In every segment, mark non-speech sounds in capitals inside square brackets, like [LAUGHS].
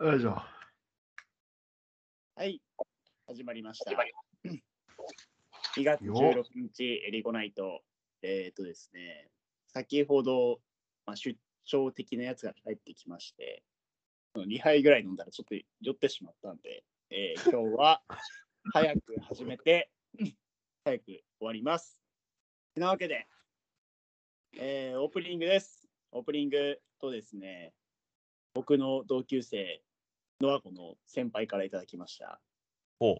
よいしょ。はい、始まりました。2月16日、エリゴナイト。えっ、とですね、先ほど、まあ、出張的なやつが帰ってきまして、2杯ぐらい飲んだらちょっと酔ってしまったんで、えー今日 [LAUGHS] は早く始めて、早く終わります。てなわけで、えーオープニングです。オープニングとですね、僕の同級生、ノアコの先輩からいただきました。ほう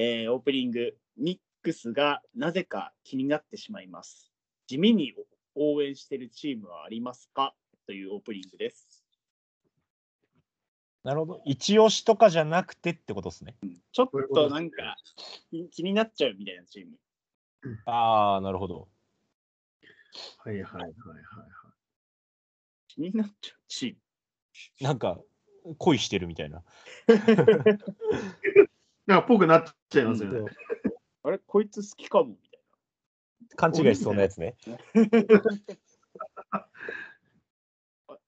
えーオープニング、ミックスがなぜか気になってしまいます。地味に応援してるチームはありますかというオープニングです。なるほど。一押しとかじゃなくてってことですね。ちょっとなんか気気になっちゃうみたいなチーム。ああ、なるほど。はいはいはいはい。気になっちゃうチーム。なんか、恋してるみたいな。なんかぽくなっちゃいますよね。あれ、こいつ好きかもみたい勘違いしそうなやつね。な。ああっ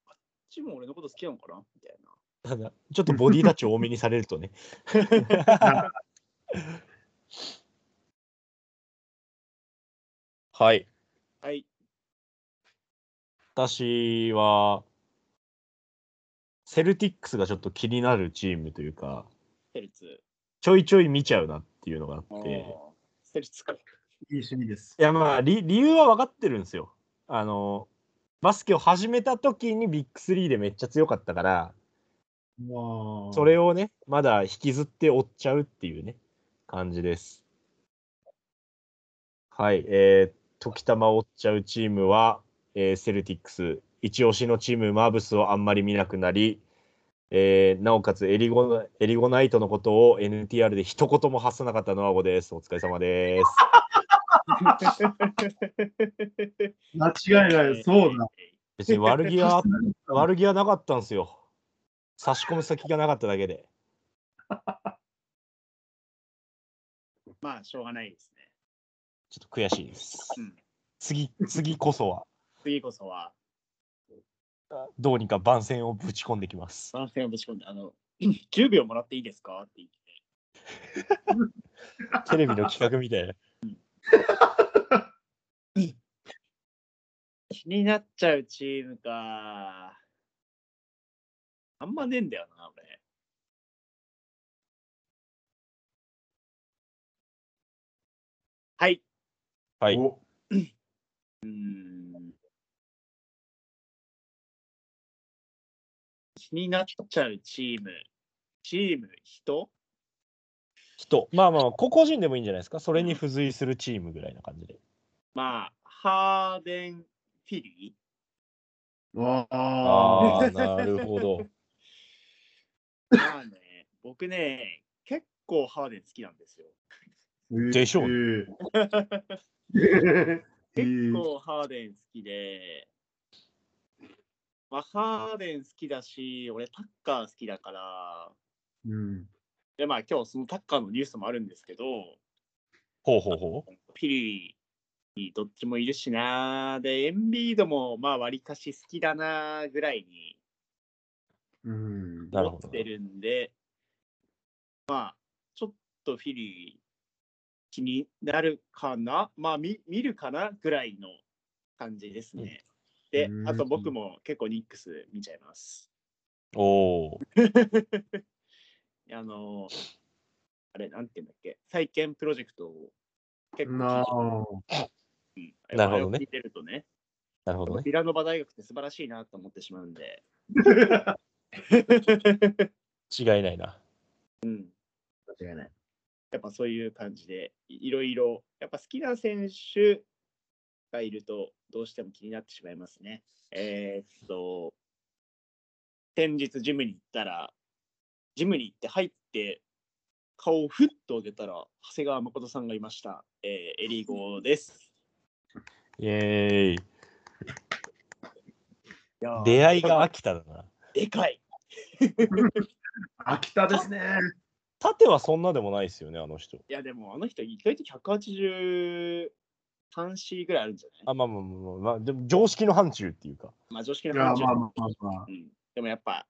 ちも俺のこと好きなのかなみたいな。ただちょっとボディタッチ多めにされるとね。 [LAUGHS] はい。はい。私は、セルティックスがちょっと気になるチームというか、セルツ。ちょいちょい見ちゃうなっていうのがああっーて。セルツか。いい趣味ですい。やまあ理理由は分かってるんですよ。あのバスケを始めた時にビッグ3でめっちゃ強かったからもうそれをねまだ引きずって追っちゃうっていうね感じです。はいえー、時たま追っちゃうチームは、えーセルティックス一押しのチームマーブスをあんまり見なくなり、えーなおかつエリゴナエリゴナイトのことを NTR で一言も発さなかったノアゴです。お疲れ様です。 [LAUGHS] 間違いない。そうだ。別に悪気はあっ悪気はなかったんですよ。差し込む先がなかっただけで。まあ、しょうがないですね。ちょっと悔しいです。うん次、次こそは、次こそは、どうにか番宣をぶち込んできます。番宣をぶち込んで、あの、10秒もらっていいですかって言って。テレビの企画みたいな。気になっちゃうチームか。あんまねえんだよな、俺。はい。はい。おうーん。気になっちゃうチーム。チーム、人人。まあまあ、個々人でもいいんじゃないですか。それに付随するチームぐらいな感じで。まあ、ハーデン、フィリああああ、なるほど。ー。まあね、僕ね、結構ハーデン好きなんですよ。ー。でしょ [LAUGHS] うう。え結ー構ハーデン好きで、まあ、ハーデン好きだし、俺タッカー好きだから、うんでまあ今日そのタッカーのニュースもあるんですけど、ほうほうほう。ピリにどっちもいるしなーで、エンビードもまあ割かし好きだなーぐらいにうん。なるほ持どってるんで、まあちょっとフィリー気になるかな、まあ見見るかなぐらいの感じですね。でう、んあと僕も結構ニックス見ちゃいます。おお。あのー、あれ、なんていうんだっけ、再建プロジェクトを結構なあ。聞いなるほどねあれを聞いてるとね、なるほどね。ビラノバ大学って素晴らしいなと思ってしまうんで、違いないな。うん、間違いない。やっぱそういう感じで、いいろいろ、やっぱ好きな選手がいると、どうしても気になってしまいますね。えーっと、先日ジムに行ったら、ジムに行って入って、顔をふっと出たら、長谷川誠さんがいました。えーエリゴです。イエーイ。いやー出会いが秋田だな。でかい。秋田ですね。縦はそんなでもないですよね、あの人。いや、でもあの人、意外と183 C ぐらいあるんじゃないあ、まあまあまあまあ、まあ、でも常識の範疇っていうか。まあ、常識いのや、まあ話まあまあ。うん、でもやっぱ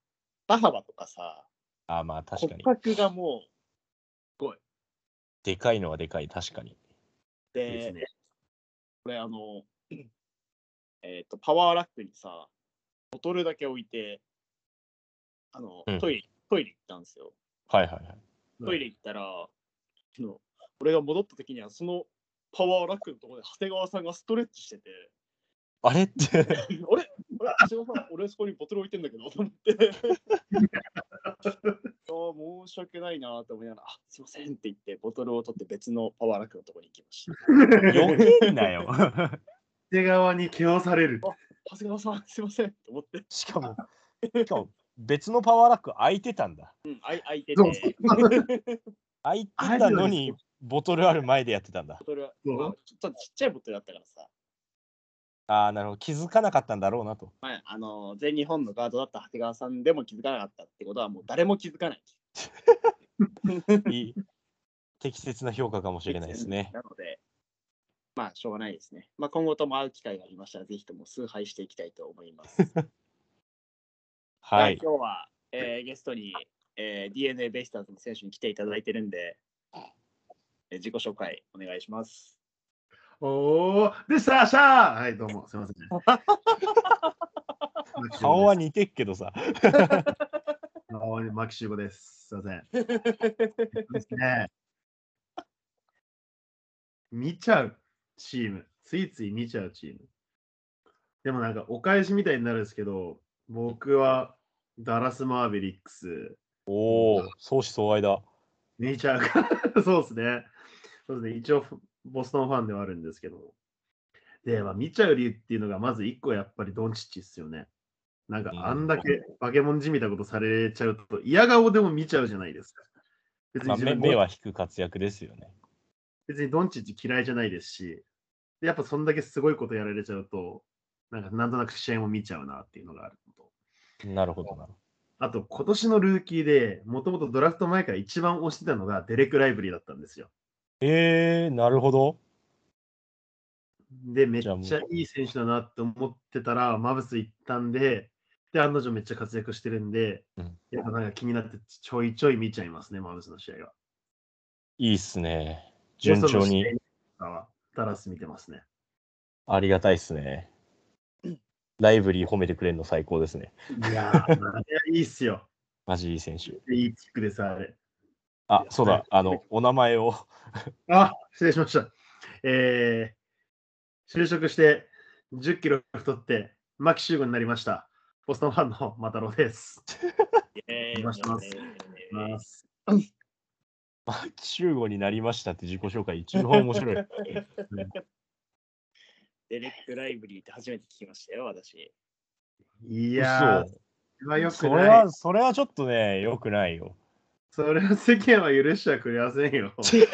バハバとかさ、あーまあ確か骨に。格がもう、でかいのはでかい、確かに。で、ですね。これあの、 [CLEARS THROAT] えっ、と、パワーラックにさ、ボトルだけ置いて、あのうん、トイレ、トイレ行ったんですよ。はいはいはい。トイレ行ったら、あの俺が戻った時には、そのパワーラックのところで長谷川さんがストレッチしてて、 [LAUGHS] あれって。 [LAUGHS] あれあれ長谷川さん、俺そこにボトル置いてんだけど、と思って。 [LAUGHS] ああ申し訳ないなと思いながら、あすいませんって言って、ボトルを取って別のパワーラックのところに行きました。 [LAUGHS] 余計んなよ。手側に気をされる。長谷川さん、すいませんと思って、 [LAUGHS] しかも、しかも別のパワーラック空いてたんだ。うん、あい開いてそうて。空いてたのに、ボトルある前でやってたんだボ。トルは、そうまあちょっとちっちゃいボトルだったからさ、ああ、なるほど。気づかなかったんだろうなと。まあ、あの全日本のガードだった長谷川さんでも気づかなかったってことは、もう誰も気づかない。いい適切な評価かもしれないですね。なので、まあ、しょうがないですね。まあ、今後とも会う機会がありましたら、ぜひとも崇拝していきたいと思います。 [LAUGHS] はい。今日は、えーゲストに、えー、DNA ベイスターズの選手に来ていただいてるんで、えー自己紹介お願いします。おー、で、さあ、シャーはい、どうも、すいません。 [LAUGHS] 顔は似てっけどさ。顔はね、マキシュゴです。すいません。です [LAUGHS] ね。見ちゃうチーム。ついつい見ちゃうチーム。でもなんかお返しみたいになるんですけど、僕はダラス・マーベリックス。おお、相思相愛だ。見ちゃうから、 [LAUGHS] そうですね。そうですね。一応フ、ボストンファンではあるんですけど。で、まあ、見ちゃう理由っていうのが、まず一個やっぱりドンチッチっすよね。なんかうんあんだけ化け物じみたことされちゃうと、嫌顔でも見ちゃうじゃないですか。別まあ、目の目は引く活躍ですよね。別にドンチッチ嫌いじゃないですし、でやっぱそんだけすごいことやられちゃうと、なんかなんとなく試合も見ちゃうなっていうのがあるのと。なるほどな。あと、今年のルーキーで、もともとドラフト前から一番推してたのがデレク・ライブリーだったんですよ。えー、なるほど。で、めっちじゃあゃもういい選手だなって思ってたら、マブス行ったんで、で、案の定めっちゃ活躍してるんで、うんやっぱなんか気になってちょいちょい見ちゃいますね、マブスの試合は。いいっすね。順調よそのに試合。はダラス見てますね。ありがたいっすね。ライブリー褒めてくれるの最高ですね。いやー、あれはいいっすよ。マジいい選手。いいチックです、あれ。あ、そうだ。あの、お名前を。 [LAUGHS] あ、失礼しました。えー、就職して10キロ太って、牧秀悟になりました。ボストンファンのマタロウです。 [LAUGHS] えお願いします牧秀悟になりましたって自己紹介、一番面白い。デレック・ライブリーって初めて聞きましたよ、 [LAUGHS] 私。 [LAUGHS] いやー、嘘それはよくそれないは、。それはちょっとね、よくないよ。それは世間は許してはくれませんよ。いやいやいやいや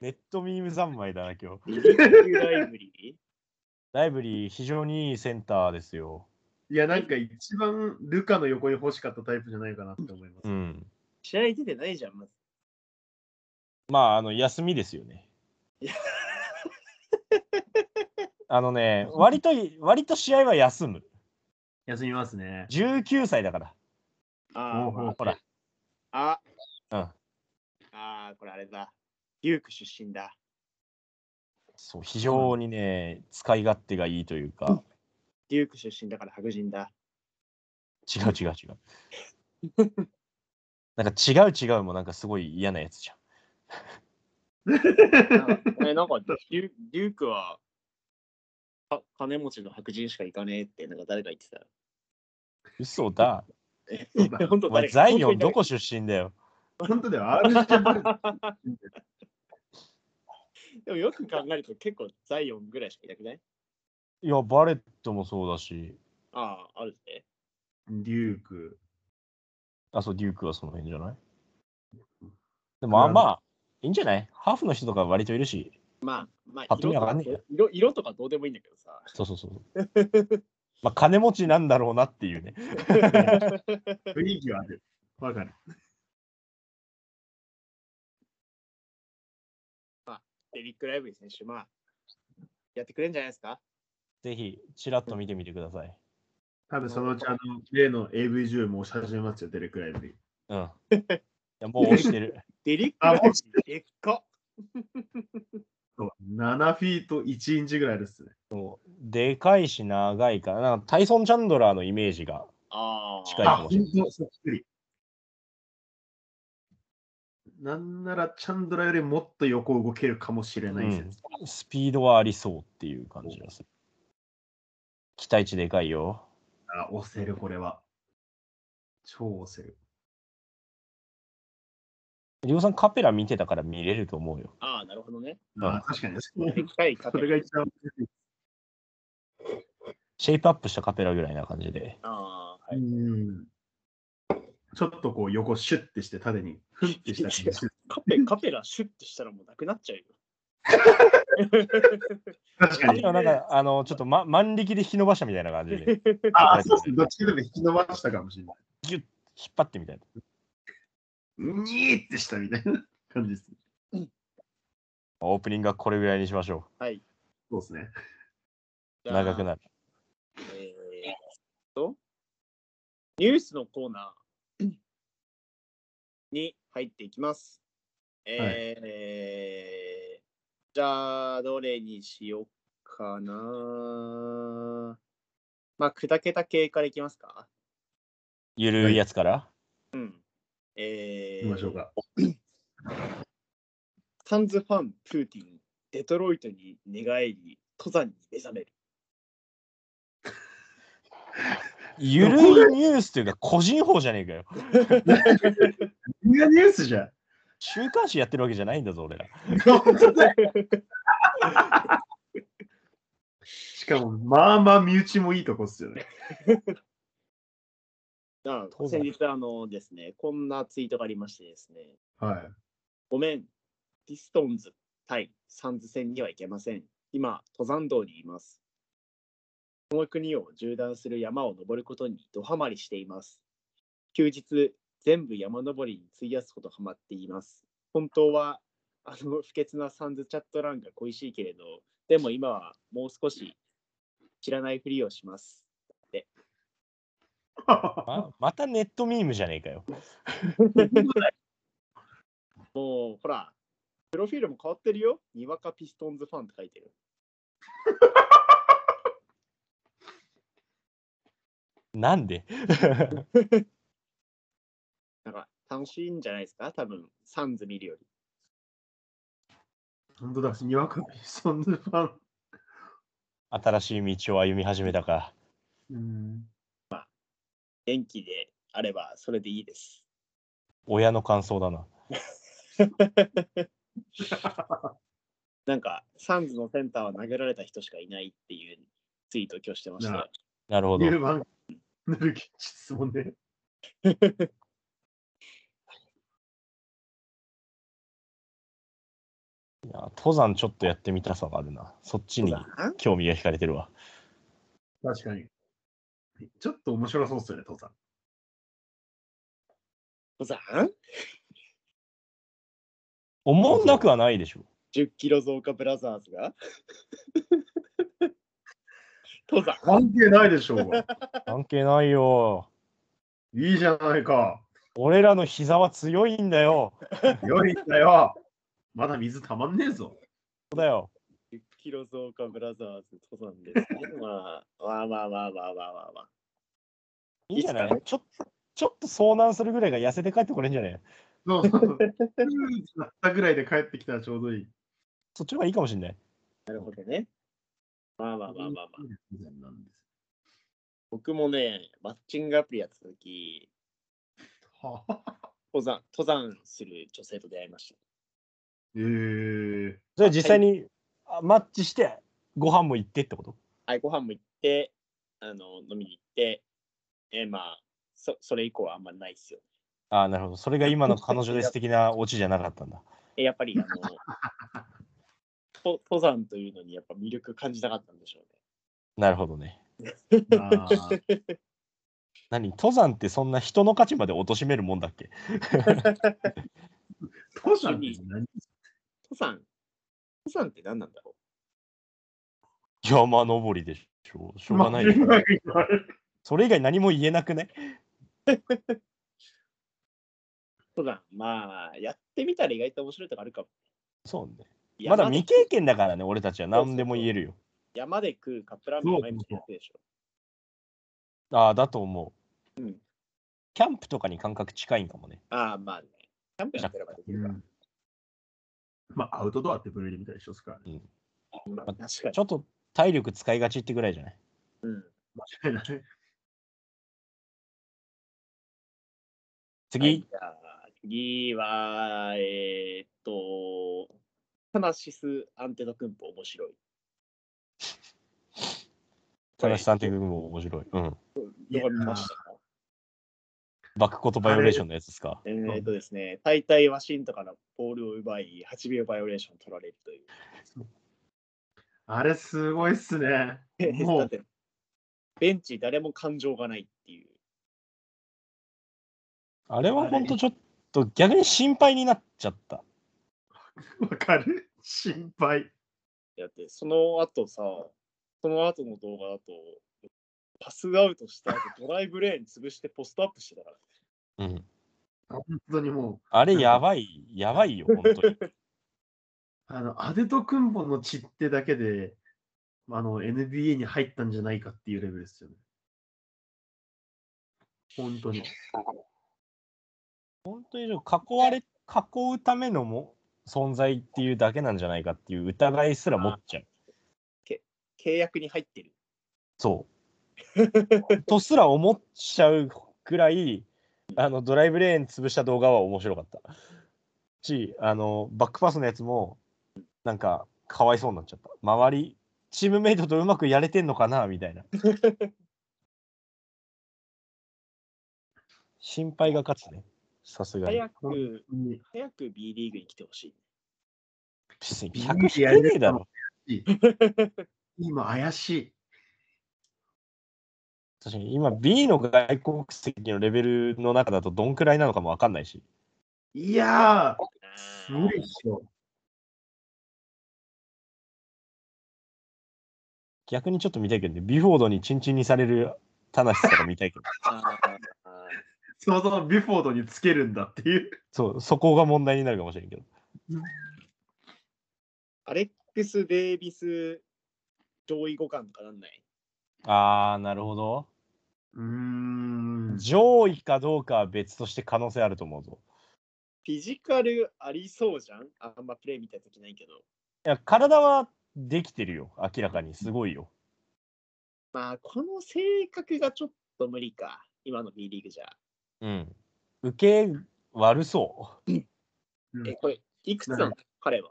ネットミーム三昧だな、今日。デレック・ライブリーライブリー、非常にいいセンターですよ。いや、なんか一番ルカの横に欲しかったタイプじゃないかなって思います。うん。試合出てないじゃん、まず。まあ、あの、休みですよねいや。 [LAUGHS] あのね、割と、割と試合は休む。休みます [LAUGHS] ね。 19歳だから。あおうおーうほら。あ、うん。あー、これあれだ。デューク出身だ。そう、非常にね、使い勝手がいいというか、デューク出身だから白人だ。違う違う違う。 [LAUGHS] なんか違う違うもなんかすごい嫌なやつじゃえ、ん。なんかデュデュークはあ金持ちの白人しか行かねえって、なんか誰か言ってた。 [LAUGHS] 嘘だ。そうだ本当お前、誰ザかイオンどこ出身だよ。本当だよ、RG バレたでもよく考えると結構ザイオンぐらいしかいなくないいや、バレットもそうだし、ああ、あるね。デューク。あ、そう、デュークはその辺じゃないでグも、あランまあ、いいんじゃないハーフの人とか割といるし、まパあッと見わかんねえ色とか色色とかどうでもいいんだけどさ。そうそうそう。 [LAUGHS] まあ、金持ちなんだろうなっていうね。雰囲気はある。わかる。デリック・ライブリー選手、まあ、やってくれるんじゃないですかぜひ、ちらっと見てみてください。多分そのうちあの、例の AV 女優も押し始めますよ、デレクライブリー。うん。いやもう押し [LAUGHS] てる。デリックあライブでっかそう7フィート1インチぐらいですね。でかいし長いから、なんかタイソン・チャンドラーのイメージが。ああ。近いかもしれないほんとそっくり。なんならチャンドラよりもっと横動けるかもしれない説。うんスピードはありそうっていう感じがする。期待値でかいよ。あ、押せる、これは。超押せる。りょうさんカペラ見てたから見れると思うよ。ああ、なるほどね。あ確かに。でっかいカそペれラ。が一番。シェイプアップしたカペラぐらいな感じで。ああ、はうい。んちょっとこう横シュッてして縦にフンってした感じ。カペカペラシュッてしたらもうなくなっちゃうよ。 [LAUGHS] 確カかペに。ラなんか、あの、ちょっと、ま、万力で引き伸ばしたみたいな感じで、あ、そうですね。どっちかでも引き伸ばしたかもしれない。ギュッ、引っ張ってみたいな。にーってしたみたいな感じです。オープニングはこれぐらいにしましょはい。そうですね。う。長くる。なる。えーっと、ニュースのコーナーに入っていきます。えーじゃあ、どれにしようかな。まあ、砕けた系からいきますか。ゆるいやつから。え行きー、ましょうか。サンズファン、プーティン、デトロイトに寝返り、登山に目覚める。ゆるいニュースというか、個人法じゃねえかよ。みんなニュースじゃん。週刊誌やってるわけじゃないんだぞ、俺ら。しかも、まあまあ身内もいいとこっすよね。 [LAUGHS] あ登山先日、あのですね、こんなツイートがありましてですね、はごめん、ピストンズ対サンズ戦には行けません。今、登山道にいます。この国を縦断する山を登ることにドハマりしています。休日、全部山登りに費やすほどハマっています。本当は、あの不潔なサンズチャット欄が恋しいけれど、でも今はもう少し知らないふりをします。 [LAUGHS] い。ままたネットミームじゃねえかよ。もう、ほら、プロフィールも変わってるよ。にわかピストンズファンって書いてる。なんでなんか楽しいんじゃないですか多分、サンズ見るより。 [LAUGHS] 本当だ、にわかピストンズファン。新しい道を歩み始めたか。うん、元気であればそれでいいです。親の感想だな。なんか、サンズのセンターは投げられた人しかいないっていうツイートを今日してましなた。なるほど。ニューマン、ぬるき質問ね。いや登山ちょっとやってみたさがあるな。そっちに興味が惹かれてるわ。確かに。ちょっと面白そうっすよね、父さ [LAUGHS] ん。登山思わなくはないでしょ。 ?10 キロ増加ブラザーズが [LAUGHS] 登山関係ないでしょうが。関係ないよ。いいじゃないか。俺らの膝は強いんだよ。よいんだよ。まだ水たまんねえぞ。そうだよ。 !10 キロ増加ブラザーズ登山ですね。まあ、まあまあまあまあまあまあまあ。いいじゃないいいっすちょっとちょっと遭難するぐらいが痩せて帰ってこれんじゃねえそうそうそう。なったぐらいで帰ってきたらちょうどいい。そっちの方がいいかもしんない。なるほどね。まあまあまあまあまあ。なんです僕もね、マッチングアプリやってた時、はあ登山、登山する女性と出会いました。えー、それ実際にあマッチしてご飯も行ってってことはい、ご飯も行って、あの、飲みに行って、えーまあ、そ、それ以降はあんまないっすよ。ああ、なるほど。それが今の彼女です的 [LAUGHS] なオチじゃなかったんだ。えやっぱり、あの、 [LAUGHS] と登山というのにやっぱ魅力感じたかったんでしょうね。なるほどね。あー何登山ってそんな人の価値まで貶としめるもんだっけ父さんって何登山、登山って何なんだろ [LAUGHS] 山登りでしょ。しょうがないでしょ。まあそれ以外何も言えなくねそうだ、まあ、やってみたら意外と面白いとかあるかも。そうね。山までだ未経験だからね、俺たちは何でも言えるよ。山で食うカップラーメン毎日やってるでしょ。ああ、だと思う。うんキャンプとかに感覚近いんかもね。ああ、まあね。キャンプやってればできるから。まあ、アウトドアって分類で見たりしますからね。まあ、確かにち。ょっと体力使いがちってぐらいじゃないうん、間違いない。次、はいじゃあ次は、えー、っと、タナシス・アンテナ君ン面白い。田中さんっていう部分も面白い。うん。どこ見ましたかバックコートバイオレーションのやつですか。えー、っとですね、大体ワシントンからボールを奪い、8秒バイオレーション取られるという。あれすごいっすね。も [LAUGHS] だっう、て、ベンチ誰も感情がないっていう。あれは本当ちょっと逆に心配になっちゃった。わかる心配。だって、その後さ、その後の動画だと、パスアウトした後、ドライブレーン潰してポストアップしてたから。うん。本当にもあれやばい、やばい [LAUGHS] よ、本当に。う、あの、アデトクンボの血ってだけで、あの、NBA に入ったんじゃないかっていうレベルですよね。本当に。本当に囲われ、囲うためのも存在っていうだけなんじゃないかっていう疑いすら持っちゃう。契約に入ってる。そう。とすら思っちゃうくらい、あのドライブレーン潰した動画は面白かった。し、あのバックパスのやつも、なんかかわいそうになっちゃった。周り、チームメイトとうまくやれてんのかなみたいな。心配が勝つね。さすがに早。く、うん早く B リーグに来てほしい。別にビ100ビ引りやけりだしねえだたろも。今怪しい。確かに今 B の外国籍のレベルの中だとどんくらいなのかもわかんないし。いやー、すごいっしょ。逆にちょっと見たいけどね、ビュフォードにチンチンにされる田無さんが見たいけど、あーそもそもビュフォードにつけるんだっていう。そう、そこが問題になるかもしれんけど。アレックス・デイビス上位互換とかなんないあー、なるほど。うーん。上位かどうかは別として可能性あると思うぞ。フィジカルありそうじゃんあんまプレイ見たときないけど。いや、体はできてるよ、明らかに。すごいよ。まあ、この性格がちょっと無理か。今の B リーグじゃ。うん。受け悪そうんえ、これ、いくつなの、うん彼は。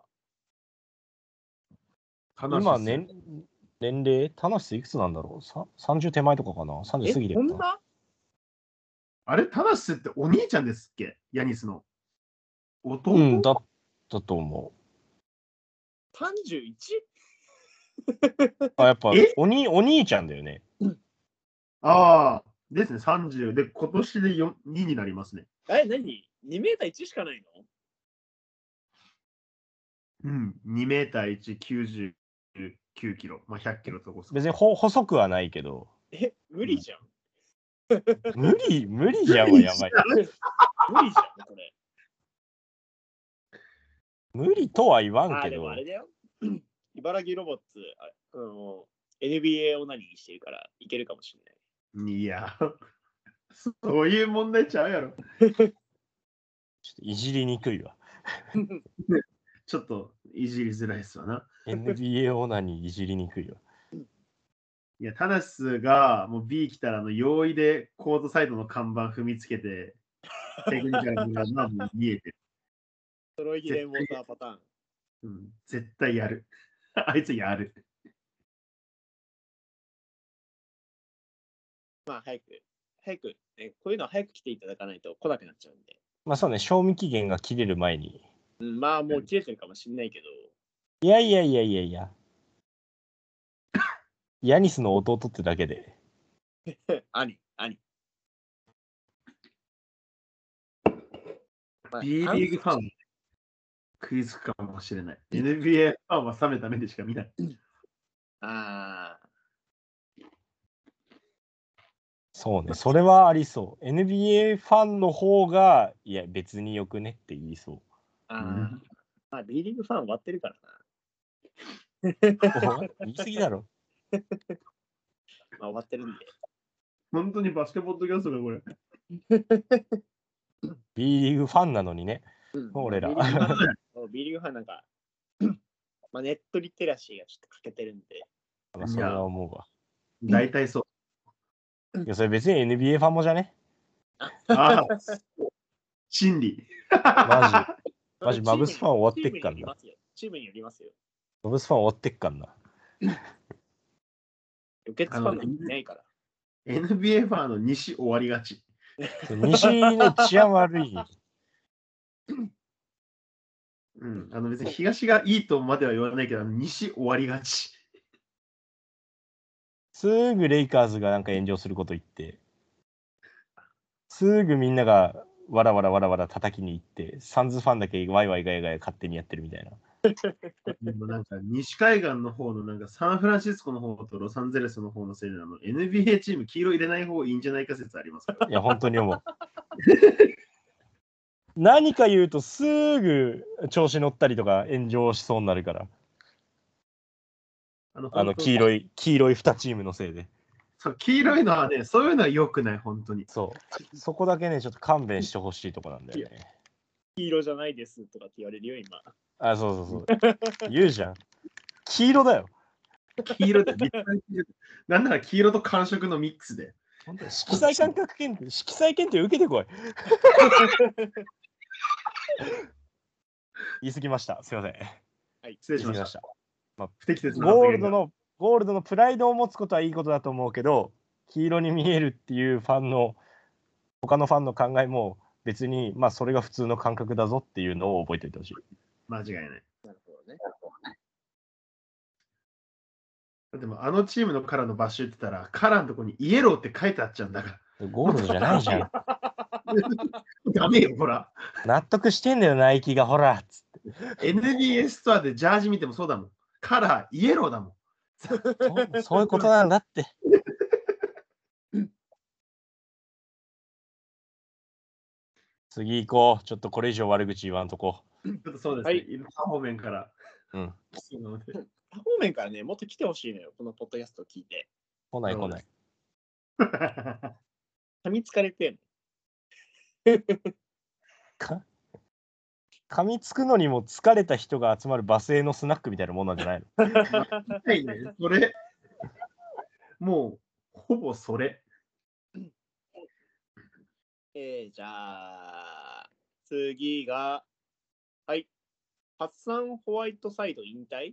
悲しいっすう。今、年、年齢、田無いくつなんだろうさ ?30 手前とかかな ?30 え、過ぎてるこかんななあれ、タナシスってお兄ちゃんですっけヤニスの。弟、うん、だったと思 31? う。あ、やっぱえ、おにお兄ちゃんだよね。ああ、ですね、30。で、今年で4 2になりますね。え、何 ?2 メーター1しかないのうん、2メーター1、99キロ。まあ、100キロとこそ。別にほ細くはないけど、え、無理じゃん。無理、無理じゃんはやばい。無理じゃん、これ。無理とは言わんあー、けでどもあ、れだよ。 [CLEARS THROAT] 茨城ロボッツ、ああの NBA を何にしてるから、いけるかもしれない。いや、そういう問題ちゃうやろ。ちょっといじりにくいわ。ちょっといじりづらいっすわな。 NBA オナにいじりにくいわ。 [LAUGHS] いや、タナシスがもう B 来たらあの容易でコートサイドの看板踏みつけて、テクニカルになるのはもう見えてる。トロイギレンウォーターパターン。うん、絶対やる。 [LAUGHS] あいつやる。まあ、早く、早く、ね、こういうのは早く来ていただかないと来なくなっちゃうんで。まあそうね、賞味期限が切れる前に。うん、まあ、もう切れてるかもしれないけど、いやいやいやいや [LAUGHS] いや。ヤニスの弟ってだけで。 [LAUGHS] 兄、兄。まあ B リーグファンは食いつくかもしれない。NBA ファンは冷めた目でしか見ない。ああ。そうね、それはありそう。NBA ファンの方が、いや、別によくねって言いそう。 [LAUGHS] あー、うんまあ、B リーグファン終わってるからな。言い過ぎだろ。まあ、終わってるんで。本当にバスケポッドキャストだ、これ。 B リーグファンなのにね。俺ら B リーグファンそう B リーグファンなんか、 [CLEARS THROAT] まあ、ネットリテラシーがちょっと欠けてるんで。まあそれは思うわ。大体そう。いや、それ別に NBA ファンもじゃね [LAUGHS] ああ、真理。マ [LAUGHS] ジ。マジ、マブスファン終わってっかチームんによりまな。すよ。チームによりますよ。マブスファン終わってっかんな。ロケッツファンなんていないから。 NBA ファンの西終わりがち。西ね、治安悪い。うん、あの別に東がいいとまでは言わないけど、西終わりがち。すぐレイカーズがなんか炎上すること言って、すぐみんながわらわらわらわら叩きに行って、サンズファンだけワイワイガヤガヤ勝手にやってるみたいな。でもなんか西海岸の方のなんかサンフランシスコの方とロサンゼルスの方のせいであの NBA チーム黄色入れない方がいいんじゃないか説ありますからいや、本当に思う。 [LAUGHS] 何か言うとすぐ調子乗ったりとか炎上しそうになるから、あのあの黄い色い、黄色い2チームのせいで。そう。黄色いのはね、そういうのは良くない、本当に。そう。そこだけね、ちょっと勘弁してほしいとこなんだよね。黄色じゃないですとかって言われるよ、今。あ、そうそうそう。言うじゃん。黄色だよ。黄色で、 [LAUGHS] 立体黄色でなんなら黄色と寒色のミックスで。本当に色彩感覚検定、色彩検定受けてこい。 [LAUGHS] 言い過ぎました。すいません。失礼言しい過ましぎた。ました。不適切な発言ゴがールドの、ゴールドのプライドを持つことはいいことだと思うけど、黄色に見えるっていうファンの、他のファンの考えも、別に、まあ、それが普通の感覚だぞっていうのを覚えておいてほしい。間違いない。なるほどね。でもあのチームのカラーのバッシュって言ったら、カラーのとこにイエローって書いてあっちゃうんだかゴールドじゃないじゃ [LAUGHS] ん。ら。 [LAUGHS] ダメよ、ほら。納得してんだよ、ナイキが、ほら、つって NBA ストアでジャージ見てもそうだもん。カラー、イエローだもん。そうそういうことなんだって。 [LAUGHS] 次行こう。ちょっとこれ以上悪口言わんとこ。ちょっとそうですはね。いいろんな方面から。うん。来てるので他方面からね、もっと来てほしいのよ、このポッドキャストを聞いて。来ないそ来うでなすい。噛みつかれてんのか噛みつくのにも疲れた人が集まるバスへのスナックみたいなもんなんじゃないの [LAUGHS] はいね、それ。もう、ほぼそれ。えー、じゃあ、次が、はい。ハッサン・ホワイトサイド引退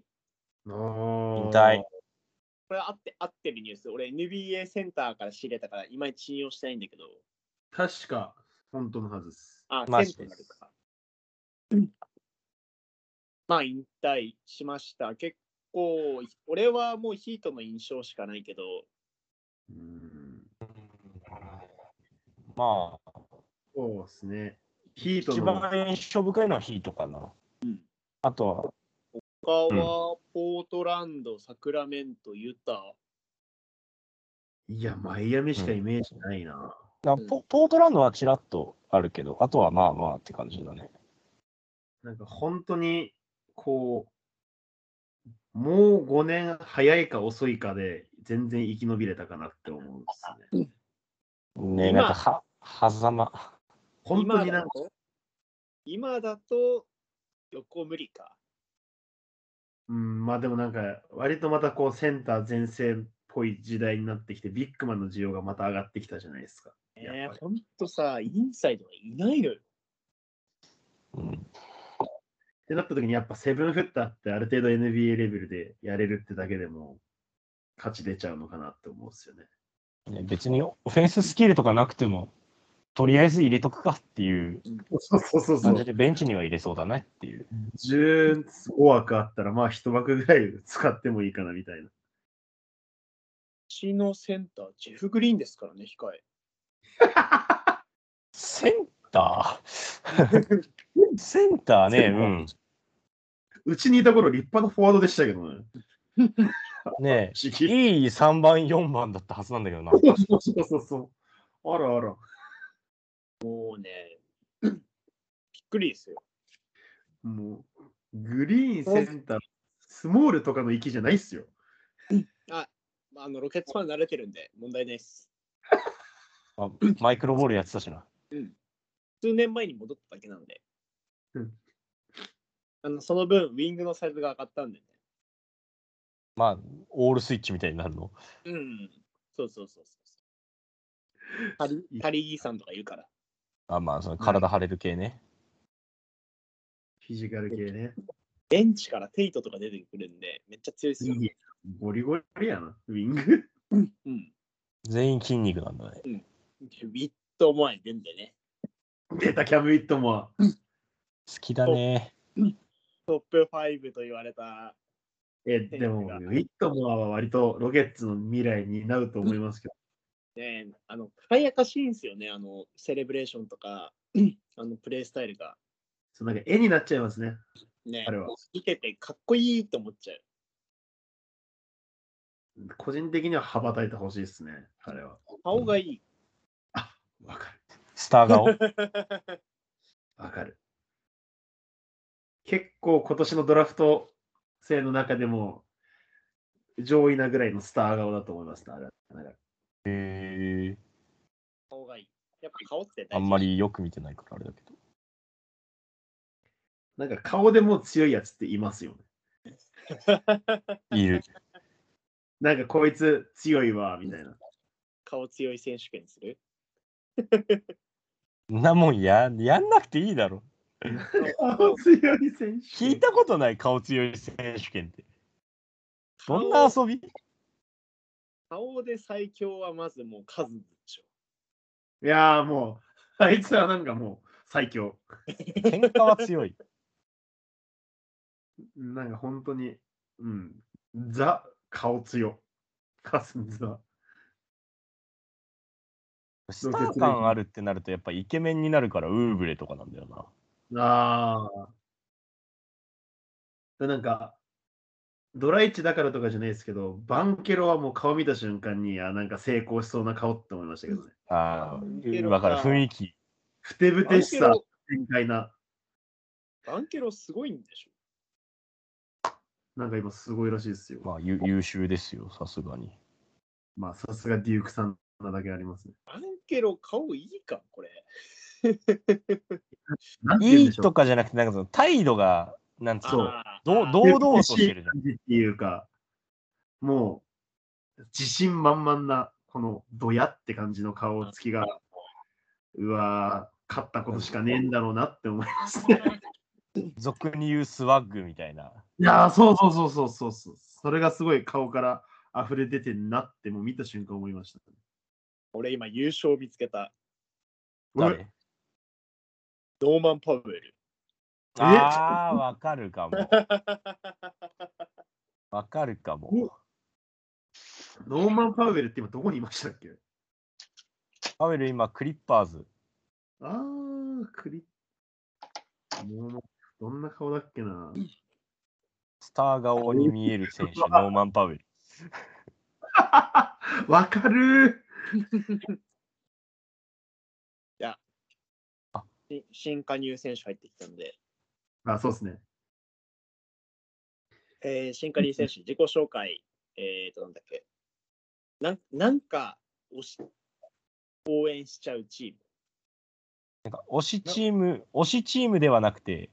引引退。これ合って合ってるニュース。俺 NBA センターから仕入れたから、いまいち信用してないんだけど。確か、本当のはずです。あ、セマンジタでーなるか。まあ、引退しました。結構、俺はもうヒートの印象しかないけど、うんまあ、そうですね。ヒート一の番印象深いのはヒートかな。あとは、他はポートランド、サクラメント、ユタ。いや、マイアミしかイメージないな。なうんポポートランドはちらっとあるけど、あとはまあまあって感じだね。なんか本当に、こう、もう5年早いか遅いかで、全然生き延びれたかなって思うんですね。ね今なんかは、はざま。本当になんか、今だと、横無理か。うん、まあでもなんか、割とまたこう、センター前線っぽい時代になってきて、ビッグマンの需要がまた上がってきたじゃないですか。えやっぱー、りほんとさ、インサイドがいないのよ。うんってなった時にやっぱセブンフッターってある程度 NBA レベルでやれるってだけでも勝ち出ちゃうのかなって思うんですよね。ね別にオフェンススキルとかなくても、とりあえず入れとくかっていうそうそうそうそ感じう。で、ベンチには入れそうだねっていう。 15枠あったらまあ1枠ぐらい使ってもいいかなみたいな。うちのセンター、ジェフ・グリーンですからね、控え。センターセンターね、うちにいた頃立派なフォワードでしたけどね。うん。ね不思議いい3番、4番だったはずなんだけどな。そうそうそうそう。あらあら。も [LAUGHS] うね、びっくりですよ。もう、グリーンセンター、スモールとかの域じゃないっすよ。まあ、あのロケットファン慣れてるんで問題ないです。あマイクロボールやってたしな。数年前に戻っただけなんで。うんあのその分、ウィングのサイズが上がったんでね。まあ、オールスイッチみたいになるの。うん。そうそうそうそう。タリタリーさんとかいるから。あまあ、その体張れる系ね。フィジカル系ね。ベンチからテイトとか出てくるんで、めっちゃ強いですよ。ゴリゴリやな、ウィング。うん。全員筋肉なんだね。でウィットも前出んでね。出たキャムウィットも。好きだね。トップ5と言われた。え、でも、ウィットモアは割とロケッツの未来になると思いますけど、ね、あの、輝かしいんですよね。あの、セレブレーションとか、 [CLEARS THROAT] あの、プレイスタイルが。そのなんか絵になっちゃいますね。ね、あれは見ててかっこいいと思っちゃう。個人的には羽ばたいてほしいですね、彼は。顔がいい。わかる。スター顔。わかる。結構今年のドラフト生の中でも上位なぐらいのスター顔だと思いますね、あれはなんかへえ。顔がいい。やっぱ顔って大事あんま。りよく見てないからあれだけど。なんか顔でもう強いやつっていますよね。いる。なんかこいつ強いわ、みたいな。顔強い選手権する。んなもんややんなくていいだろ。顔強い選手。聞いたことない顔強い選手権って。そんな遊び顔で最強はまずもうカズでしょ。いやーもう、あいつはなんかもう最強。喧嘩は強い。 [LAUGHS] なんか本当に、うん、ザ、顔強。カスンズは。スター感あるってなるとやっぱイケメンになるからウーブレとかなんだよな。ああ。でなんか、ドライチだからとかじゃないですけど、バンケロはもう顔見た瞬間に、あなんか成功しそうな顔って思いましたけどね。あいけあ、るわかる。雰囲気。ふてぶバンてケしさロ、、全開な。バンケロすごいんでしょ。なんか今すごいらしいですよ。まあ、ゆ優秀ですよ、さすがに。まあ、さすがデュークさんなだけありますね。バンケロ顔いいか、これ。なんて言ういんいでしょとう。かじゃなくて、なんかその態度が、なんつうの、あーどうどう堂々としてるじゃんふてぶてしい感じっていうか、もう、自信満々な、このドヤって感じの顔つきが、うわー、勝ったことしかねえんだろうなって思いますね。俗に言うスワッグみたいな。いやー、そうそうそうそうそうそう。それがすごい顔から溢れ出てんなって、もう見た瞬間思いました。 [LAUGHS] 俺今優勝見つけた。え誰ノーマン・パウエル。 [LAUGHS] ああ、わかる [LAUGHS] かも。わかるかも。ノーマン・パウエルって今どこにいましたっけパウエル今、クリッパーズ。あー、クリノーマンどんな顔だっけなスター顔に見える選手、ノーマン・パウエル。わかるし新加入選手入ってきたんで、ーあ、そうですね。えー新加入選手自己紹介、えーと、なんだっけ。なんなんか推し応援しちゃうチーム。なんか推しチーム、推しチームではなくて、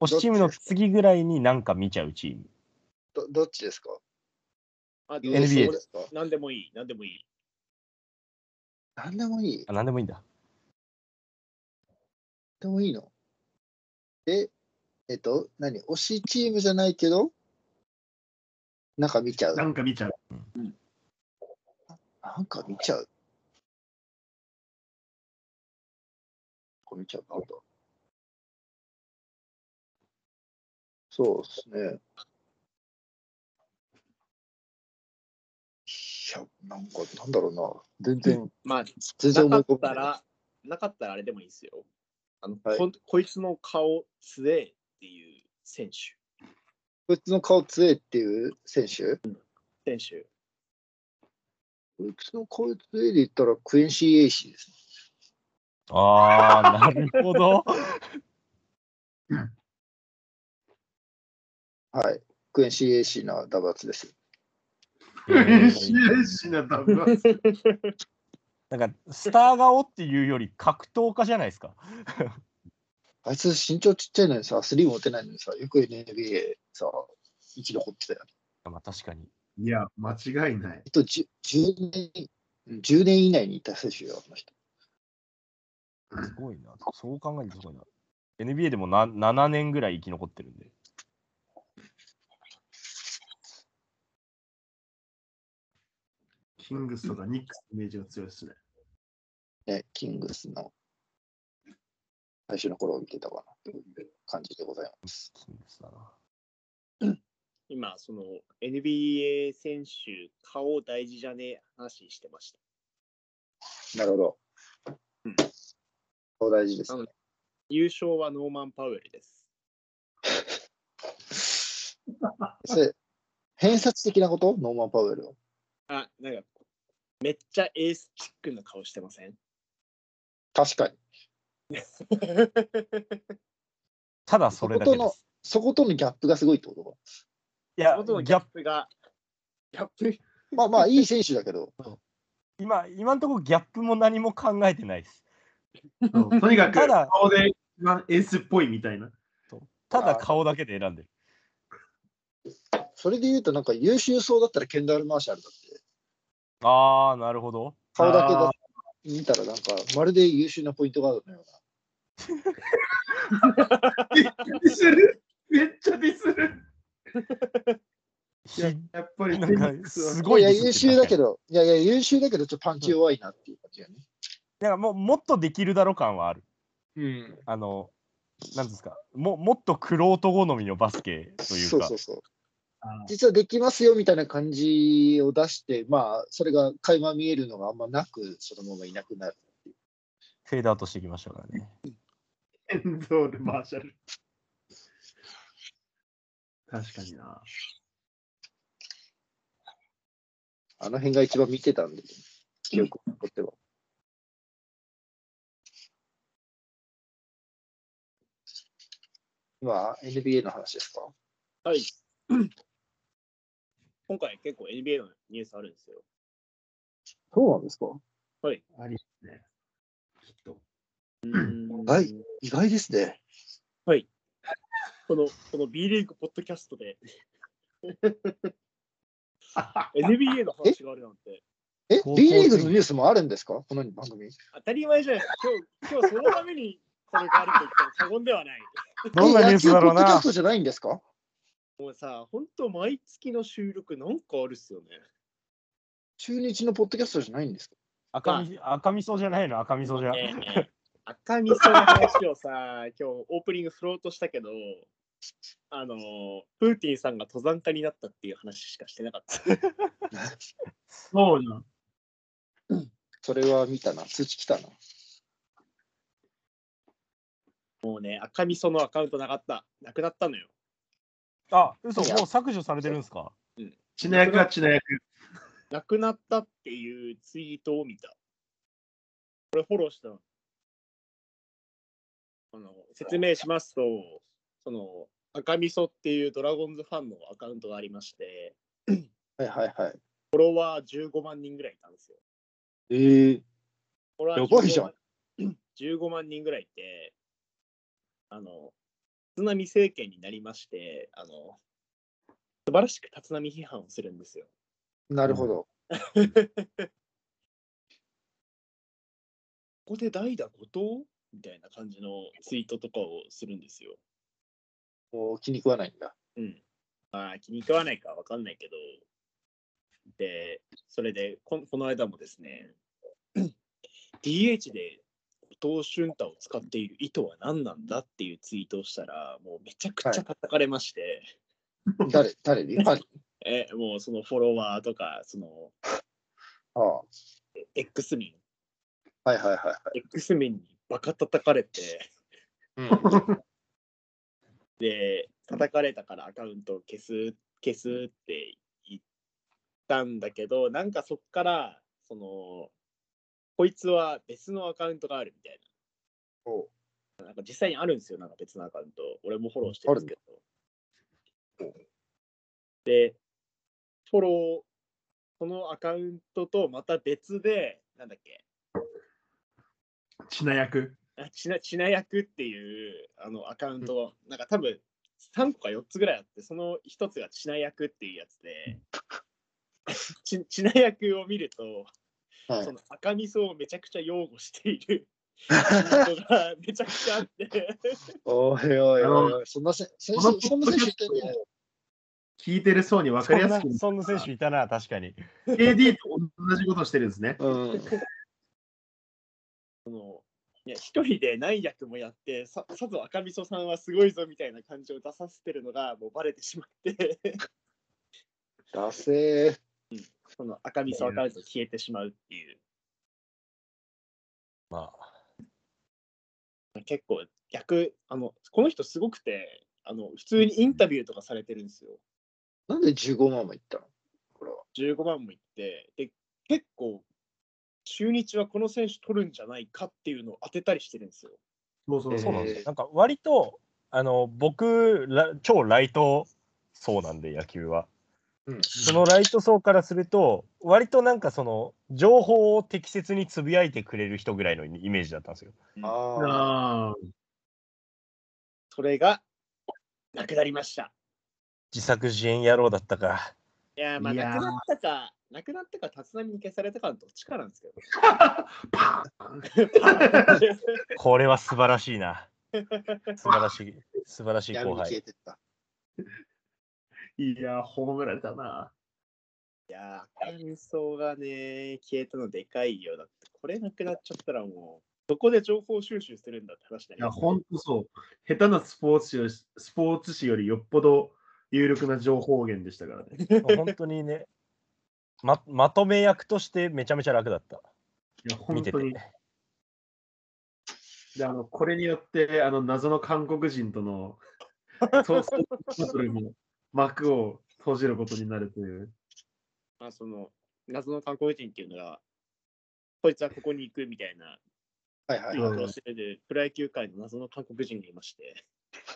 推しチームの次ぐらいになんか見ちゃうチーム。どどっちですかあどう NBA そうでですすか何でもいい、何でもいい。何でもいい。あ、なんでもいいんだ。何でもいいのえ、えっと、何推しチームじゃないけど、なんか見ちゃう。ななんか見 [LAUGHS] ちゃう。んか見ちゃう。これ見ちゃうなんだ。そうですね。いや、なんか、なんだろうな。全然、まあ、全然思ないか浮ったかばないら、なかったらあれでもいいですよ。あのはいここいつの顔強えっていう選手。こいつの顔強いっていう選手選手。こいつのこいつで言ったらクエンシー・エイシーです。ああ、なるほど。はい。クエンシー・エイシーなダバツです。え嬉しいー嬉しいな、多分。なんか、スター顔っていうより格闘家じゃないですか。あいつ身長ちっちゃいのにさ、スリー持てないのにさ、よく NBA さ、生き残ってたよ。まあ、確かに。いや、間違いないえ。っと、10, 10年、うん10年以内にいた選手よ、あの人。すごいな。そう考えるとすごいな。NBA でもな7年ぐらい生き残ってるんで。キングスとかニックスのイメージが強いですね。ね、キングスの最初の頃を見てたかなという感じでございます。キングスだな。今、その NBA 選手、顔大事じゃねえ話してました。なるほど。うんそう大事ですね。優勝はノーマン・パウエルです。それ、偏差値的なことノーマン・パウエルを。あ、なんか、めっちゃエースチックな顔してません確かに。ただそれだけそでことす。そことのギャップがすごいってことか。いそや、のギとのギャャッッププが、ギャップまあまあ、いい選手だけど、今、今のところギャップも何も考えてないです。そうとにかく、ただ顔で一番エースっぽいみたいな。ただ顔だけで選んでる。それで言うと、なんか優秀そうだったらケンダール・マーシャルだって、ああ、なるほど。顔だけあだ見たら、なんか、まるで優秀なポイントガードのような。ディスるめっちゃディスるひいややっぱりなんニッか、クスはすごいいや、ですね優秀だけど、いやいや、優秀だけど、ちょっとパンチ弱いなっていう感じだね。なんかもうもっとできるだろ感はある。うん。あの、なんですか、ももっとくろうと好みのバスケというか、そうそうそう。あー実はできますよみたいな感じを出して、まあ、それが垣間見えるのがあんまなく、そのままいなくなる。フェードアウトしてきましたからね。エンドール・マーシャル。確かにな。あの辺が一番見てたんで、記憶に残っては。今、NBA の話ですか [LAUGHS] はい。今回結構 NBA のニュースあるんですよ。そうなんですかありですね。きっと。はい。意外ですね。この、この B リーグポッドキャスト [LAUGHS] で NBA の話があるなんて、え高校、 B リーグのニュースもあるんですかこの番組。当たり前じゃないですか。今日、今日そのためにこれがあると言っても過言ではない。どんなニュースだろうえ野球ポッドキャなス。トじゃないんですかもうさ、本当毎月の収録なんかあるっすよね。中日のポッドキャストじゃないんですか赤み赤みそじゃないの、赤みそじゃ。 [LAUGHS] 赤味噌の話をさ、今日オープニング振ろうとしたけど、あの、プーティンさんが登山家になったっていう話しかしてなかった。そうじゃん。それは見たな。通知来たな。もうね、赤味噌のアカウントなかった。なくなったのよ。あ、嘘、もう削除されてるんですか血の役は血の役。なくなったっていうツイートを見た。これフォローしたの。あの説明しますと、その赤味噌っていうドラゴンズファンのアカウントがありまして、はいはいはい。フォロワー15万人ぐらいいたんですよ。ええフォロワーやばいじゃん15万15万 [CLEARS THROAT] 人ぐらいいて、あの、立浪政権になりまして、あの、素晴らしく立浪批判をするんですよ。なるほど。ここで代打後藤みたいな感じのツイートとかをするんですよ。もう気に食わないんだ。うん。まあ、気に食わないかわかんないけど。で、それでこ、この間もですね、DH で後藤俊太を使っている意図は何なんだっていうツイートをしたら、もうめちゃくちゃ叩かれまして、誰、誰にあえ、もうそのフォロワーとか、そのああ、 X 民、はいはいはいはい。 X 民にバカ叩かれて、で、叩かれたからアカウントを消す、消すって言ったんだけど、なんかそっから、その、こいつは別のアカウントがあるみたいおな。なんか実際にあるんですよ、なんか別のアカウント。俺もフォローしてるんですけど。で、フォロー、そのアカウントとまた別で、なんだっけ、ちな役。あちな [LAUGHS] ちな役っていうあのアカウント、なんか多分3個か4つぐらいあって、その1つがちな役っていうやつで、 [LAUGHS] ちちな役を見ると、はいその赤味噌をめちゃくちゃ擁護してい [LAUGHS] る人がめちゃくちゃあって、おいおいおいあおい、そんなせ選この手、そんな選手いたんね。聞いてるそうに分かりやすく、そんな選手いたな、確かに。 KD と同じことしてるんですね。うん。いや一人で何役もやってさ、さぞ赤味噌さんはすごいぞみたいな感じを出させてるのがもうバレてしまって、 [LAUGHS] ダセー。その赤味噌アカウント消えてしまうっていう。まあ、結構逆あのこの人すごくてあの普通にインタビューとかされてるんですよなんで15万もいったのこれは。 15万もいってで結構中日はこの選手取るんじゃないかっていうのを当てたりしてるんですよそうそうえーそそううなんですえよー。なんか割と、あの、僕、ら超ライト層なんで、野球は。うん。そのライト層からすると、割となんかその、情報を適切につぶやいてくれる人ぐらいのイメージだったんですよ。ああ。あそれがなくなりました自作自演野郎だったか。いやーまあいやーなくなったかなくなったか立浪に消されたかのどっちかなんで [LAUGHS] すけどーパーンこれは素晴らしいな。素晴らしい、素晴らしい闇後に消輩。えてった。いやー、葬られたな。いやー赤味噌がね消えたのでかいよだってこれなくなっちゃったらもうどこで情報収集するんだって話だいや、ほんとそう。下手なスポーツ紙よりスポーツ紙よりよっぽど有力な情報源でしたからね。本当にね、ま、まとめ役としてめちゃめちゃ楽だった。いや、本見て当て。に。であのこれによってあの謎の韓国人と [LAUGHS] のそうそうバトルも幕を閉じることになるという。まあ、その謎の韓国人っていうのが、こいつはここに行くみたいなはいはい仕はい。事をしてるプロ野球界の謎の韓国人がいまして、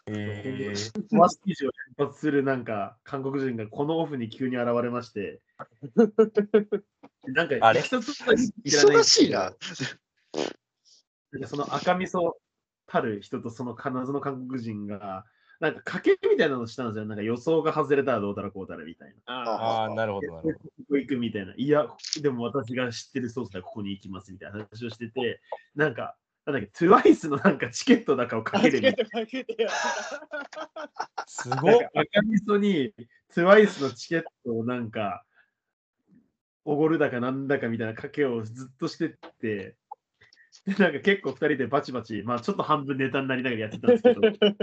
えーマス記事を連発するなんか韓国人がこのオフに急に現れま [LAUGHS] して。なんかあれいきさつとか知ら忙しいな。。なんかその赤味噌たる人とその謎の韓国人が、なんか賭けみたいなのしたんですよ。なんか予想が外れたらどうたらこうたらみたいな。ああ、ああ、なるほど、なるほど。ここ行くみたいな。いや、でも私が知ってるソースだ、ここに行きますみたいな話をしてて、なんか、なんだっけ、TWICE のなんかチケットだかをかあけチるみケたいットかけてよ。すな。なごんっか赤味噌に TWICE のチケットをなんか、おごるだかなんだかみたいな賭けをずっとしてって、でなんか結構2人でバチバチ、まあちょっと半分ネタになりながらやってたんですけど、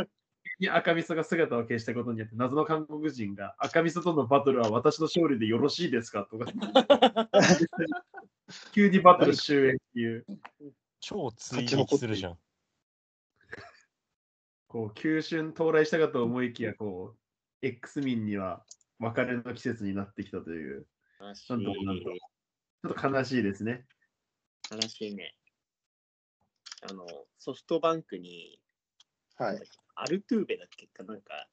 に赤味噌が姿を消したことによって謎の韓国人が赤味噌とのバトルは私の勝利でよろしいですかとか急にバトル終焉っていう超追撃するじゃん。こう急春到来したかと思いきやこう X 民には別れの季節になってきたという悲しなんともなんともちょっと悲しいですねい悲しいね。あの、ソフトバンクに、はい。アルトゥーベだっけかなんか、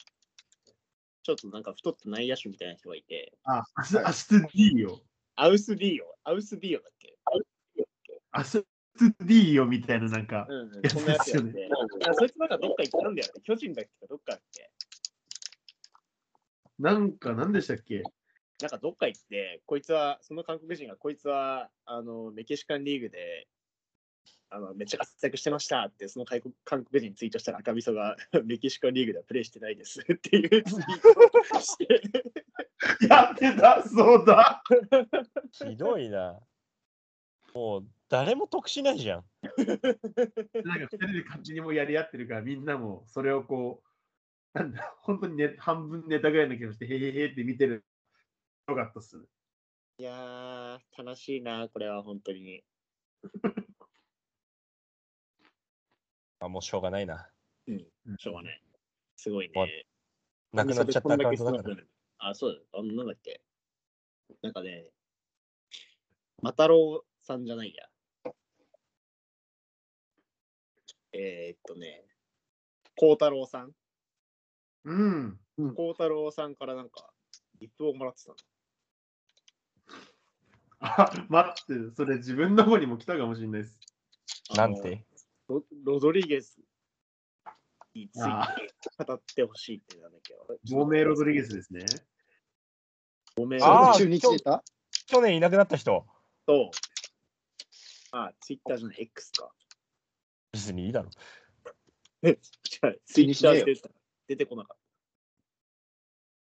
ちょっとなんか太った内野手みたいな人がいて、あアスアスディーヨアウスディーヨ、アウスディーヨだっけアスディーヨみたいななんかうんうん、そんなやつやっそうでて。あそいつなんかどっか行ったんだよね。巨人だっけかどっかだっけなんか何でしたっけなんかどっか行って、こいつは、その韓国人が、こいつは、あの、メキシカンリーグで、あの、めっちゃ活躍してましたって、その韓国韓国人にツイートしたら赤味噌が、 [LAUGHS] メキシカンリーグではプレイしてないです [LAUGHS] っていうツイートをして、やってたそうだひどいな。もう、誰も得しないじゃん。なんか2人で勝ちにもやり合ってるから、みんなもそれをこう、なんだ、本当に、ね、半分ネタぐらいの気持ちで、へへへって見てる。よかったっすね。いやー、楽しいな、これは本当に。あ、もうしょうがないな。しょうがない。すごいわね。なくなっちゃったアカウントだこんだけ少なかくなるあ、そうだ。あの、なんだっけ。なんかね、マタロウさんじゃないや。えーっとね、コウタロウさん。うん。コウタロウさんからなんか、リップをもらってたの。あ、待って、それ自分の方にも来たかもしれないです。なんてあのロロドリゲスについあて語ってほしいってなんだっけど。亡命ロドリゲスですね。ごめんあー中日出 [LAUGHS] た去年いなくなった人。と、あ、ツイッターじゃない、X か。別にいいだろ。違う、ツイッターで出た出てこなかっ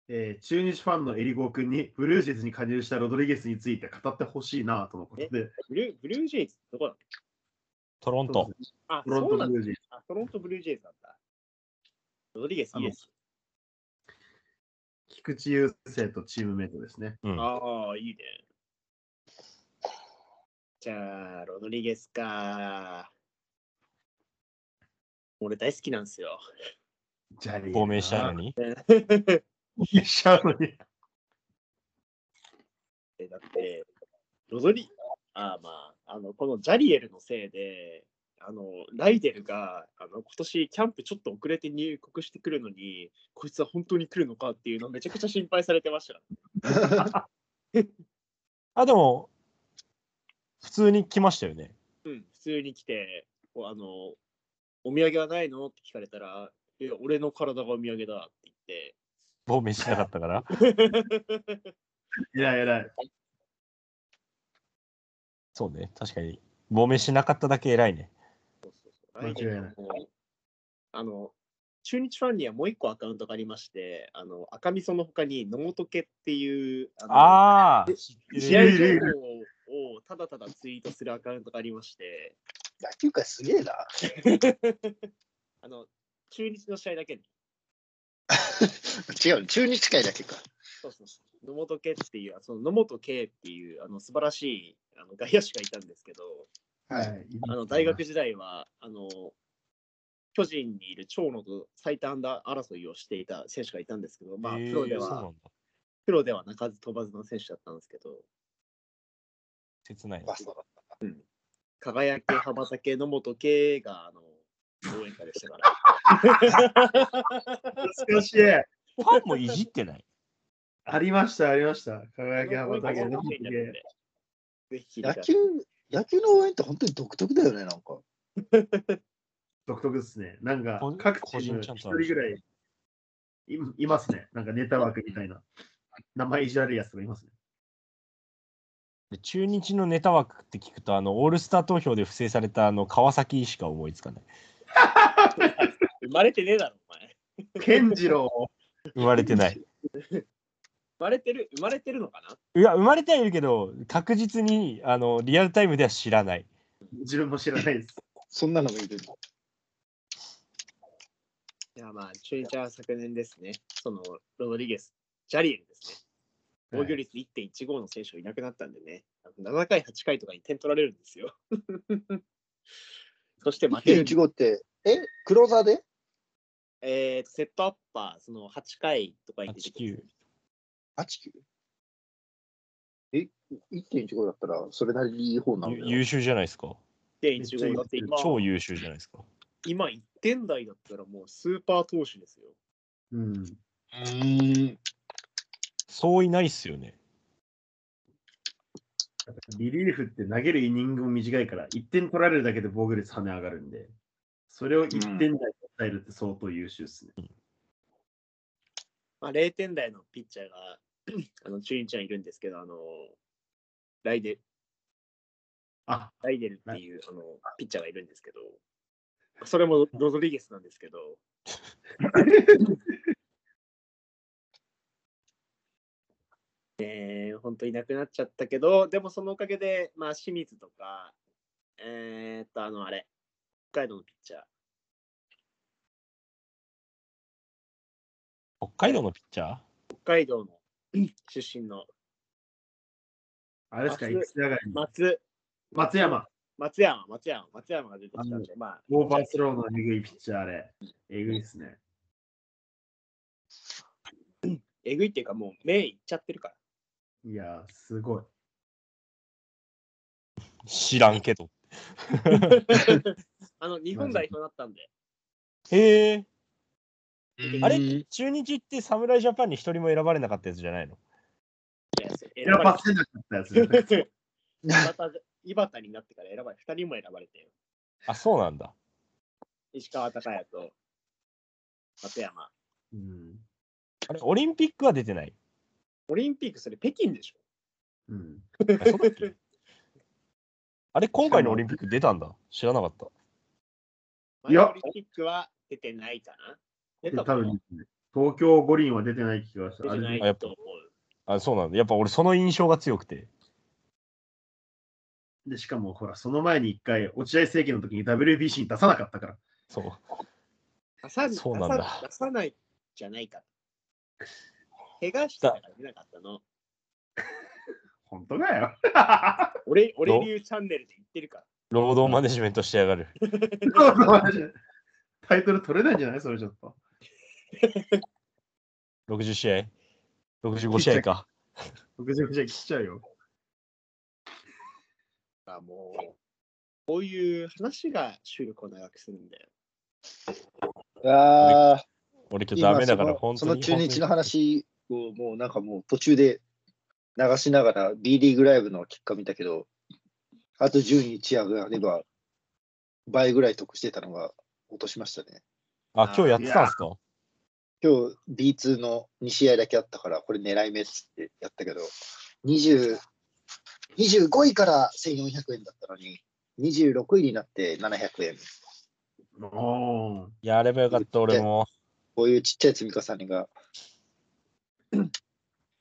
えー中日ファンのエリゴー君にブルージェイズに加入したロドリゲスについて語ってほしいなとのことで、た。ブルーブルージェイズどこだっけトロント。あ、フロンそうトなんブだ。ルージェイズ。あトロントブルージェイズなんだ。ロドリゲス、あイのエス。菊池雄星とチームメイトですね。うんああ、いいね。じゃあ、ロドリゲスか。俺大好きなんですよ。ジャリー。亡命したのに。亡命したのに。えだって、ロドリ、あーまあ、あの、このジャリエルのせいで、あの、ライデルが、あの、今年キャンプちょっと遅れて入国してくるのに、こいつは本当に来るのかっていうのめちゃくちゃ心配されてました。あ、でも、普通に来ましたよね。うん、普通に来て、こうあの、お土産はないのって聞かれたら、いや俺の体がお土産だって言って、亡命しなかっ [LAUGHS] たから。偉い偉い。そうね、確かに。亡命しなかっただけ偉いね。間違いないあの、中日ファンにはもう一個アカウントがありまして、あの、赤味噌の他に野本家っていう、あああ、の、ー試合情報をただただツイートするアカウントがありまして、野球界すげえな。あの、中日の試合だけに、違う、中日界だけか。そうそうそう野本家っていう、その野本家っていう、あの、素晴らしい、あの、外野手がいたんですけど、はい。あの、大学時代は、あの、巨人にいる長野と最多安打争いをしていた選手がいたんですけど、まあ、プロでえーそうはな、んだプロでは鳴かず飛ばずの選手だったんですけど、切ない。バスだ輝け、羽ばたけ、野本圭があの応援歌でしたから。懐かしい。ファンもいじってない。ありました、ありました。輝き羽ばたけの応援歌になるんでぜひ聞いてく野ださい球、野球の応援って本当に独特だよね、なんか。独特ですね。なんかこ、各チー個ム人ち一ゃんと人あるぐらいいいますね。なんかネタ枠みたいな。名前いじられるやつがいますね。で中日のネタ枠って聞くと、あの、オールスター投票で不正された、あの、川崎しか思いつかない。生まれてねえだろ、お前。ケンジロ生まれて [LAUGHS] ない。生まれてる、生まれてるのかないや、生まれてはいるけど、確実に、あの、リアルタイムでは知らない。ー、自分も知らないです。そんなのもいるの。いや、まあ、中日は昨年ですね、その、ロドリゲス、ジャリエルですね。防御率1.15の選手がいなくなったんでね、あの7回、8回とかに点取られるんですよ。 [LAUGHS] そして負けるんで1.15って、えクローザーでえーと、セットアッパー、その8回とかに出て8、くる9。 ?8、9? え ?1.15 だったら、それなりにいい方なのゆよ優。秀じゃないですか。 1.15だって今、超優秀じゃないですか。今1点台だったらもうスーパー投手ですよ。うん。うーん。そういないっすよね。リリーフって投げるイニングも短いから、1点取られるだけで防御率跳ね上がるんで、それを1点台に抑えるって相当優秀ですね。まあ、0点台のピッチャーが [CLEARS THROAT] あの中日ちゃんいるんですけど、あのライデルあ、ライデルっていうあのピッチャーがいるんですけど、それもロドリゲスなんですけど、 [LAUGHS] えー、本当いなくなっちゃったけど、でもそのおかげで、まあ、清水とか、えー、っと、あの、あれ、北海道のピッチャー、北海道のピッチャー北 [CLEARS THROAT] 海道の出身のあれですか、松一上がりの松松山、松山、松山、松山が出てきたんで、まあ、オーバースローのえぐいピッチャーあれ、えぐいですね。 [LAUGHS] えぐいっていうか、もう目いっちゃってるから。いやー、すごい。知らんけど。あの、日本代表だったんで。へえ。あれうん中日って侍ジャパンに一人も選ばれなかったやつじゃないの選ばせなかったやつじゃない [LAUGHS] 井端井端になってから選ばれ、二人も選ばれて、あ、そうなんだ。石川昂弥と松山。うんあれ、オリンピックは出てない。オリンピックそれ北京でしょうんあそうだっけ [LAUGHS] あれ、今回のオリンピック出たんだ。知らなかった。いや前のオリンピックは出てないかな出でた多かな分ですね東京五輪は出てない気がす出る。あてなれあやっいぱと思あ、そうなんだ。やっぱ俺、その印象が強くて。でしかも、ほら、その前に一回、落合政権の時に WBC に出さなかったから。そう。う。出さそうなんだ出さ出さないじゃないか。怪我したから出なかったの。本当だよ。俺、俺流チャンネルで言ってるから。労働マネジメントしてやがる。そうそうマジでタイトル取れないんじゃないそれちょっと。 60試合 ?65 試合か。ぐちゃぐちゃ切っちゃうよ。あもう、こういう話が収録を長くするんだよ。ああ、俺今日ダ今メそだから、の本そ当のに。中日の本当に話をもうなんかもう途中で流しながら B リーグライブの結果見たけど、あと10日上がれば倍ぐらい得してたのが落としましたね。あ、今日やってたんすか今日 B2 の2試合だけあったから、これ狙い目っつってやったけど、20 25位から1400円だったのに、26位になって700円。おーやればよかった、俺も。こういうちっちゃい積み重ねが。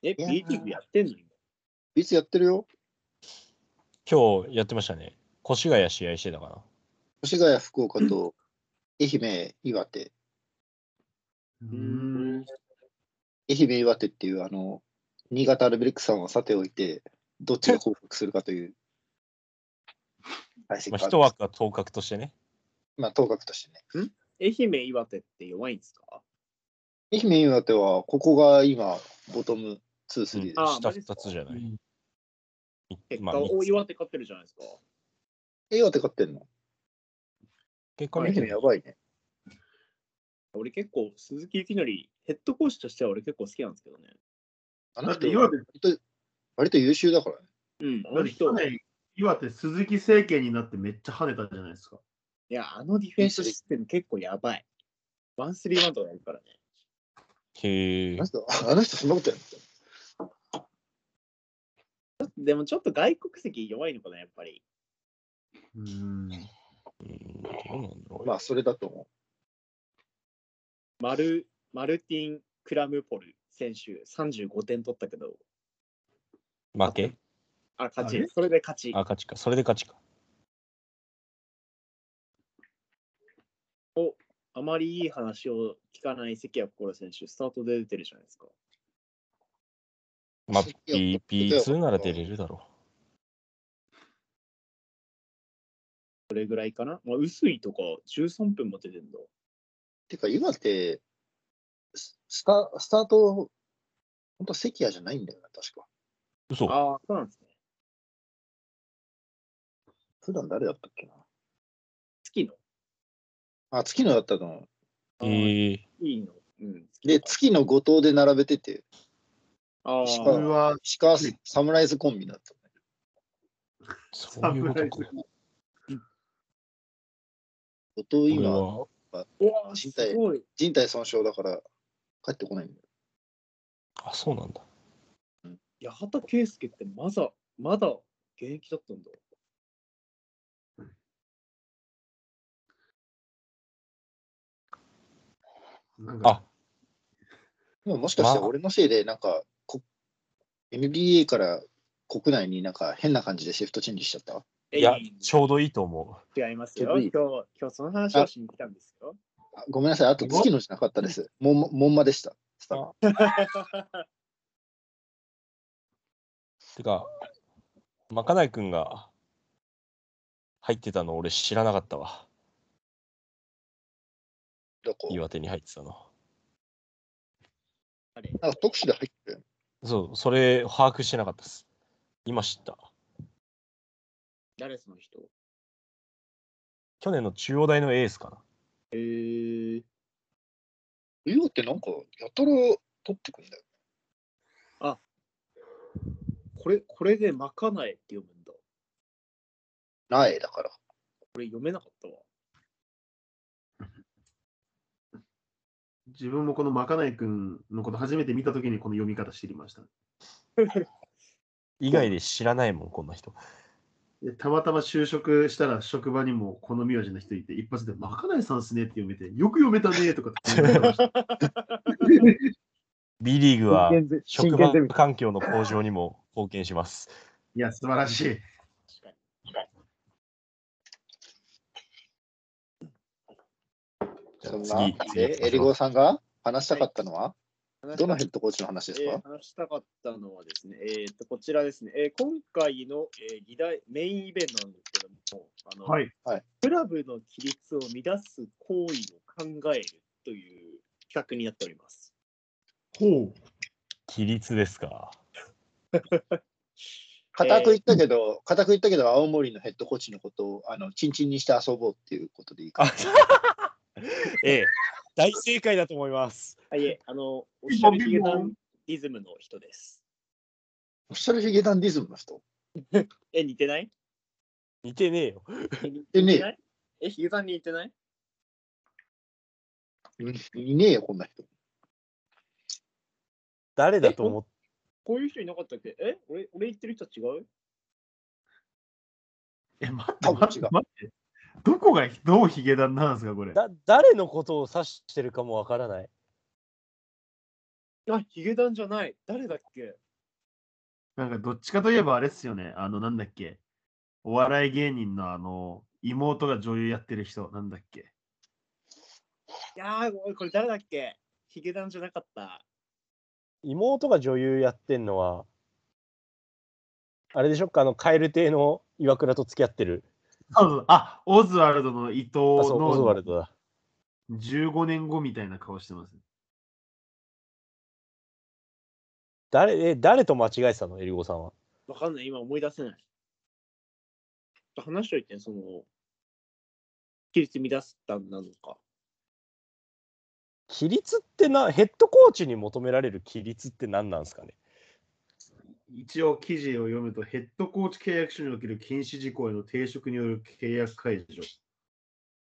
え、や B リーグやってんの今 B2 やってるよ。今日やってましたね。越谷試合してたかな。越谷、福岡と愛媛、岩手。ううーーんん。愛媛、岩手っていう、あの、新潟アルベルクさんはさておいて、どっちが降格するかという。対戦まあ、がある一枠は当格としてね。まあ、当確としてね。ん愛媛、岩手って弱いんですか愛媛、岩手は、ここが今、ボトム2、3で。あ下マジっすか2つじゃない。い結ま果、あ、お三つ岩手勝ってるじゃないですか。え、岩手勝ってんの結果愛見て媛みよやばいね。俺結構、鈴木幸則、ヘッドコーチとしては俺結構好きなんですけどね。あだのって人、岩手、割と割と優秀だからね。うん、あだのって人去、年岩手、鈴木政権になってめっちゃ跳ねたじゃないですか。いや、あのディフェンスシステム結構やばい。ワンスリーワンとかやるからね。う。へえあの。人、 [LAUGHS] あの人そんなことやるでもちょっと外国籍弱いのかな、やっぱり。うーん。うんどうなんだろうのまあ、それだと思マル、マルティン・クラムポル選手、35点取ったけど、負けあ、勝あれち。それで勝ちあ、。勝ちか。それで勝ちか。あまりいい話を聞かない関谷心選手、スタートで出てるじゃないですか。まあいや、 P- P2 なら出れるだろそれぐらいかな。まあ、薄いとか13分も出てんだ。う。てか、岩手、ススタスタート、本当関谷じゃないんだよな、確か。う。嘘。ああ、そうなんですね。普段誰だったっけな。月の。あ、月野だったと思あへーえ。いいの。うん。う。で、月野後藤で並べてて、ああ、しこかれは、石川スサムライズコンビだった、そういうことか。後藤俺今、はうわー身す体ごい。人体損傷だから帰ってこないんだよ。あ、そうなんだ。八幡圭介ってまだ、まだ現役だったんだ。なんあか、でももしかしてまあ俺のせいで、なんか、こ NBA から国内になんか変な感じでシフトチェンジしちゃったいやえい、ちょうどいいと思違いますちょよ。うどいい今日、今日その話をしに来たんですよ。あごめんなさい、あと月野じゃなかったです。もんまもんまでした。スタッフう。てか、まかないくんが入ってたの俺知らなかったわ。どこ岩手に入ってたの。あれなんか特殊で入ってる。そう、それ把握してなかったです。今知った。誰その人去年の中央大のエースかな。えー、リオってなんか、やたら取ってくんだよ。これ、これでまかないって読むんだ。苗だから。これ読めなかったわ。自分もこのまかないくんのこと初めて見たときにこの読み方知りました。以外で知らないもん、こんな人。でたまたま就職したら職場にもこの名字の人いて、一発でまかないさんっすねって読めて、よく読めたねとかって言ってました B リーグは真剣ゼ職真剣場ゼミ環境の向上にも貢献します。いや、素晴らしい。確かに。じゃそあ次、んな、次行でき、まエしリょうゴさんが話したかったのは、どのヘッドコーチの話ですえかー、話したかったのはですね、えー、とこちらですね、えー、今回の、えー議題メインイベントなんですけども、あのはい。クラブの規律を乱す行為を考えるという企画になっております。ほう。規律ですか。固く言ったけど、固く言ったけど、青森のヘッドコーチのことを、あの、チンチンにして遊ぼうっていうことでいいか。 [LAUGHS] ええ、大正解だと思います。あいえ、あの、オフィピンシャポンルヒピゲンポダンンリズムの人です。オフィシャルヒゲダンディズムの人え、似てない似てねえよ。え似て [LAUGHS] ねえよないえ、ヒゲダンに似てないいねえよ、こんな人。誰だと思っこういう人いなかったっけえ俺、俺言ってる人違うえ、待って、多分待っ違てう、待って。どこがどうヒゲダンなんですか、これ。だ誰のことを指してるかもわからない。あ、ヒゲダンじゃない。誰だっけなんかどっちかといえばあれっすよね。あの、なんだっけ。お笑い芸人のあの、妹が女優やってる人、なんだっけ。いやー、おいこれ誰だっけヒゲダンじゃなかった。妹が女優やってんのは、あれでしょっか、あの、カエル亭の岩倉と付き合ってる。そうそうあ、オズワルドの伊藤あ、そう、オズワのルドだ。 15年後みたいな顔してます。誰、え、誰と間違えてたの、エリゴさんは。わかんない、今思い出せない。ちょっと話しといて、その、規律乱したんなのか。規律ってな、ヘッドコーチに求められる規律って何なんですかね。一応記事を読むと、ヘッドコーチ契約書における禁止事項への抵触による契約解除。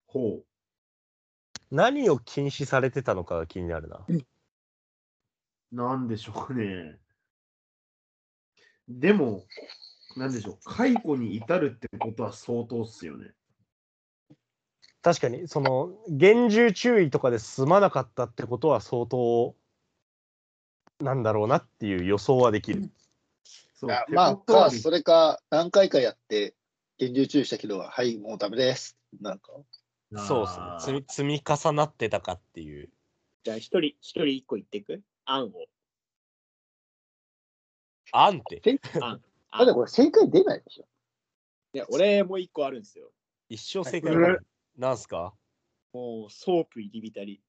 ほう。何を禁止されてたのかが気になるな。なんでしょうね。でも、なんでしょう。解雇に至るってことは相当っすよね。確かに、その、厳重注意とかで済まなかったってことは相当、なんだろうなっていう予想はできる。そうあまあ、ってことはか、それか、何回かやって、厳重注意したけど、はい、もうダメです。なんか、そうですねあー積み。積み重なってたかっていう。じゃあ、一人、一人一個言っていく案を。あんて、まだこれ正解出ない [LAUGHS] でしょ。いや、俺もう一個あるんですよ。一生正は解いななんすかもう、ソープ入り浸り。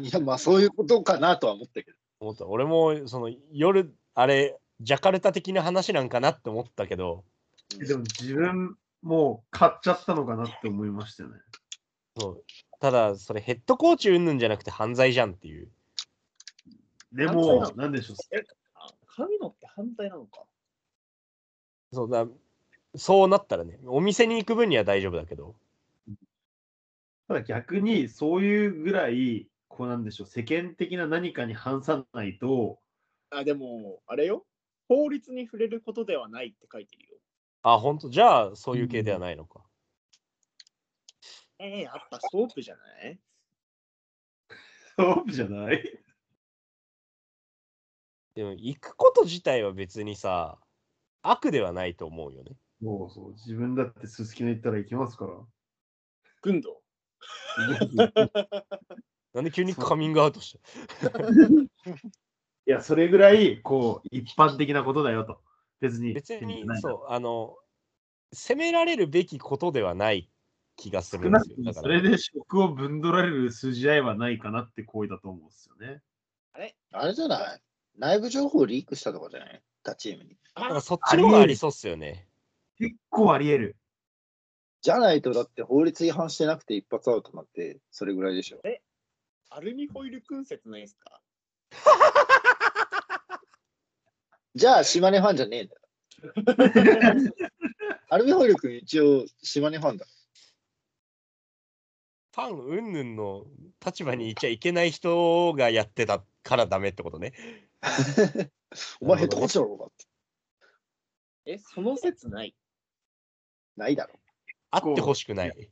いや、まあ、そういうことかなとは思ったけど。思った俺もその夜あれジャカルタ的な話なんかなって思ったけどえでも自分もう買っちゃったのかなって思いましたよね。そうただそれヘッドコーチ云々じゃなくて犯罪じゃんっていうで犯罪なもの、なんでしょう。あ、神のって反対なのか。そうだそうなったらねお店に行く分には大丈夫だけどただ逆にそういうぐらい、こうなんでしょう。世間的な何かに反さないと、 [LAUGHS] あ、でも、あれよ。法律に触れることではないって書いてるよ。あ本当じゃあそういう系ではないのか、ええやっぱソープじゃないそうじゃないでも行くこと自体は別にさ悪ではないと思うよねもうそう、自分だってすすきの行ったら行きますから。軍道。なんで急にそうカミングアウトしたいや、それぐらい、こう、一般的なことだよと。別に。別にないそうあの責められるべきことではない気がする少んなくですとよもだかそられで職をぶんどられる筋合いはないかなって行為だと思うんですよね。あれじゃない内部情報をリークしたとかじゃない他チームに。なんあか、そっちの方がありそうっすよね結構あり得る。じゃないと、だって法律違反してなくて一発アウトなんて、それぐらいでしょ。アルミホイル燻製ないですかじゃあ、島根ファンじゃねえんだよ。 [LAUGHS] アルミホイル君、一応、島根ファンだ。ファン云々の立場にいちゃいけない人がやってたからダメってことね。お前、ヘッドコーチだろうがって。え、その説ない。ないだろ。あってほしくない。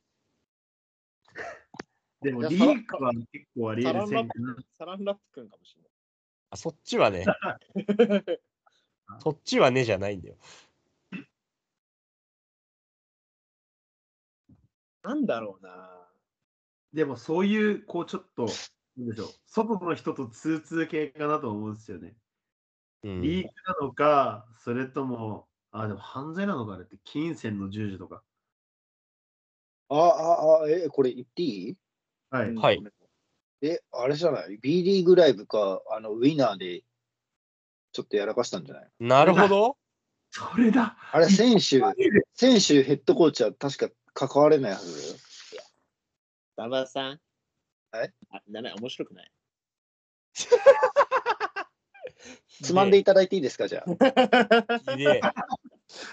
でも、いやリークは結構あり得る線かな。サランラップくんかもしれない。あそっちはね。そっちはねじゃないんだよ。 [LAUGHS] なんだろうな。でも、そういう、こう、ちょっと、なんでしょう、外の人と通通系かなと思うんですよね。うんリークなのか、それとも、あ、でも犯罪なのかあれって、金銭の従事とか。ああ、ああ、え、これ言っていいはういん。はい。え、あれじゃない ?B リーグライブか、あの、ウィナーで、ちょっとやらかしたんじゃないなるほど。それだあれ、選 [LAUGHS] 手、選手、ヘッドコーチは確か関われないはずだよ。馬場さん。はいあダメ、面白くない。 [LAUGHS] つまんでいただいていいですか、じゃあ。ひでえ。 [LAUGHS]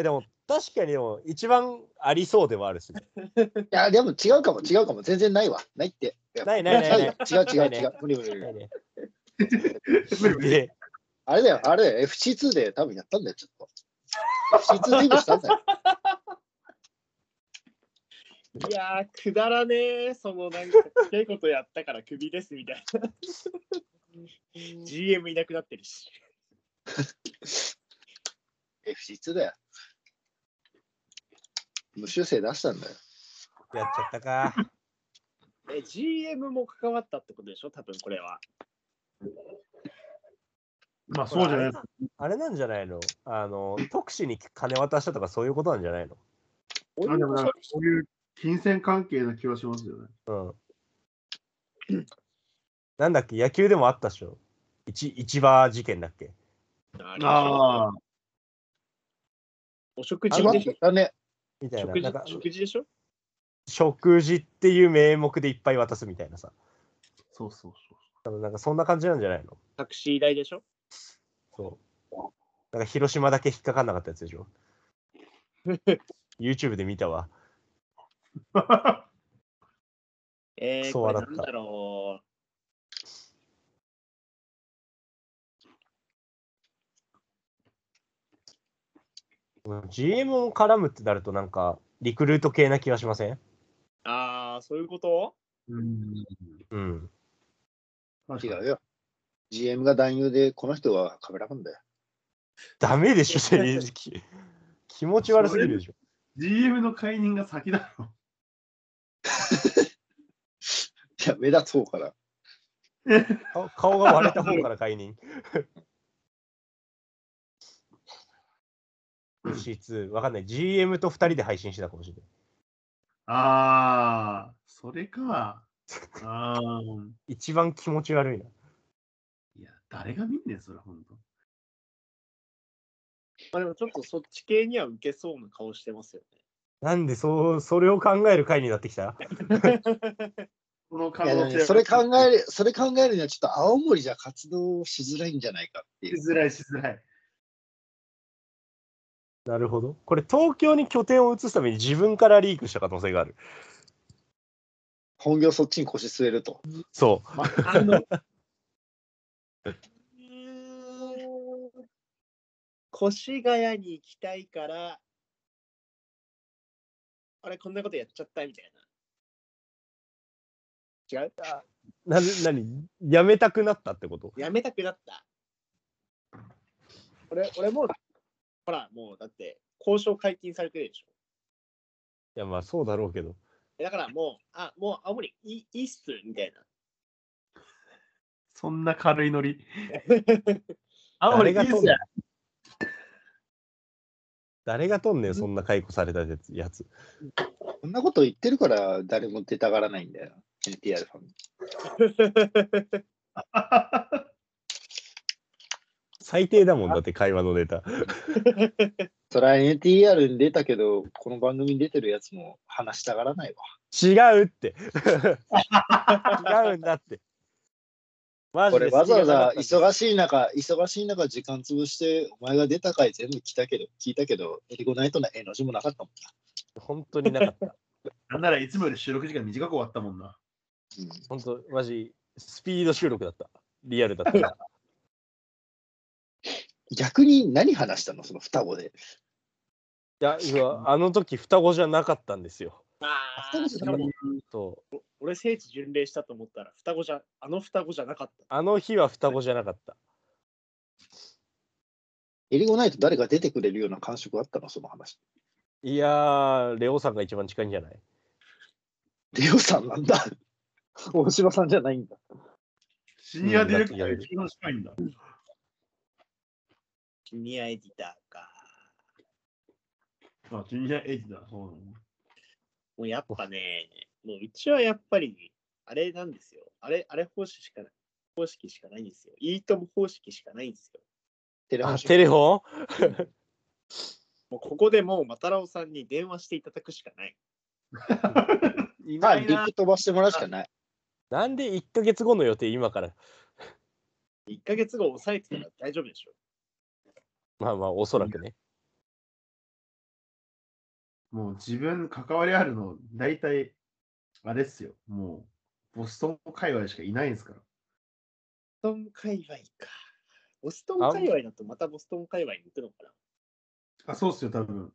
え、でも、確かにでも、一番ありそうではあるし、ね。いや、でも違うかも、違うかも、全然ないわ。ないって。やないないないないよ [LAUGHS] 違う違なういね違う。無理無理無理。ひいでえあれだよ、あれだよ、FC2 で多分やったんだよ、ちょっと。FC2 デビューしたんだよ。いやー、くだらねえ、そのなんか、えいことやったからクビですみたいな。GM いなくなってるし。 FC2 だよ。無修正出したんだよ。やっちゃったか。え、GM も関わったってことでしょ、多分これは。まあ、そうじゃない。あれなんじゃないのあの、特使に金渡したとかそういうことなんじゃないのあでもなんかそういう金銭関係な気はしますよね。うん。なんだっけ、野球でもあったっしょ。一一場事件だっけ。あ。ああ、お食あ事まもっでしょたね。みたいな。食なん事か、食事でしょ食事っていう名目でいっぱい渡すみたいなさ。そうそうそう。なんか、そんな感じなんじゃないのタクシー代でしょそう。なんか広島だけ引っかかんなかったやつでしょ。YouTube で見たわ。えー、そうこれ笑なったんだろうん GM を絡むってなると、なんか、リクルート系な気がしませんう。ああ、そういうことうんうん。確違かにうよ。GM が男優で、この人はカメラマンだよ。ダメでしょ、セリーズ気気持ち悪すぎるでしょ。 GM の解任が先だろ。いや、目立つ方から。顔顔が割れた方から解任。C2、わかんない。GM と2人で配信してたかもしれない。 [LAUGHS] ああ、それ [LAUGHS] か。あー一番気持ち悪いな。いや、誰が見んねん、それ、本当。まあでもちょっとそっち系には受けそうな顔してますよなんでそう、それを考える回になってきたね。この可いやで能もね性はそれ考える、それ考えるには、ちょっと青森じゃ活動しづらいんじゃないかってしいう。づらいしづらい。なるほど。これ、東京に拠点を移すために自分からリークした可能性がある。本業そっちに腰据えると。そう。あの越谷に行きたいから、あれ、こんなことやっちゃったみたいな。違うな、なに、辞めたくなったってことやめたくなった。俺、俺もう、ほら、もうだって、交渉解禁されてるでしょ。いや、まあ、そうだろうけど。えだからもう、あ、もう青森いいいいっす、みたいな。そんな軽いノ [LAUGHS] リ。あ、俺、いいっ誰がす取んねねん誰がとんねん、そんな解雇されたやつ。やつこんなこと言ってるから誰も出たがらないんだよ、NTR ファン。最低だもんだって会話のネタ。それは NTR に出たけど、この番組に出てるやつも話したがらないわ。違うって [LAUGHS] 違うんだって。マこれわざわざし忙しい中、忙しい中時間潰して、お前が出た回全部来たけど、聞いたけど、エリゴナイトの絵の字もなかったもん本当になか [LAUGHS] った。なんならいつもより収録時間短く終わったもんな。な。本当、マジ、スピード収録だった。リアルだったから。逆に何話したのその双子で。いや、うわあの時双子じゃなかったんですよ。あ双子ーじしゃかなかもそう。俺聖地巡礼したと思ったら双子じゃあの双子じゃなかった。あの日は双子じゃなかった。エリゴナイト誰か出てくれるような感触あったのその話。いやー、レオさんが一番近いんじゃないレオさんなんだ。大島さんじゃないんだ。シニアディレクターが一番近いんだ。シニアエディターか。あ、ジュニアエイジだ。そうなのもうやっぱね、もううちはやっぱりあれなんですよ。あれあれ方式しかない。方式しかないんですよ。いいとも方式しかないんですよ。テレフォあ、ンショッテレフォンもうここでもうマタラオさんに電話していただくしかない。いプまあ、ないリッなプ。飛ばしてもらうしかない。なんで1ヶ月後の予定今から1ヶ月後抑えてたら大丈夫でしょ。まあまあおそらくね。もう自分関わりあるの、大体、あれっすよ。もう、ボストン界隈しかいないんですから。ボストン界隈か。ボストン界隈だとまたボストン界隈に行くのかあ、な。そうっすよ、多分。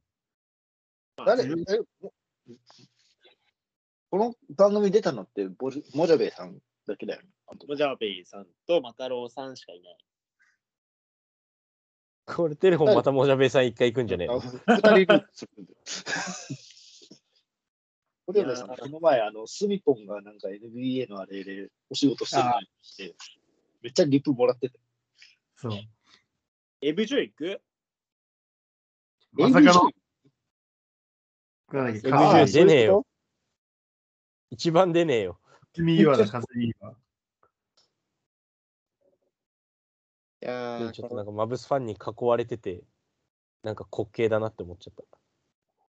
誰えもこの番組出たのってボルモジャベイさんだけだよね。モジャーベイさんとマタロウさんしかいない。これテレフォンまたモジャベイさん一回行くんじゃねえあの二人いる。モジャベイさん、いやーこの前、あの、スミポンがなんか NBA のあれでお仕事してるのにして、めっちゃリプもらってて。そう。エブジョ行くまさか NBA の、なんだっけ、 MJ か出ねえよ。一番出ねえよ。君岩だ、カズミ岩。いやちょっとなんかマブスファンに囲われてて、なんか滑稽だなって思っちゃっ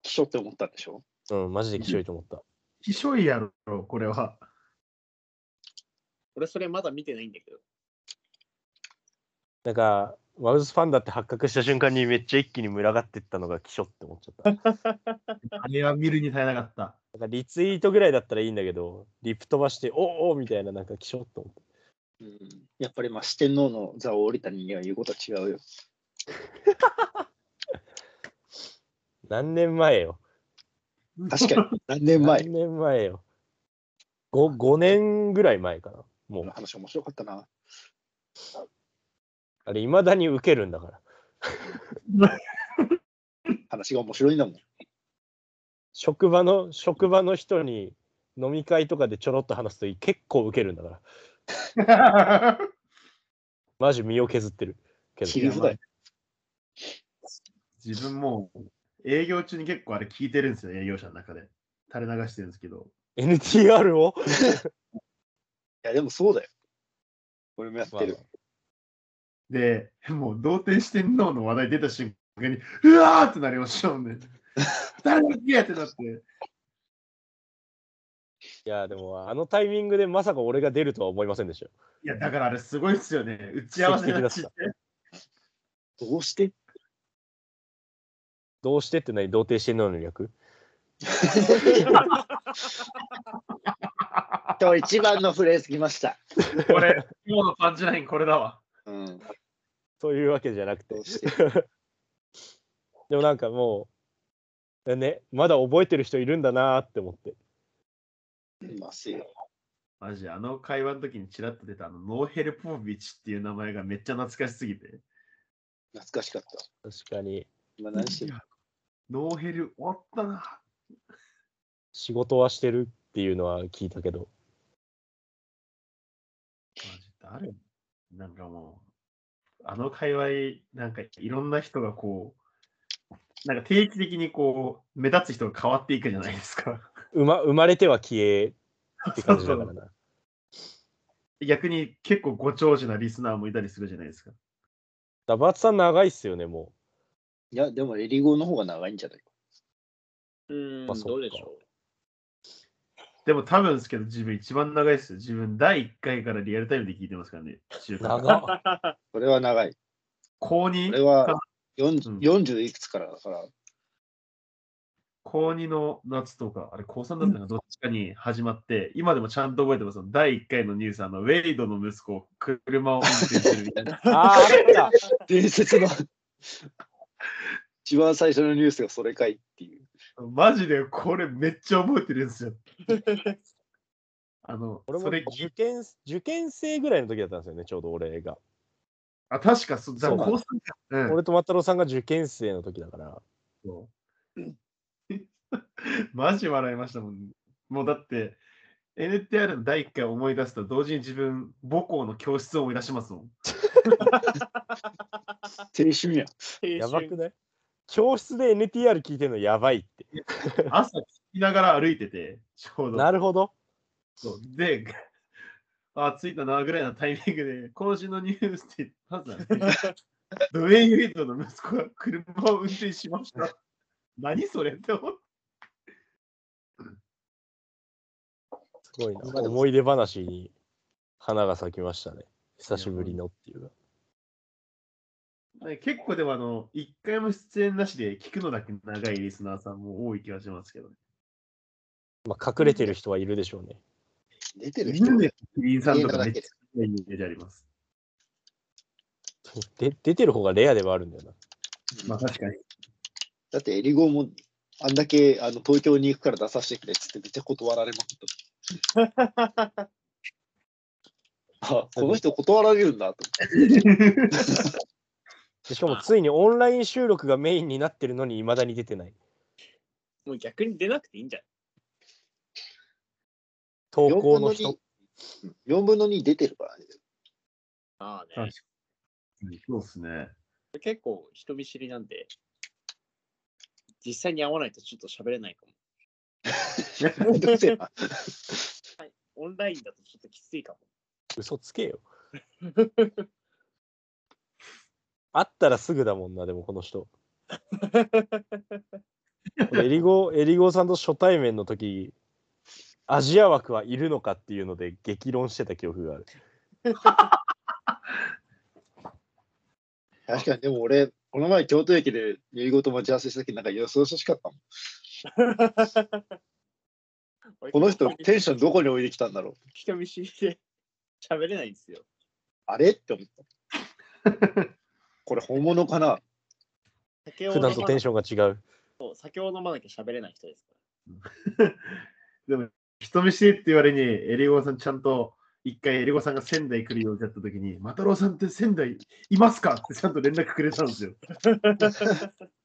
気象って思ったんでしょた。うん、マジできしょいと思った。ひしょいやろ、これは。俺それまだ見てないんだけど。なんか、マブスファンだって発覚した瞬間にめっちゃ一気に群がってったのがきしょって思っちゃった。なんかあれは見るに耐えなかった。リツイートぐらいだったらいいんだけど、リプ飛ばして、おーおーみたいななんかきしょって思った。うん、やっぱりまあ四天王の座を降りた人間は言うことは違うよ。何年前よ。 [LAUGHS] 確かに何年前何年前よ。5, 5年ぐらい前かな。もこうの、話面白かったな。あれ、いまだに受けるんだから。話が面白いんだもん。職場の職場の人に飲み会とかでちょろっと話すと結構ウケるんだからマジ身を削ってるけ切どり札よ。自分もう営業中に結構あれ聞いてるんですよ、営業者の中で。垂れ流してるんですけど。 NTR [LAUGHS] をいや、でもそうだよ。俺もやってる。で、もう同点四天王の話題出た瞬間に、うわーってなりましたもんね。誰だっけってなって。いやでもあのタイミングでまさか俺が出るとは思いませんでしたよいや、だからあれすごいっすよね。打ち合わせなしで奇跡どうしてどうしてって何童貞してんのの略 [LAUGHS] と一番のフレーズきました。これ、 [LAUGHS] 今日のパンチラインこれだわ。うん。そういうわけじゃなくてどうしてでもなんかもうねまだ覚えてる人いるんだなーって思ってますよ。マジ、あの会話の時にちらっと出たあのノーヘルポービッチっていう名前がめっちゃ懐かしすぎて。懐かしかった。確かに今何してるノーヘル終わったな。仕事はしてるっていうのは聞いたけどマジ誰なんかもう、あの界隈、なんかいろんな人がこう、なんか定期的にこう、目立つ人が変わっていくじゃないですか。生ま生まれては消えって感じだからな逆に結構ご長寿なリスナーもいたりするじゃないですか。ダバツさん長いっすよね、もいや、でもエリゴの方が長いんじゃないか。うーん、まあそっかどうでしょでも多分ですけど、自分一番長いですよ。自分第1回からリアルタイムで聞いてますからね。中う。華 [LAUGHS] 長っ。う。これは長い。高2これはうん40 40いくつからだから、高2の夏とか、あれ、高3だったかなどっちかに始まって、今でもちゃんと覚えてますよ。第1回のニュース、あの、ウェイドの息子を車を運転してるみた [LAUGHS] いな。あーあ [LAUGHS] った。伝説の一番最初のニュースがそれかいっていう。マジでこれめっちゃ覚えてるんですよ。あの、俺もそれ受験、受験生ぐらいの時だったんですよね、ちょうど俺が。あ、確かそ、じゃあそうだ高3か。うん俺と万太郎さんが受験生の時だから。そう [LAUGHS] マジ笑いましたもん。もうだって、NTR の第1回を思い出すと同時に自分、母校の教室を思い出しますも [LAUGHS] ん。青春や。やばくない教室で NTR 聞いてるのやばいって。朝聞きながら歩いてて、ちょうど。なるほど。そうで、 [LAUGHS] あ、着いたなぐらいのタイミングで、今週のニュースって、まずはね、 [LAUGHS] ドウェイン・ウィートの息子が車を運転しました。 [LAUGHS] 何それって思ってすごい今な。でも思い出話に花が咲きましたね。久しぶりのっていう。ね結構でもあの、一回も出演なしで聞くのだけ長いリスナーさんも多い気がしますけど、ね。まあ、隠れてる人はいるでしょうね。出てる人犬でキリンさんとかめっちゃ強いイメージあります。で出てる方がレアではあるんだよな。まあ確かに。だってエリゴもあんだけあの東京に行くから出させてくれっつってめっちゃ断られまくった。あこの人断られるんだとでしかもついにオンライン収録がメインになってるのに未だに出てない。 [LAUGHS] もう逆に出なくていいんじゃ投思って。稿の人。 4分の2出てるからね。ないああ確ね。そうですね。結構人見知りなんで、実際に会わないとちょっと喋れないかも。めんどくせえなオンラインだとちょっときついかも。嘘つ [LAUGHS] けよ。あったらすぐだもんな、でもこの人。これエリゴ、エリゴさんと初対面の時、アジア枠はいるのかっていうので激論してた記憶がある。確かに、でも俺、この前京都駅でエリゴと待ち合わせした時なんかよそよそしかったもん。この人テンションどこに置いてきたんだろう。人見知りで喋れないんですよ。あれって思った。これ本物かな酒を普飲ま段とテンションが違う。そう酒を飲まなきゃ喋れない人ですかでも、人見知りって言われに、エリゴさんちゃんと、一回エリゴさんが仙台来るようになった時に、マタロウさんって仙台いますかってちゃんと連絡くれたんですよ。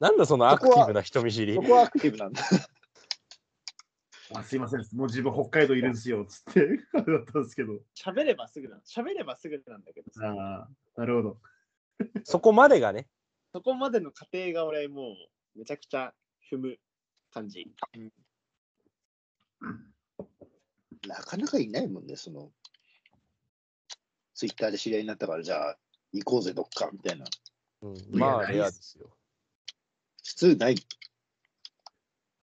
なんだそのアクティブな人見知りそ。こはアクティブなんだ。あすいません、もう自分北海道いるんですよ、つって、あれだったんですけど。ら。喋ればすぐなん喋ればすぐなんだけどさああ、なるほど。そこまでがね。そこまでの過程が俺もうめちゃくちゃ踏む感じ。なかなかいないもんね、その。ツイッターで知り合いになったから、じゃあ行こうぜ、どっかみたいな。うん、やまあないレアですよ。普通ない。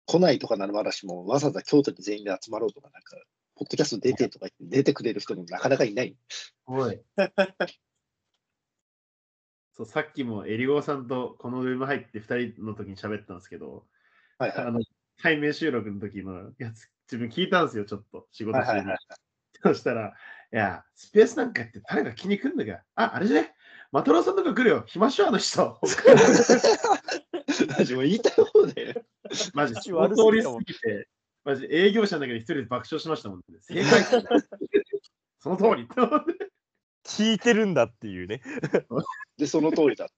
来ないとかならまだしも、わざわざ京都に全員で集まろうとか、なんか、ポッドキャスト出てとか言って出てくれる人もなかなかいない。おい。そうさっきもエリゴさんとこのルーム入って2人の時に喋ったんですけど、はいはいあの対面収録の時のやつ、自分聞いたんですよ、ちょっと、仕事はい中はに。いはい。そしたら、いや、スペースなんかやって誰が気に来るんだが、あ、あれじゃね、マトロさんとか来るよ、暇っしょ、あの [LAUGHS] 人。マジもう言いたい方だよね。マジ、口通悪すぎりた過もんぎて、マジ、営業者の中で一人で爆笑しましたもんね。正解その通りと思って聞いてるんだっていうね。で、その通りだ。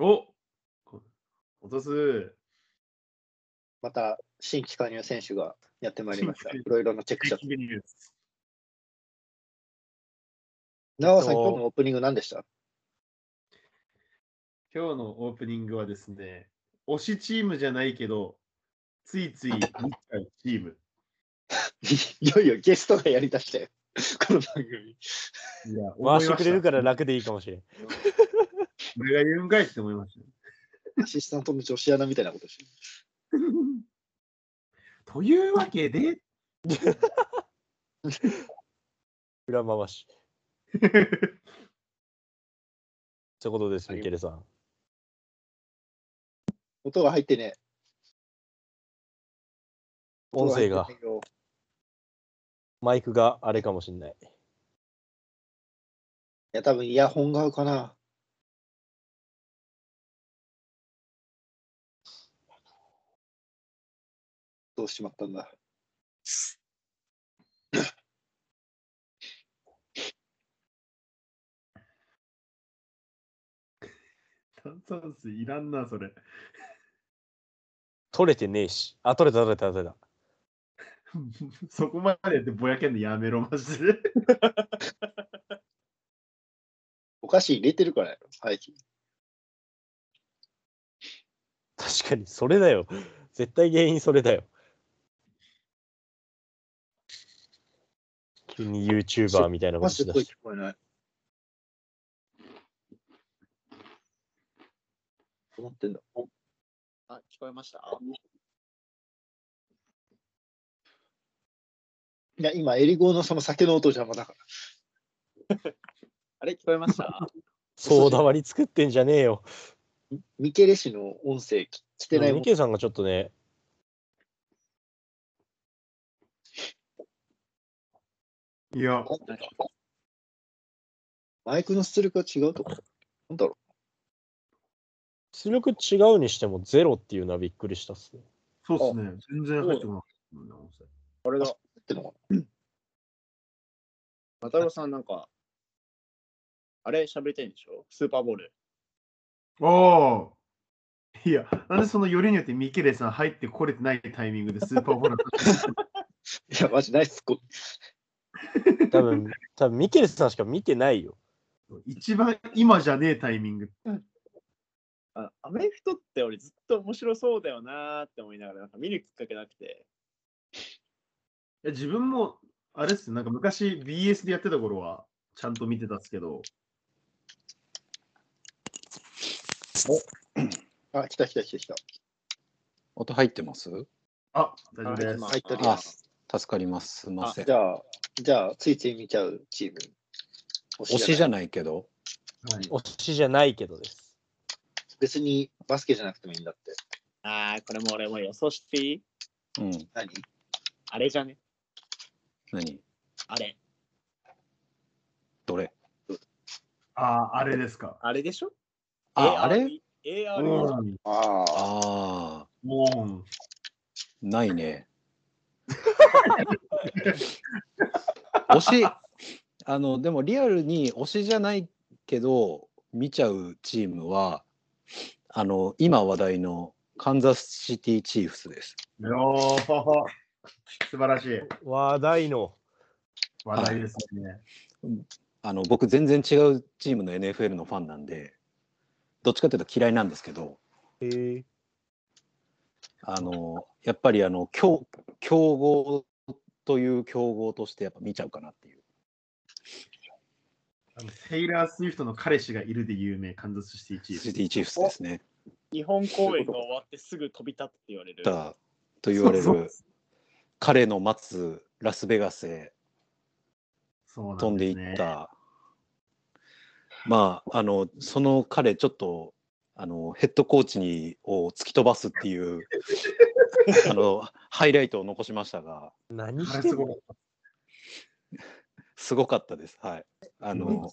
お落とす。また、新規加入選手がやってまいりました。いろいろなチェックチャット。長尾さん、今日のオープニング何でした今日のオープニングはですね、推しチームじゃないけど、ついつい見ちゃうチーム。いよいよゲストがやりだしたよ。この番組。いや、回してくれるからな。楽でいいかもしれん。俺が言うんかいって思いましたよ。 [LAUGHS] アシスタントの女子アナみたいなことしてる。というわけで、裏 [LAUGHS] 回し。ってことです、ミケルさん。音が入ってね。音声が音入ってねえよマイクがあれかもしれない。いや、多分イヤホンが合うかな。どうしちまったんだ。炭酸水いらんな、それ。取れてねえし。あ、取れた取れた取れた。そこまでやってぼやけんのやめろ、マジ [LAUGHS] で。お菓子入れてるからやろ、最近。確かに、それだよ。絶対原因それだよ。急に YouTuber みたいなこマとジしでだ声し聞。こえない。どうなってんだ。あ、聞こえましたいや、今、エリゴーのその酒の音邪魔だから。あれ、聞こえま [LAUGHS] したそうだわり作ってんじゃねえよ。ミケレ氏の音声き来てないミもん。ケルさんがちょっとね、いや、マイクの出力が違うとか。なんだろ出力違うにしてもゼロっていうのはびっくりしたっすね。そうっすね。全然入ってこなかったもんね音声これだ。うってのか渡郎さんなんか、あれ喋りたいんでしょスーパーボール。おーいや、なんでそのよりによってミケレさん入ってこれてないタイミングでスーパーボールないや、マジナイスコ多分、 [LAUGHS] 多分ミケルさんしか見てないよ。一番今じゃねえタイミング。あアメフトって俺ずっと面白そうだよなーって思いながら、なんか見るきっかけなくて。いや自分も、あれっすよなんか昔 BS でやってた頃は、ちゃんと見てたっすけど、あ、来た来た来た来た。音入ってますあ、大丈夫です。あ入っておりあます。助かります。すみませんじ。ゃあ、じゃあ、ついつい見ちゃうチーム。推しじゃない。ないけど、はい推しじゃないけどです。別にバスケじゃなくてもいいんだって。あー、これも俺も予想していいうん、何あれじゃね何あれ。どれあ、あれですか。あれでしょあ、あれ ?AR うのんああ、ああ、もないね。推し、あの、でもリアルに推しじゃないけど、見ちゃうチームは、あの、今話題のカンザスシティチーフスです。う、よー素晴らしい話題の。話題ですね。あの、僕全然違うチームの NFL のファンなんで、どっちかというと嫌いなんですけど、へえ。あのやっぱりあの強強豪という強豪としてやっぱ見ちゃうかなっていう。あのテイラー・スウィフトの彼氏がいるで有名、カンザスシティチーフシティチーフスですね。日本公演が終わってすぐ飛び立って言われる。だと言われそうそうる彼の待つラスベガスへそうな飛んでいすっねた。まああのその彼ちょっとあのヘッドコーチにを突き飛ばすっていう [LAUGHS] あのハイライトを残しましたが何あしれてすんのごい。すごかったです。はい。あすごいの、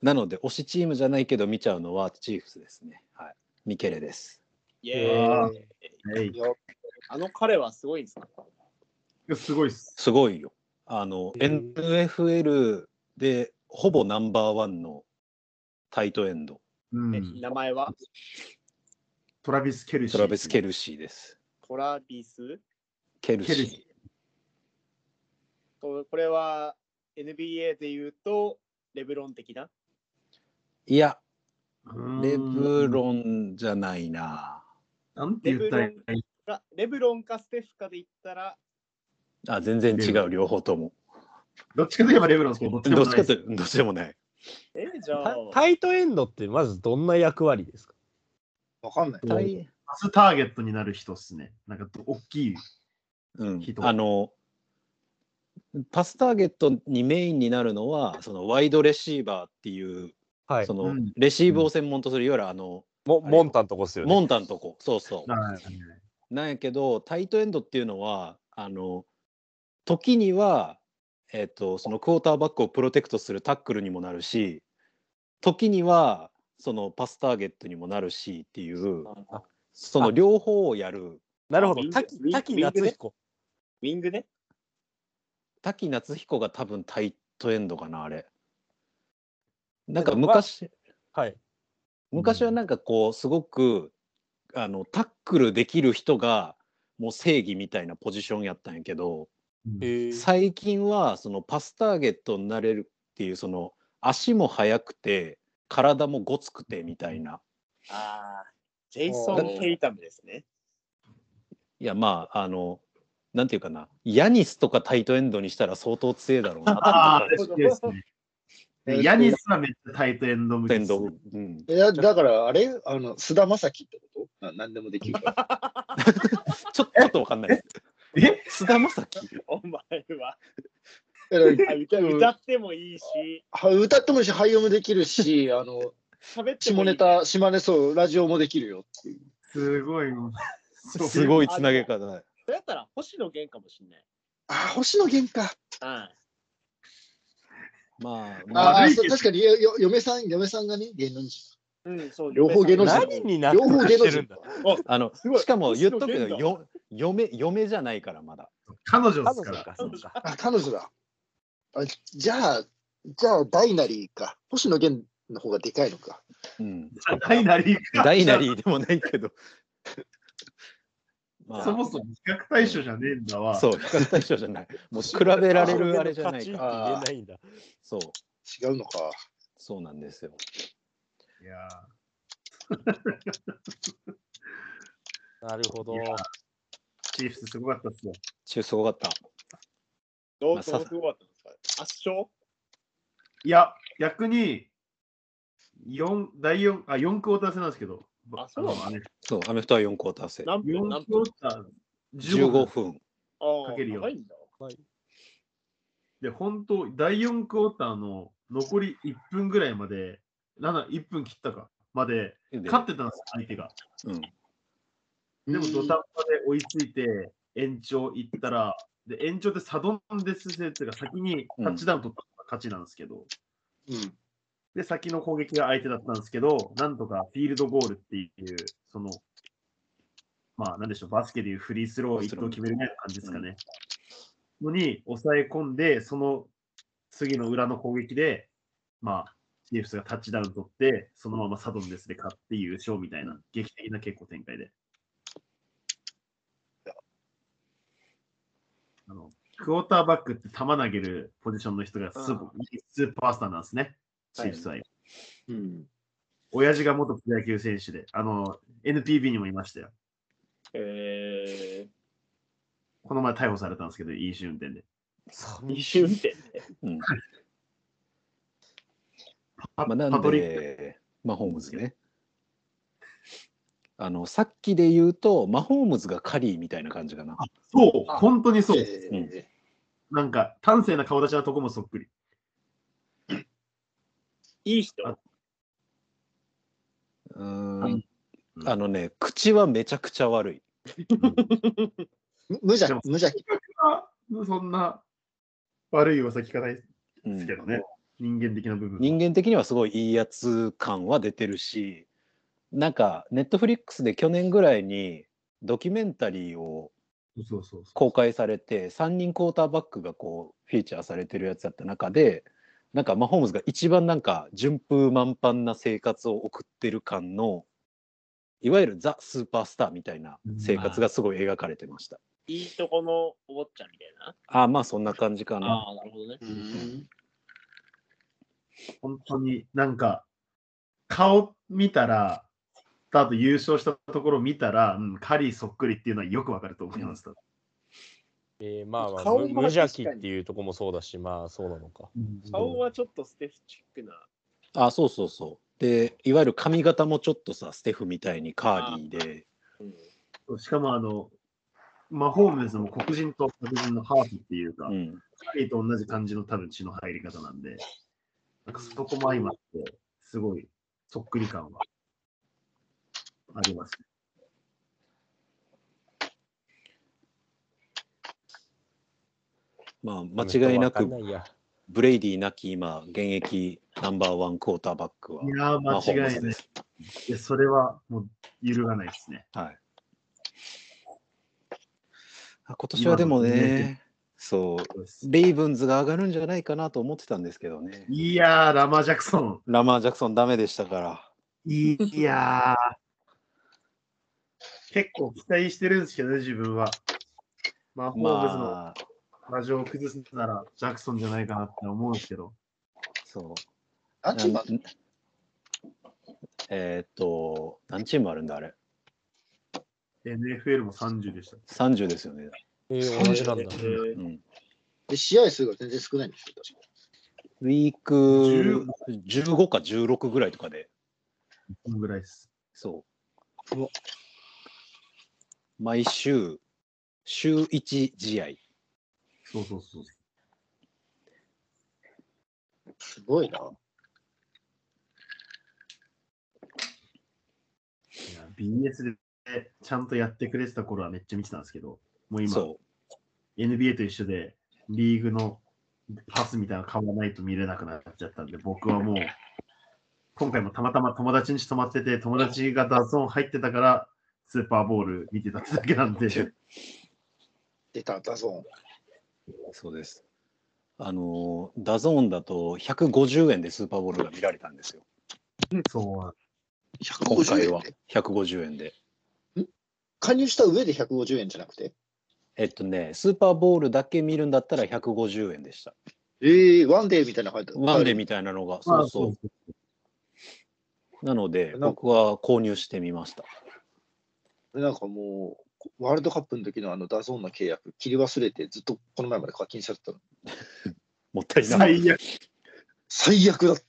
なので、推しチームじゃないけど見ちゃうのはチーフスですね。はい。ミケレです。イエーイはいよあの彼はすごいんですいかやすごいっす。すごいよ。あの、へえ NFL でほぼナンバーワンのタイトエンド、うんえ名前はトラビス・ケルシー。トラベス・ケルシーです。トラビスケルシー。ケルシとこれは NBA で言うとレブロン的ないや、うんレブロンじゃないな。なんて言ったらいいがレブロンかステフかで言ったらあ、全然違レブロう、両方とも。どっちかといえばレブロンそうどっちでどもなっちいかです。というとどっちでもない。えーじゃあタ、タイトエンドってまずどんな役割ですかわかんない。大パスターゲットになる人っすね。なんかど大きい。うんひ、どいあのパスターゲットにメインになるのはそのワイドレシーバーっていう、はいそ。のうんレシーブを専門とするいわゆるあの、モモンタンとこっすよね。モンタのとこそうそうはいなんやけどタイトエンドっていうのはあの時には、えっとそのクォーターバックをプロテクトするタックルにもなるし時にはそのパスターゲットにもなるしっていうあその両方をやるなるほどウィン。グ滝ウィン滝ウィング夏ね彦。ウィングで滝夏彦が多分タイトエンドかなあれなんかなんか昔はい。昔はなんかこうすごくあのタックルできる人がもう正義みたいなポジションやったんやけど最近はそのパスターゲットになれるっていうその足も速くて体もごつくてみたいなああ、ジェイソン・ヘイタムですね。いやまああのなんていうかなヤニスとかタイトエンドにしたら相当強いだろうなあっていあ、うですね。でヤニスはめっちゃタイトエンド向タイけトエですンド、ね。うん、えだだから、あれあの、菅田将暉ってことな何でもできるから。ちょちょっとわかん [LAUGHS] ないえです菅田将暉お前は。 [LAUGHS] だからあ歌歌ってもいいし、は歌ってもいいし、俳優もできる [LAUGHS] し、あの、喋っても下いいネタ、島根そう、ラジオもできるよっていう。すごいもう。すごいつなげ方だそれやったら星野源かもしんない。あ、星野源か。はい。まあ、まあ、あ悪あいけどそう確かによよ嫁さん、嫁さんがね、芸能人。うん、そう両方芸能人何になっ両方芸能て人るんだ。あのすごいしかも言っとくけ星野どよ嫁嫁じゃないからまだ彼女で彼すか女ら。か、そうか。あ、彼女だ。あじゃあ、じゃあ、大なりか。星野源の方がでかいのか。うんダイナリーかダイナリーでもない [LAUGHS] けどまあそもそも比較対象じゃねえんだわ。そう比較対象じゃないもう比べられるあれじゃない星野源の勝ちってか言えないんだ。そう違うのか。そうなんですよいやーなるほど。チーフスすごかったっすよ。中すごかったどまあうどうすごかったんですか圧勝いや、逆に、四第四あ、四クォーター制なんですけど、あそうなのあのねそうアメフトは4クォーター制何分4何クォ分ーター15分。15分あかあ、けるよ長いんだ。で、本当、第4クォーターの残り1分ぐらいまで、7、1分切ったか、まで、で勝ってたんですよ、相手が。うんでも、土壇場で追いついて、延長行ったら、で、延長でサドンデス制っていうか、先にタッチダウン取ったのが勝ちなんですけど、うん。で、先の攻撃が相手だったんですけど、なんとかフィールドゴールっていう、その、まあ、なんでしょう、バスケでいうフリースローを一投決めるみたいな感じですかね。のに、抑え込んで、その次の裏の攻撃で、まあ、チーフスがタッチダウン取って、そのままサドンデスで勝って優勝みたいな、劇的な結構展開で。あのクォーターバックって球投げるポジションの人がスーパースーパースターなんですね、チーフスは今うん。親父が元プロ野球選手で、あの、NPB にもいましたよ。えこの前逮捕されたんですけど、飲酒運転で。ー、2周点で。うんパまあ、なパんトリック。で、マホームズね。あの、さっきで言うと、マホームズがカリーみたいな感じかな。そう、本当にそう。えうんーなんか、端正な顔立ちのとこもそっくり。 [LAUGHS] いい人。あううーんん。あのね、口はめちゃくちゃ悪い。む無邪でも気、無邪気。そんな悪い噂聞かないでうんすけどね。人間的な部分。人間的にはすごいいいやつ感は出てるし、なんか、ネットフリックスで去年ぐらいに、ドキュメンタリーをそうそうそう。公開されて3人クォーターバックがこうフィーチャーされてるやつだった中でなんかマホームズが一番なんか順風満帆な生活を送ってる感のいわゆるザ・スーパースターみたいな生活がすごい描かれてました。いいとこのお坊ちゃんみたいな。ああまあそんな感じかな。あ、なるほどね。うん。本当になんか、顔見たら、あと優勝したところ見たら、うん、カリーそっくりっていうのはよくわかると思います。えーまあまあ、顔は無無邪気確かにっていうとこもそうだし、まあそうなのか。顔はちょっとステフチックな。あそうそうそうでいわゆる髪型もちょっとさステフみたいにカーリーでうんしかも、あの、マホームズも黒人と白人のハーフっていうか、うん彼と同じ感じの多分血の入り方なんで、なんかそこも相まって、すごいそっくり感はありますね。まあ間違いなわかくんないやブレイディなき今現役ナンバーワンクォーターバックはいやー、マホー間違いムズなでい。す。いや、それはもう揺るがないですね。はい、あ今年はでも今のねね、そう、レイブンズが上がるんじゃないかなと思ってたんですけどね。いやー、ラマー・ジャクソン。ラマー・ジャクソンダメでしたから。いやー、結構期待してるんですけどね、自分は。マホームズのまあ、馬上を崩すなら、ジャクソンじゃないかなって思うんですけど。そう。何チームあんのなんえーっと、何チームあるんだあれ NFL も30でした。 ?30 ですよね。えー同じなんだ。えうーん、で、試合数が全然少ないんですよ、確かウィーク15か16ぐらいとかで、こんぐらいです。そう。毎週、週1試合。そうそうそう。すごいな。いや BS でちゃんとやってくれてた頃はめっちゃ見てたんですけど、もう今、そう。 NBA と一緒でリーグのパスみたいなの買わないと見れなくなっちゃったんで、僕はもう、今回もたまたま友達に泊まってて、友達がダゾーン入ってたから、スーパーボール見てたってだけなんで、出た、ダゾーン。そうです。あのーダゾーンだと150円でスーパーボールが見られたんですよ。そうなん今150回円はで。 150円で。加入した上で150円じゃなくてえっとね、スーパーボールだけ見るんだったら150円でした。ええワンデーみたいな感じワンデーみみたいなのが、まそあうそう。なので、なんか僕は購入してみました。なんかもう、ワールドカップの時のあのダゾーンの契約、切り忘れて、ずっとこの前まで課金されてたの。もったいない。最悪。最悪だった。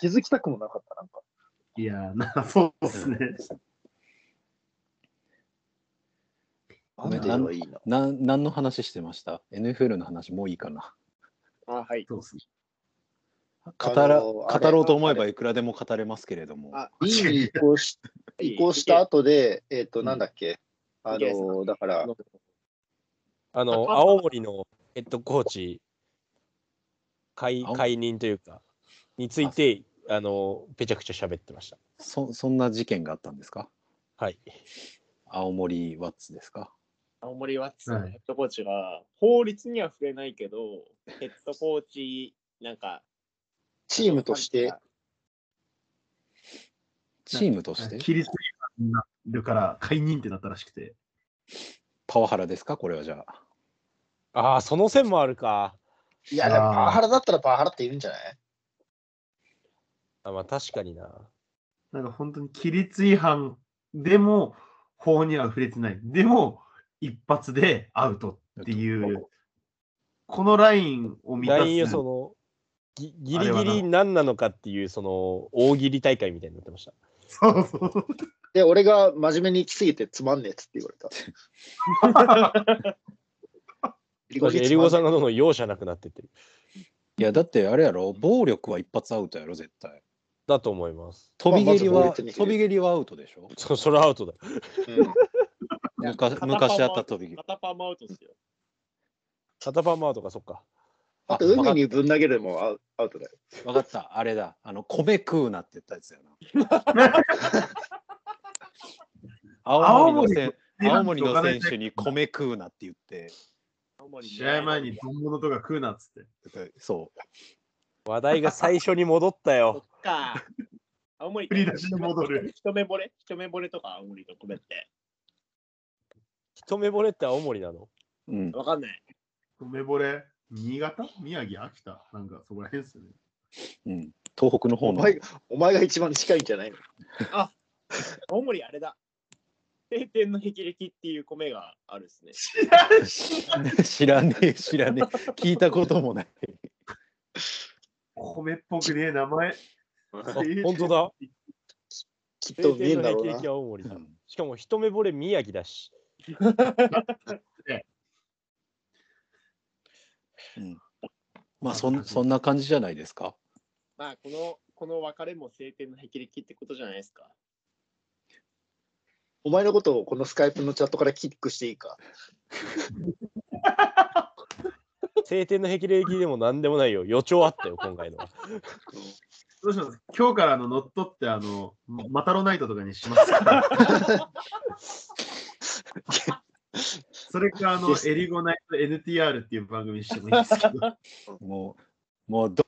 気づきたくもなかった、なんか。いやー、なそうですね。ワンデーはいいな。な何の話してました ?NFL の話もういいかな。あ、はい。そうですね。語らあのー語ろうと思えばいくらでも語れますけれども。あ、リーグに移行し移行した後で、えっ、と、なんだっけ、あ池江さの、んだから、あの、青森のヘッドコーチ解青解任というか、について、あの、ぺちゃくちゃ喋ってました。そそんな事件があったんですかはい。青森ワッツですか青森ワッツはのいヘッドコーチが、法律には触れないけど、ヘッドコーチ、なんか、チームとして、チームとして規律になるから解任ってなったらしくて、パワハラですかこれはじゃあ。ああ、その線もあるか。いや、でもあーパワハラだったらパワハラって言うんじゃないあまあ確かにな。なんか本当に規律違反でも法には触れてない。でも一発でアウトっていう、このラインを見たラインよ、その、ぎギあれリはギなリ何なのかっていう、その、大喜利大会みたいになってました。そうそう。で、俺が真面目に行きすぎてつまんねえっつって言われた。 [LAUGHS] エ確かにエリゴさん。んがどんどん容赦なくなってってる。いやだってあれやろ暴力は一発アウトやろ絶対。だと思い [LAUGHS] ます。飛び蹴りまあはまず法律に触れる飛び蹴りはアウトでしょそそれアウトだ。うんいや昔片昔あった飛び蹴り。肩パンもアウトですよ。サタパンマーとか、そ [LAUGHS] っか。あと、海にぶん投げるのもアウアウトだよ。わかったあれだあの米食うなって言ったやつやな。青森のせん青森の選手に米食うなって言って青森に試合前に本物とか食うなっつって。そう話題が最初に戻ったそっよ。か。青森振り出しに戻る。一目惚れ一目惚れとか青森の米って。一目惚れって青森なの。うん、わかんない。梅惚れ、新潟宮城秋田なんかそこら辺ですよね。うん、東北の方お [LAUGHS] の前お前が一番近いんじゃないの青森あれだ。晴天の霹靂っていう米があるですね。知らんし。 [LAUGHS] 知らねえ、知らねえ。聞いたこともない。米っぽくねえ名前。あ本 [LAUGHS] 当だ。きっ晴と見え天のんだろう霹な靂。青森うだ。んしかも一目惚れ宮城だし。うんまあそん、そんな感じじゃないですか。まあこのこの別れも晴天の霹靂ってことじゃないですか。お前のことをこのスカイプのチャットからキックしていいか。晴天の霹靂でも何でもないよ。予兆あったよ、今回 [LAUGHS] のは。どうします今日からあの乗っ取って、あの、まマタロナイトとかにしますかそれか、あの、エリゴナイト NTR っていう番組にしてもいいですけ [LAUGHS] ど。もう、もうど、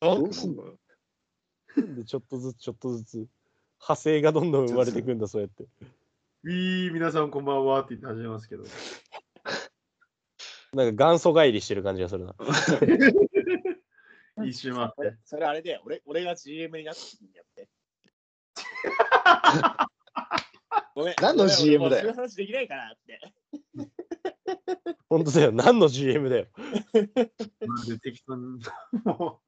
どうすんのよでちょっとずつ、ちょっとずつ。派生がどんどん生まれてくんだ、そうやって。ウィー、皆さんこんばんはって言って始めますけど。なんか元祖返りしてる感じがするな。一周回っそれそれあれで俺俺が GM になってんやって。ごめん。何の GM 俺もうだよそういう話できないからって。本当だよ。何の GM だよ。て、なんで適当に。も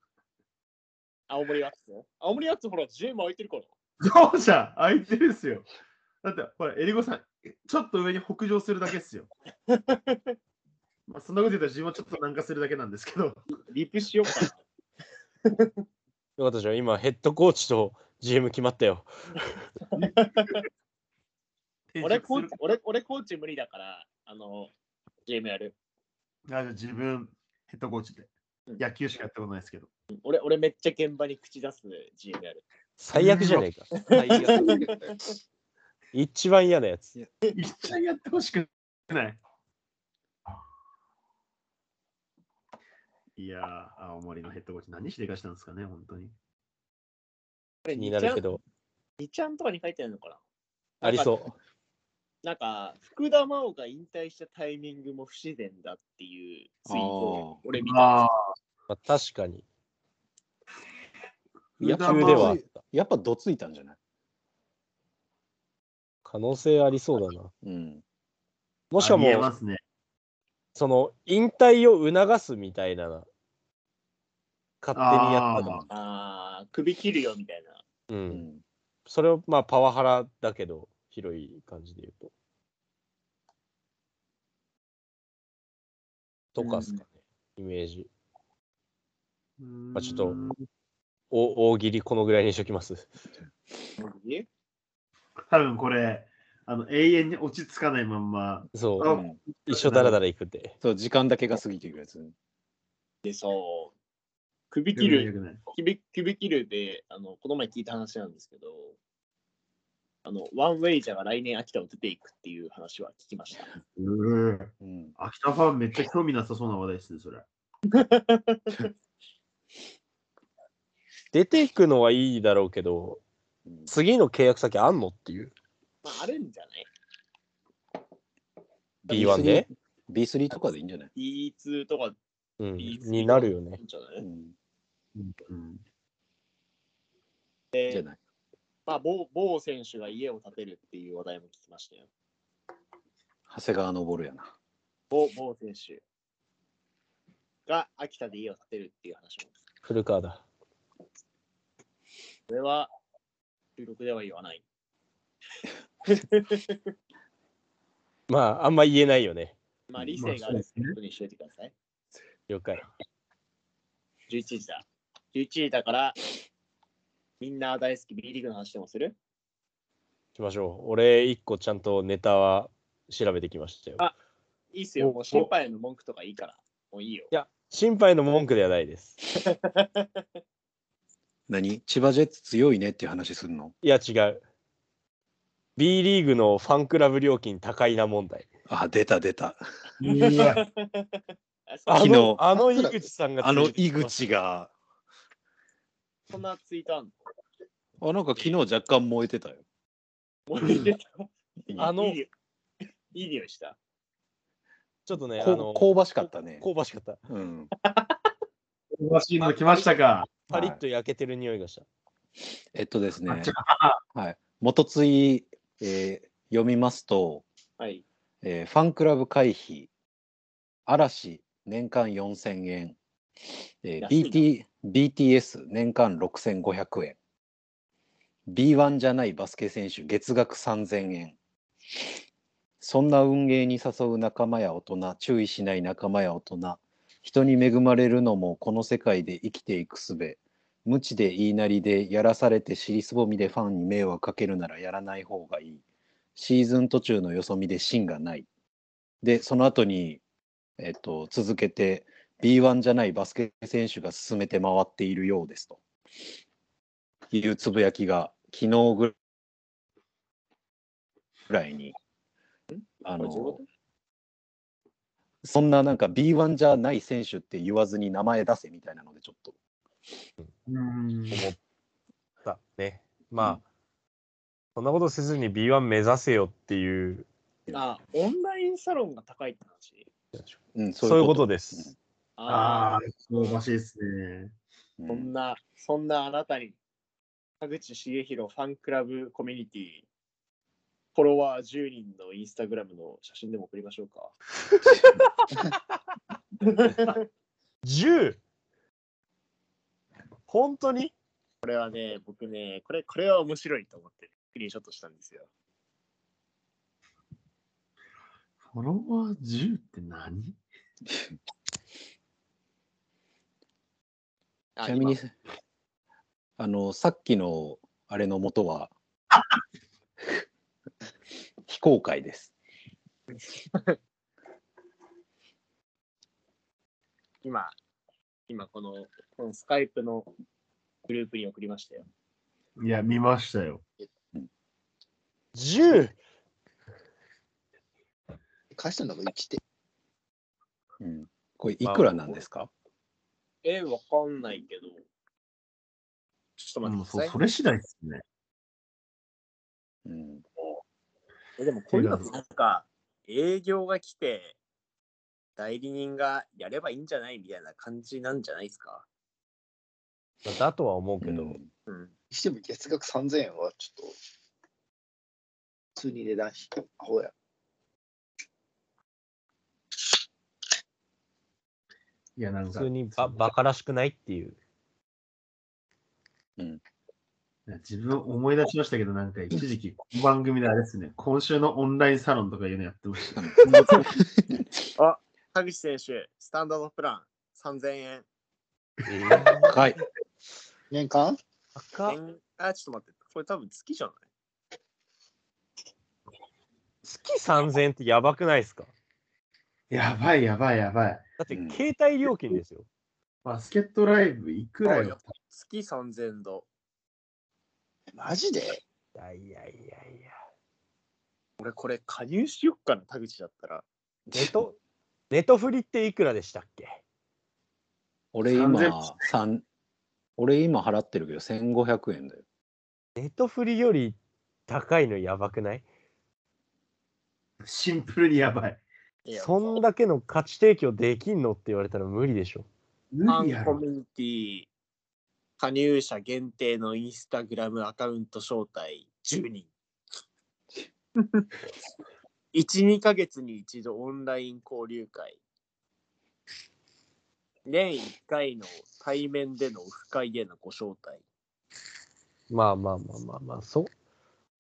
青森ワックス青森ワックスほら GM 空いてるから。う、そうじゃん空いてるっすよ。だって、ほら、エリゴさん、ちょっと上に北上するだけっすよ。まあ、そんなこと言ったら自分はちょっと南下するだけなんですけど。リプしようかな。よかったでしょ。今、ヘッドコーチと GM 決まったよ。 [LAUGHS] 俺転職すコーるチ俺俺コーチ無理だから、あの、GM やる。あじゃあ自分、ヘッドコーチで。野球しかやったことないですけど。 [LAUGHS] 俺俺めっちゃ現場に口出す GM やる。最悪じゃねえか。一番嫌なやつ。一番やってほしくない。いやー、青森のヘッドコーチ、何してかしたんですかね、本当に。これになるけど、 2ちゃんとかに書いてあるのかなありそう。なんか、福田真央が引退したタイミングも不自然だっていうツイートを俺見たんあまあ、確かに。福野田真球央ではあったやっぱどついたんじゃない可能性ありそうだな。うん。もしかありえまも、すね。その引退を促すみたいなな、勝手にやったか。ああ、首切るよみたいな。う。うんん。それをまあパワハラだけど、広い感じで言うと。とかですかね、イメージ。ままあちょっとお大喜利このぐらいにしときます。え多分これ、あの永遠に落ち着かないまんま、そうう、うん一生ダラダラいくって。そう、時間だけが過ぎていくやつ。で、そう。首切良くない良る、くない首首切るで、あの、この前聞いた話なんですけど、あの、ワンウェイじゃが来年秋田を出ていくっていう話は聞きました。うーうん。秋田ファンめっちゃ興味なさそうな話題ですね、それ。出ていくのはいいだろうけど、うん次の契約先あんのっていう。まあ、あるんじゃない B1 で B3 とかでいいんじゃない ?D2 とかうん、 B3 になるよね。じゃなういん。うん、じゃない。まあ、某某選手が家を建てるっていう話題も聞きましたよ。長谷川昇やな。某某選手が秋田で家を建てるっていう話も。古川だ。これは収録では言わない。まあ、あんま言えないよね。まあ、理性がまあそあうでるすねことにしといてください。了解。 11時だ。11時だから、みんな大好き B リーグの話でもするしましょう。俺、一個ちゃんとネタは調べてきましたよ。あいいっすよ。おもう審判への文句とかいいから。もういいよい。や、心配の文句ではないです。何千葉ジェッツ強いねっていう話すんのいや、違う。B リーグのファンクラブ料金高いな問題。あ、出た出た。 [LAUGHS] ああそ昨日の、あの井口さんがあの井ツイートして口が。そんなツイートあんのあ、なんか昨日若干燃えてたよ。もう入れたあのいい匂いいい匂いした。ます。ちょっとね、あのこ、香ばしかったね。香ばしかった。うん。香ばしいの来ましたか。パリッと焼けてる匂いがした。えっとですね。はい。元ツイ、えー読みますと、はい。えーファンクラブ会費、嵐、年間4000円、えー安い BT BTS、年間6500円、B1 じゃないバスケ選手、月額3000円。そんな運営に誘う仲間や大人、注意しない仲間や大人、人に恵まれるのもこの世界で生きていくすべ、無知で言いなりでやらされて尻すぼみでファンに迷惑かけるならやらない方がいい。シーズン途中のよそ見で芯がない。で、その後に、えっと、続けて B1 じゃないバスケ選手が進めて回っているようですというつぶやきが昨日ぐらいに、あこれどういうのこ、そんななんか B1 じゃない選手って言わずに名前出せみたいなのでちょっと。うん思ったね。まあ、そんなことせずに B1 目指せよっていう、あ、オンラインサロンが高いって話。うん、そういうこでとです。ああー、香ばしいですね。すそんな、そんなあなたに、田口茂弘ファンクラブコミュニティ、フォロワー10人のインスタグラムの写真でも送りましょうか。 10! 本当にこれはね、僕ね、これ、これは面白いと思って、スクリーンショットしたんですよ。フォロワー10って何あちなみに今、あの、さっきのあれの元は、 [LAUGHS] 非公開です。今、今この、このスカイプのグループに送りましたよ。いや、見ましたよ。 10! 返したのが1点。うん、これ、いくらなんですかえ、わかんないけど。ちょっと待もっうてくそださいそれ次第ですね。うん、えでもこういうのってなんか営業が来て代理人がやればいいんじゃないみたいな感じなんじゃないですか。だとは思うけど、うんうん。にしても月額3000円はちょっと、普通に値段低い。アホや。いや、なん普か、通にババカらしくないっていう。自分思い出しましたけど、なんか一時期、この番組であれですね、今週のオンラインサロンとかいうのやってました。田口選手、スタンダードプラン3000円。高い。年間高っ年あ、ちょっと待って、これ多分月じゃない月3000円ってやばくないですか [LAUGHS] やばいやばいやばい。だってうん携帯料金ですよ。バスケットライブいくらよ月3000度。マジでいやいやいやいや。俺これ加入しよっかな、田口だったら。ネト、ネトフリっていくらでしたっけ俺今、三俺今払ってるけど、1500円だよ。ネトフリより高いのやばくないシンプルにやばい。いやそんだけの価値提供できんのって言われたら無理でしょ。無フ理ァやンコろミ。ュニティ加入者限定のインスタグラムアカウント招待10人。1、2ヶ月に一度オンライン交流会。年1回の対面でのオフ会へのご招待。まあまあまあまあまあ、そ、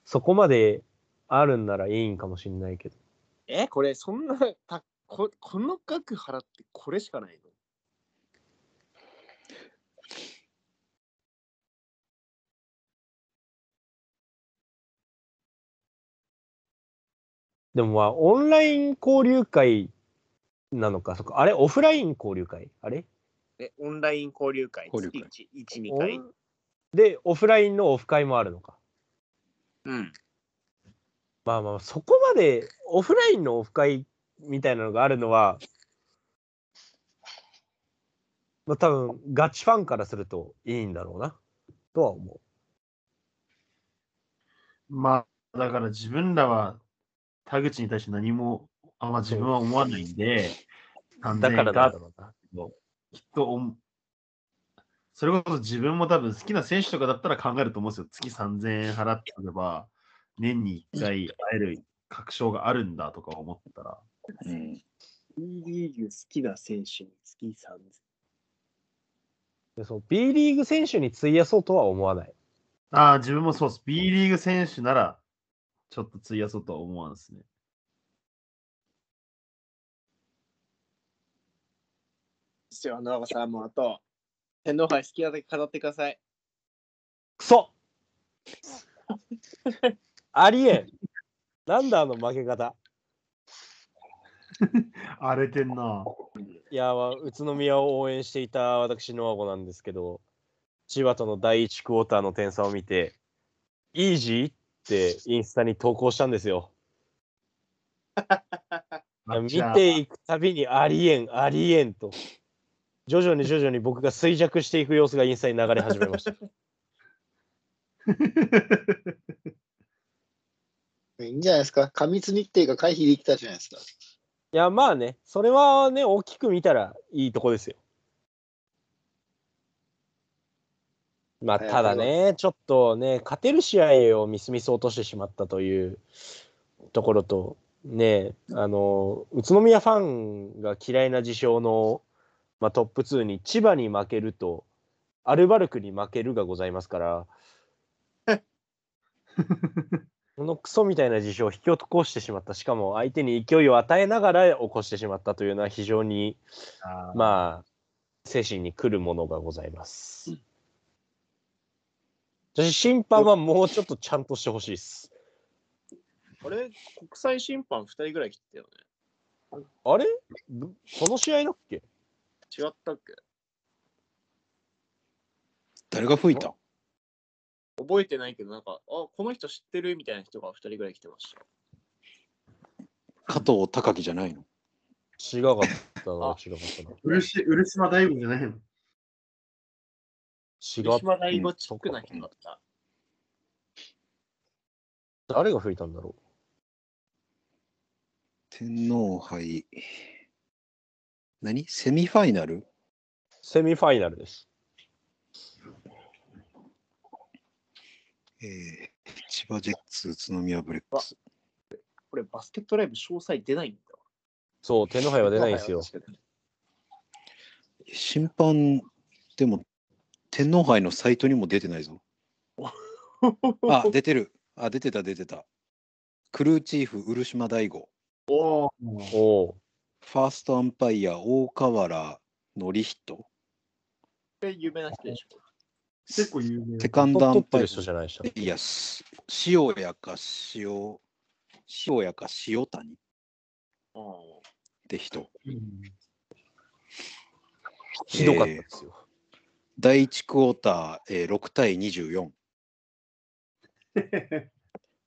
そこまであるんならいいんかもしんないけど。え、これそんなたこ、この額払ってこれしかないのでもまあ、オンライン交流会なのか、そっか。あれオフライン交流会あれえ、オンライン交流会交流会月1、1、2オ回。ンで、オフラインのオフ会もあるのか。うん。まあまあ、そこまでオフラインのオフ会みたいなのがあるのは、まあ多分ガチファンからするといいんだろうな、とは思まあ、だから自分らは田口に対して何もあんま自分は思わないんで、う。 3000だから円なかんだろうな。きっとおんそれこそ自分も多分好きな選手とかだったら考えると思うんですよ。月3000円払っておけば、年に1回会える確証があるんだとか思ったら、うん、 B リーグ好きな選手に月3000でそう B リーグ選手に費やそうとは思わない。ああ、自分もそうです。B リーグ選手なら、ちょっと費やそうとは思わんですね。ですよ、長さんもあと、天皇杯好きなだけ語ってください。クソありえんなんだあの負け方荒れてんな。いやまあ宇都宮を応援していた私ノアゴなんですけど千葉との第1クォーターの点差を見て「イージー?」ってインスタに投稿したんですよ見ていくたびにありえんありえんと徐々に徐々に僕が衰弱していく様子がインスタに流れ始めましたいいんじゃないですか過密日程が回避できたじゃないですか。いやまあねそれはね大きく見たらいいとこですよまあはいただねちょっとね勝てる試合をみすみす落としてしまったというところとねあの宇都宮ファンが嫌いな事象の、まあ、トップ2に千葉に負けるとアルバルクに負けるがございますからこのクソみたいな事象を引き起こしてしまったしかも相手に勢いを与えながら起こしてしまったというのは非常に [LAUGHS] あーまあ精神に来るものがございます。私審判はもうちょっとちゃんとしてほしいです。あれ、国際審判2人ぐらい来てたよあれぶこの試合だっけね。違ったっけ誰が吹いた覚えてないけど、なんか、あ、この人知ってるみたいな人が2人ぐらい来てました。加藤隆樹じゃないの違かったあ、な違かったな。漆漆間大吾じゃないの違広っ島大悟チックな人だった。誰が吹いたんだろ天皇杯何セミファイナルうセミファイナルです。えー、千葉ジェッツ宇都宮ブレックスこれ、バスケットライブ詳細出ないんだわ。そう、手の配は出ないんですよ。確かに審判でも天皇杯のサイトにも出てな [LAUGHS] いぞあ出てるあ出てた出てたクルーチーフ漆島大吾おお。おおファーストアンパイア大河原典人これ有名な人でしょ。結構有名。セカう。ンドア取ンってパイる人じゃないでした。アいやす塩谷か塩塩谷か塩谷っああて人うんひどかったですよ。第1クォーター、えー、6対24、 [LAUGHS]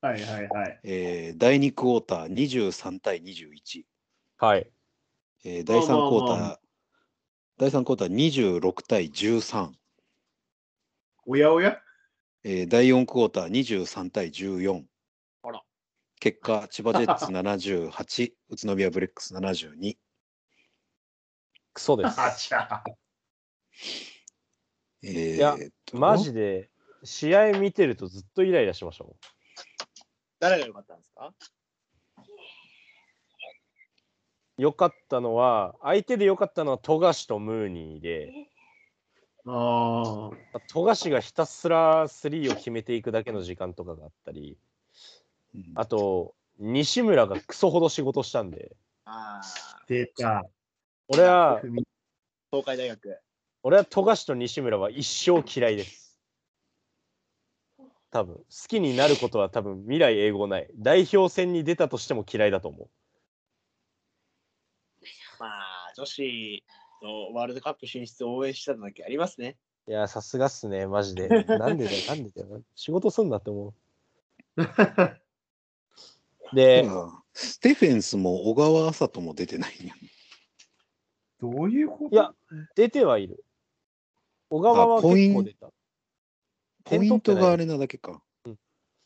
はいはいはい。えー、第2クォーター23対21、はい。えー、第3クォーター、まあまあま第3クォーター26対13、おやおやえー、第4クォーター23対14あら結果千葉ジェッツ78 [LAUGHS] 宇都宮ブレックス72、クソです。あちゃ。えー、いやとマジで、試合見てるとずっとイライラしましたもん。誰が良かったんですか良かったのは、相手で良かったのは富樫とムーニーで、あ富樫がひたすらスリーを決めていくだけの時間とかがあったり、うんあと、西村がクソほど仕事したんで、ああ、出 [LAUGHS] た。俺 [LAUGHS] は、あ、東海大学。俺は富樫と西村は一生嫌いです。多分、好きになることは多分未来永劫ない。代表戦に出たとしても嫌いだと思う。まあ、女子のワールドカップ進出を応援したのだけありますね。いや、さすがっすね、マジで。なんでだよ、なんでだよ。仕事すんなって思う。で、あステフェンスも小川麻人も出てないんやどういうこいや出てはいる。小川はあポイ結ン構出た。ポイントがあれなだけか。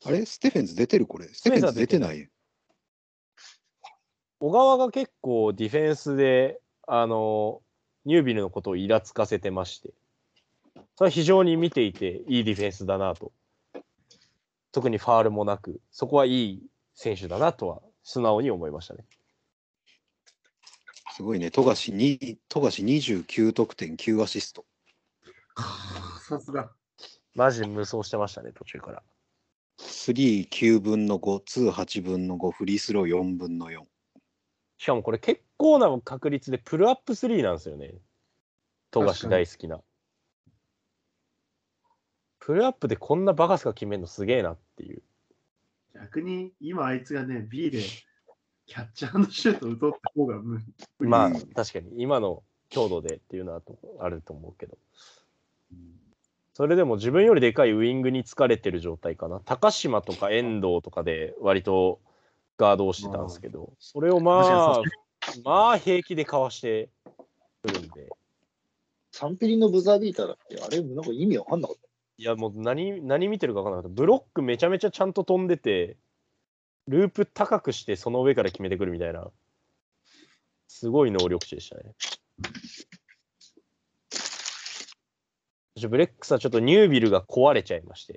あれステフェンズ出てるこれ。ステテフフェェンンズズ出出ててな。ない小川が結構ディフェンスで、あの、ニュービルのことをイラつかせてまして。それは非常に見ていて、いいディフェンスだなと。特にファールもなく、そこはいい選手だなとは、素直に思いましたね。すごいね、富樫に富樫29得点9アシスト。さすが。マジ無双してましたね、途中から。 39分の5、2、8分の5、フリースロー4分の4。しかもこれ結構な確率でプルアップ3なんですよね。富樫大好きな。プルアップでこんなバカスカ決めるのすげえなっていう。逆に今あいつがね、B でキャッチャーのシュートを打とうった方が無理。まあ確かに今の強度でっていうのはとあると思うけど。それでも自分よりでかいウイングに疲れてる状態かな。高島とか遠藤とかで割とガードをしてたんですけど、それをまあ、まあ平気でかわしてくるんで。サンピリのブザービーターだっけあれ、なんか意味わかんなかっいやもう何何見てるか分からなかった。ブロックめちゃめちゃちゃんと飛んでて、ループ高くしてその上から決めてくるみたいな、すごい能力値でしたね。そしてブレックスはちょっとニュービルが壊れちゃいまして。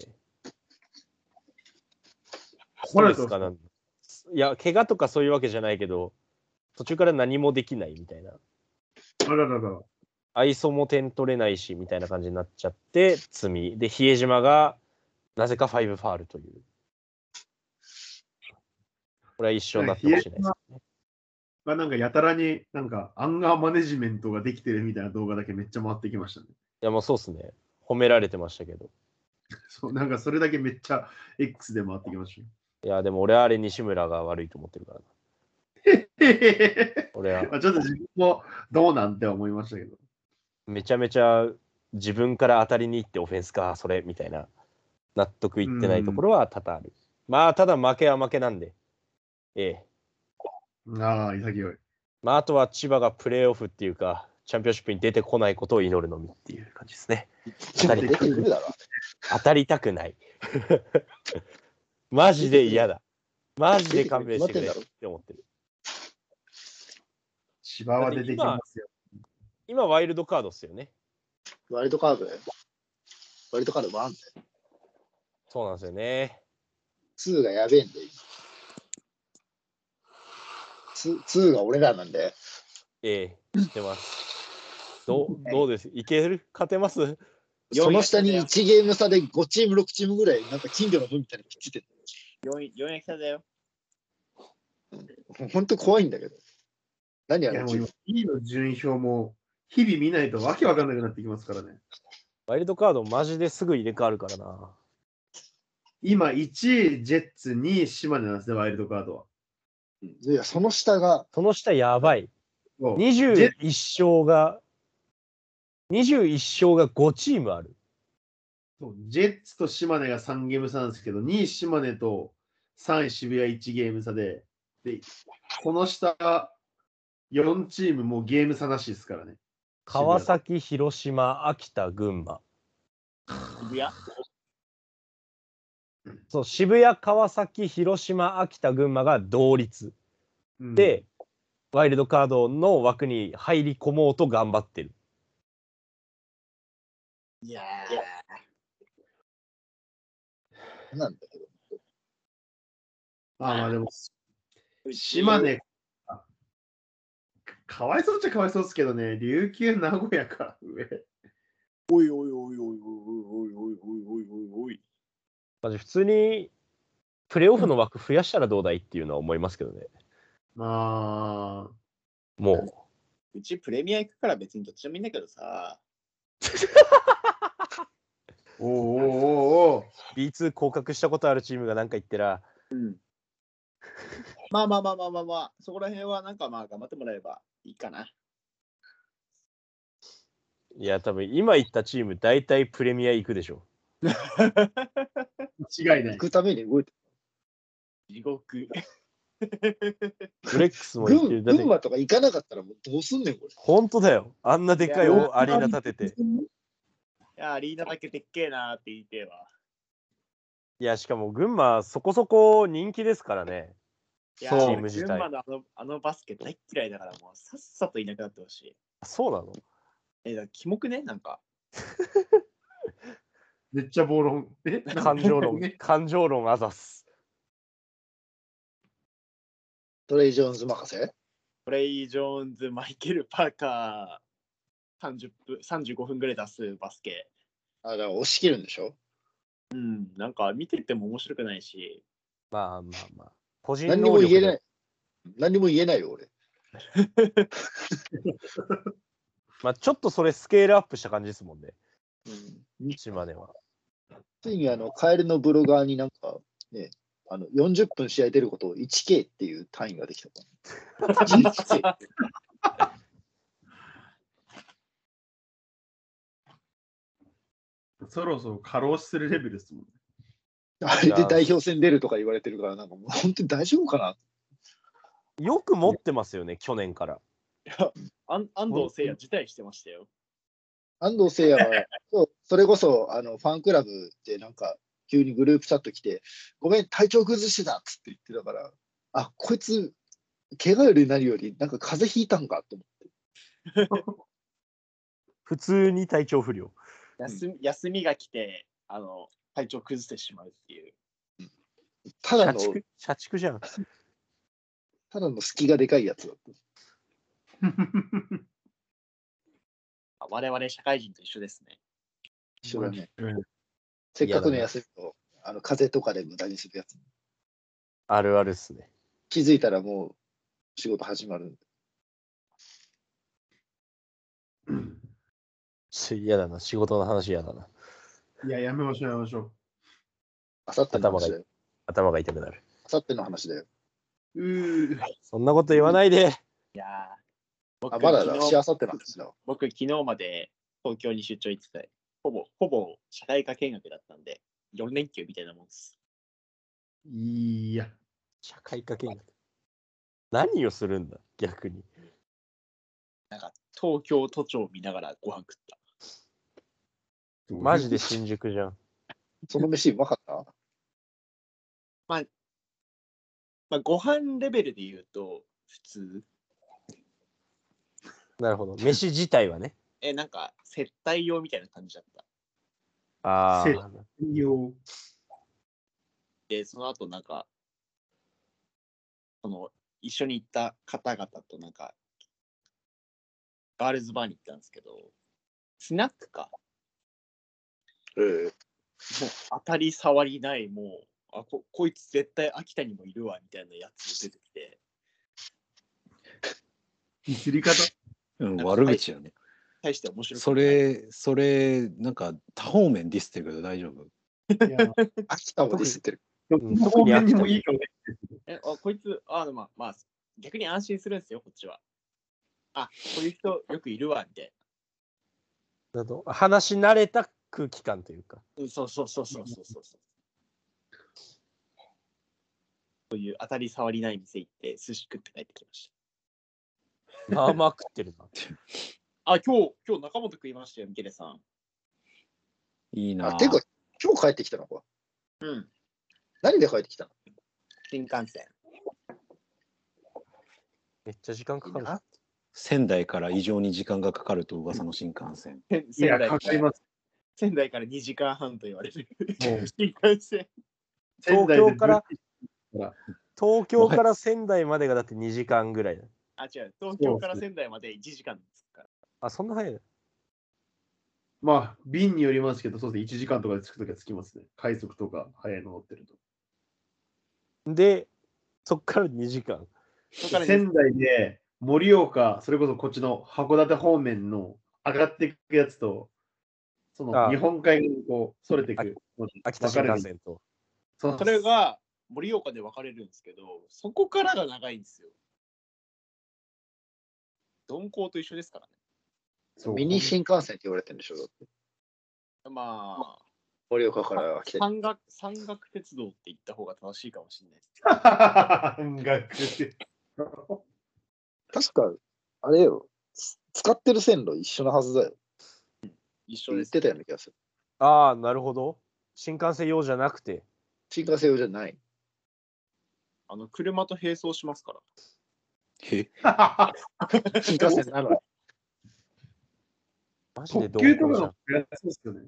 壊れたストレスかなんいや、怪我とかそういうわけじゃないけど、途中から何もできないみたいな。あららら。アイソも点取れないしみたいな感じになっちゃって積みで比江島がなぜかファイブファールというこれは一緒になってほしいですねまあ、なんかやたらになんかアンガーマネジメントができてるみたいな動画だけめっちゃ回ってきましたね。いやもうそうっすね褒められてましたけどそうなんかそれだけめっちゃ X で回ってきましたね。いやでも俺はあれ西村が悪いと思ってるからなへへへへ俺は [LAUGHS] まあちょっと自分もどうなんて思いましたけど。めちゃめちゃ自分から当たりに行ってオフェンスかそれみたいな納得いってないところは多々あるまあただ負けは負けなんでええああ、潔い。まあ、あとは千葉がプレーオフっていうか、チャンピオンシップに出てこないことを祈るのみっていう感じですね。当たた。り出たくてくないるだろ。当たりたくない。 [LAUGHS] マジで嫌だ。マジで勘弁してくれって思ってる。芝は出てきますよ。今、ワイルドカードっすよね。ワイルドカードワイルドカード1、そうなんですよね。 2がやべえんだよ。2, 2が俺らなんで、ええ知ってます。どうどうですいける勝てます四位その下に1ゲーム差で5チーム、6チームぐらい、なんか金魚の分みたいなのついて4位、4位来ただよ。る。本当怖いんだけど。何あいやのもチうーム E の順位表も日々見ないとわけわかんなくなってきますからね。ワイルドカードマジですぐ入れ替わるからな。今1位ジェッツ、2位島根なんですね、ワイルドカードは。いや、その下が、その下やばい。そう21勝が、21勝が5チームある。そうジェッツと島根が3ゲーム差なんですけど、2位島根と3位渋谷1ゲーム差で、で、この下4チームもうゲーム差なしですからね。川崎、広島、秋田、群馬。いや、そう、渋谷、川崎、広島、秋田、群馬が同率うんで、ワイルドカードの枠に入り込もうと頑張ってる。いやなんだけど、まあまあでも、ー島根、かかわいそうっちゃかわいそうですけどね、琉球、名古屋か、上。おいおいおいおいおいおいおいおいおいおいおいおい。まじ普通にプレーオフの枠増やしたらどうだいっていうのは思いますけどね。まあ、もう。うちプレミア行くから別にどっちでもいいんだけどさ。おおおおお B2 降格したことあるチームがなんか言ってら、まあまあまあまあまあまあ、そこら辺はなんかまあ頑張ってもらえばいいかな。いや、多分今言ったチーム、大体プレミア行くでしょ。間違いな行い。くために動いて地獄。ブレックスも行って群る。だって群、馬とか行かなかったらもうどうすんねん、これ。本当だよ。あんなでかいいやアリーナ立てて。いや、アリーナだけでっけえなーって言ってえわ。いや、しかも群馬、そこそこ人気ですからね。いやそう俺チーム自体群馬のあのあのバスケ大っ嫌いだからもうさっさといなくなってほしい。そうなのえ、だからキモくねなんか。めっちゃ暴論。えなんか感情 [LAUGHS] 論ね、感情論あざっす。トレイ・ジョーンズ任せトレイ・ジョーンズ、マイケル・パーカー、30分35分ぐらい出すバスケ。あ、だから押し切るんでしょうん、なんか見てても面白くないし、まあまあまあ。個人何に能も力言えでない。何にも言えないよ、俺。まあ、ちょっとそれスケールアップした感じですもんね、うん島根は。ついにあの、カエルのブロガーになんか、ね、あの40分試合出ることを 1K っていう単位ができたから。1K そろそろ過労死するレベルですもん、ね。あれで代表戦出るとか言われてるから、なんかもう本当に大丈夫かなよく持ってますよね、去年から。あん安藤聖也辞退してましたよ。安藤聖也は、そうそれこそあのファンクラブでなんか急にグループチャット来て、ごめん、体調崩してたっつって言ってたから、あこいつ、怪我より何より、なんか風邪ひいたんかと思普通に体調不良。休み休みが来て、あの、体調崩してしまうっていう。って、ただ社の、畜社畜じゃん。ただの隙がでかいやつだった。あ我々社会人と一緒ですね。一緒だねうん。せっかくの休みを、あの風邪とかで無駄にするやつ。あるあるっすね。気づいたらもう仕事始まる。ち嫌だな、仕事の話嫌だな。 [LAUGHS] いや、やめましょう、やめましょあさっての話だよ。頭が痛くなる。あさっての話だよ。う。うーそんなこと言わないで。いやーあ、僕まだ昨だ日し、あさっての話だわ。僕、昨日まで東京に出張行ってたほぼ、ほぼ社会科見学だったんで、4連休みたいなもんです。いや。社会科見学。何をするんだ、逆に。東京都庁見ながらご飯食った。マジで新宿じゃん。その飯うまかったまあ、ご飯レベルで言うと、普通。なるほど。飯自体はね。え、なんか、接待用みたいな感じだった。あせあ。いいよ。で、その後なんか、その、一緒に行った方々となんか、ガールズバーに行ったんですけど、スナックか。うん。もう当たり障りない、もう、あこ、こいつ絶対秋田にもいるわ、みたいなやつ出てきて、ディスり方。うん、悪口やね。大して面白くないそれ、それ、なんか多方面ディスってるけど大丈夫いや [LAUGHS] 秋田もディスってる。んどこ面にもいいよね。え、あ、こいつ、あ、まあ、まあ、逆に安心するんですよ、こっちは。あ、こういう人よくいるわ、みたいな。など話し慣れた空気感というか。うん、そうそうそうそうそうそう。そういう当たり障りない店行って、寿司食って帰ってきましまあまあ食ってるな。た。あ、今日、今日中本食いましたよ、ミケレさん。いいなあ、てか、今日帰ってきたのか。うん。何で帰ってきたの新幹線。めっちゃ時間かかる。仙台から異常に時間がかかると噂の新幹線。いや、かかります。仙台から2時間半と言われる。もう新幹線。東京から仙台で東京から仙台までがだって2時間ぐらいだ。あ、違う。東京から仙台まで1時間ですから。あ、そんな早いのまあ、便によりますけど、そうですね、1時間とかで着くときは着きますね。快速とか早いの乗ってると。で、そっから2時間。そこからね仙台で盛岡、それこそこっちの函館方面の上がっていくやつと、そあのあ日本海にこう、それていくのに秋田新幹線と。分そかれれる。が盛岡で分かれるんですけど、そこからが長いんですよ。鈍行と一緒ですからね。そうミニ新幹線って言われてるんでしょだってま盛岡からあ秋、田山に。岳山岳鉄道って言った方が正しいかもしれないです。音楽確か、あれよ、つ使ってる線路一緒なはずだよ。一緒言でっす。てたような気がする。ああ、なるほど。新幹線用じゃなくて。新幹線用じゃない。あの車と並走しますから。え新幹線なのに。マジで特どう急とかじゃのんやつですよね。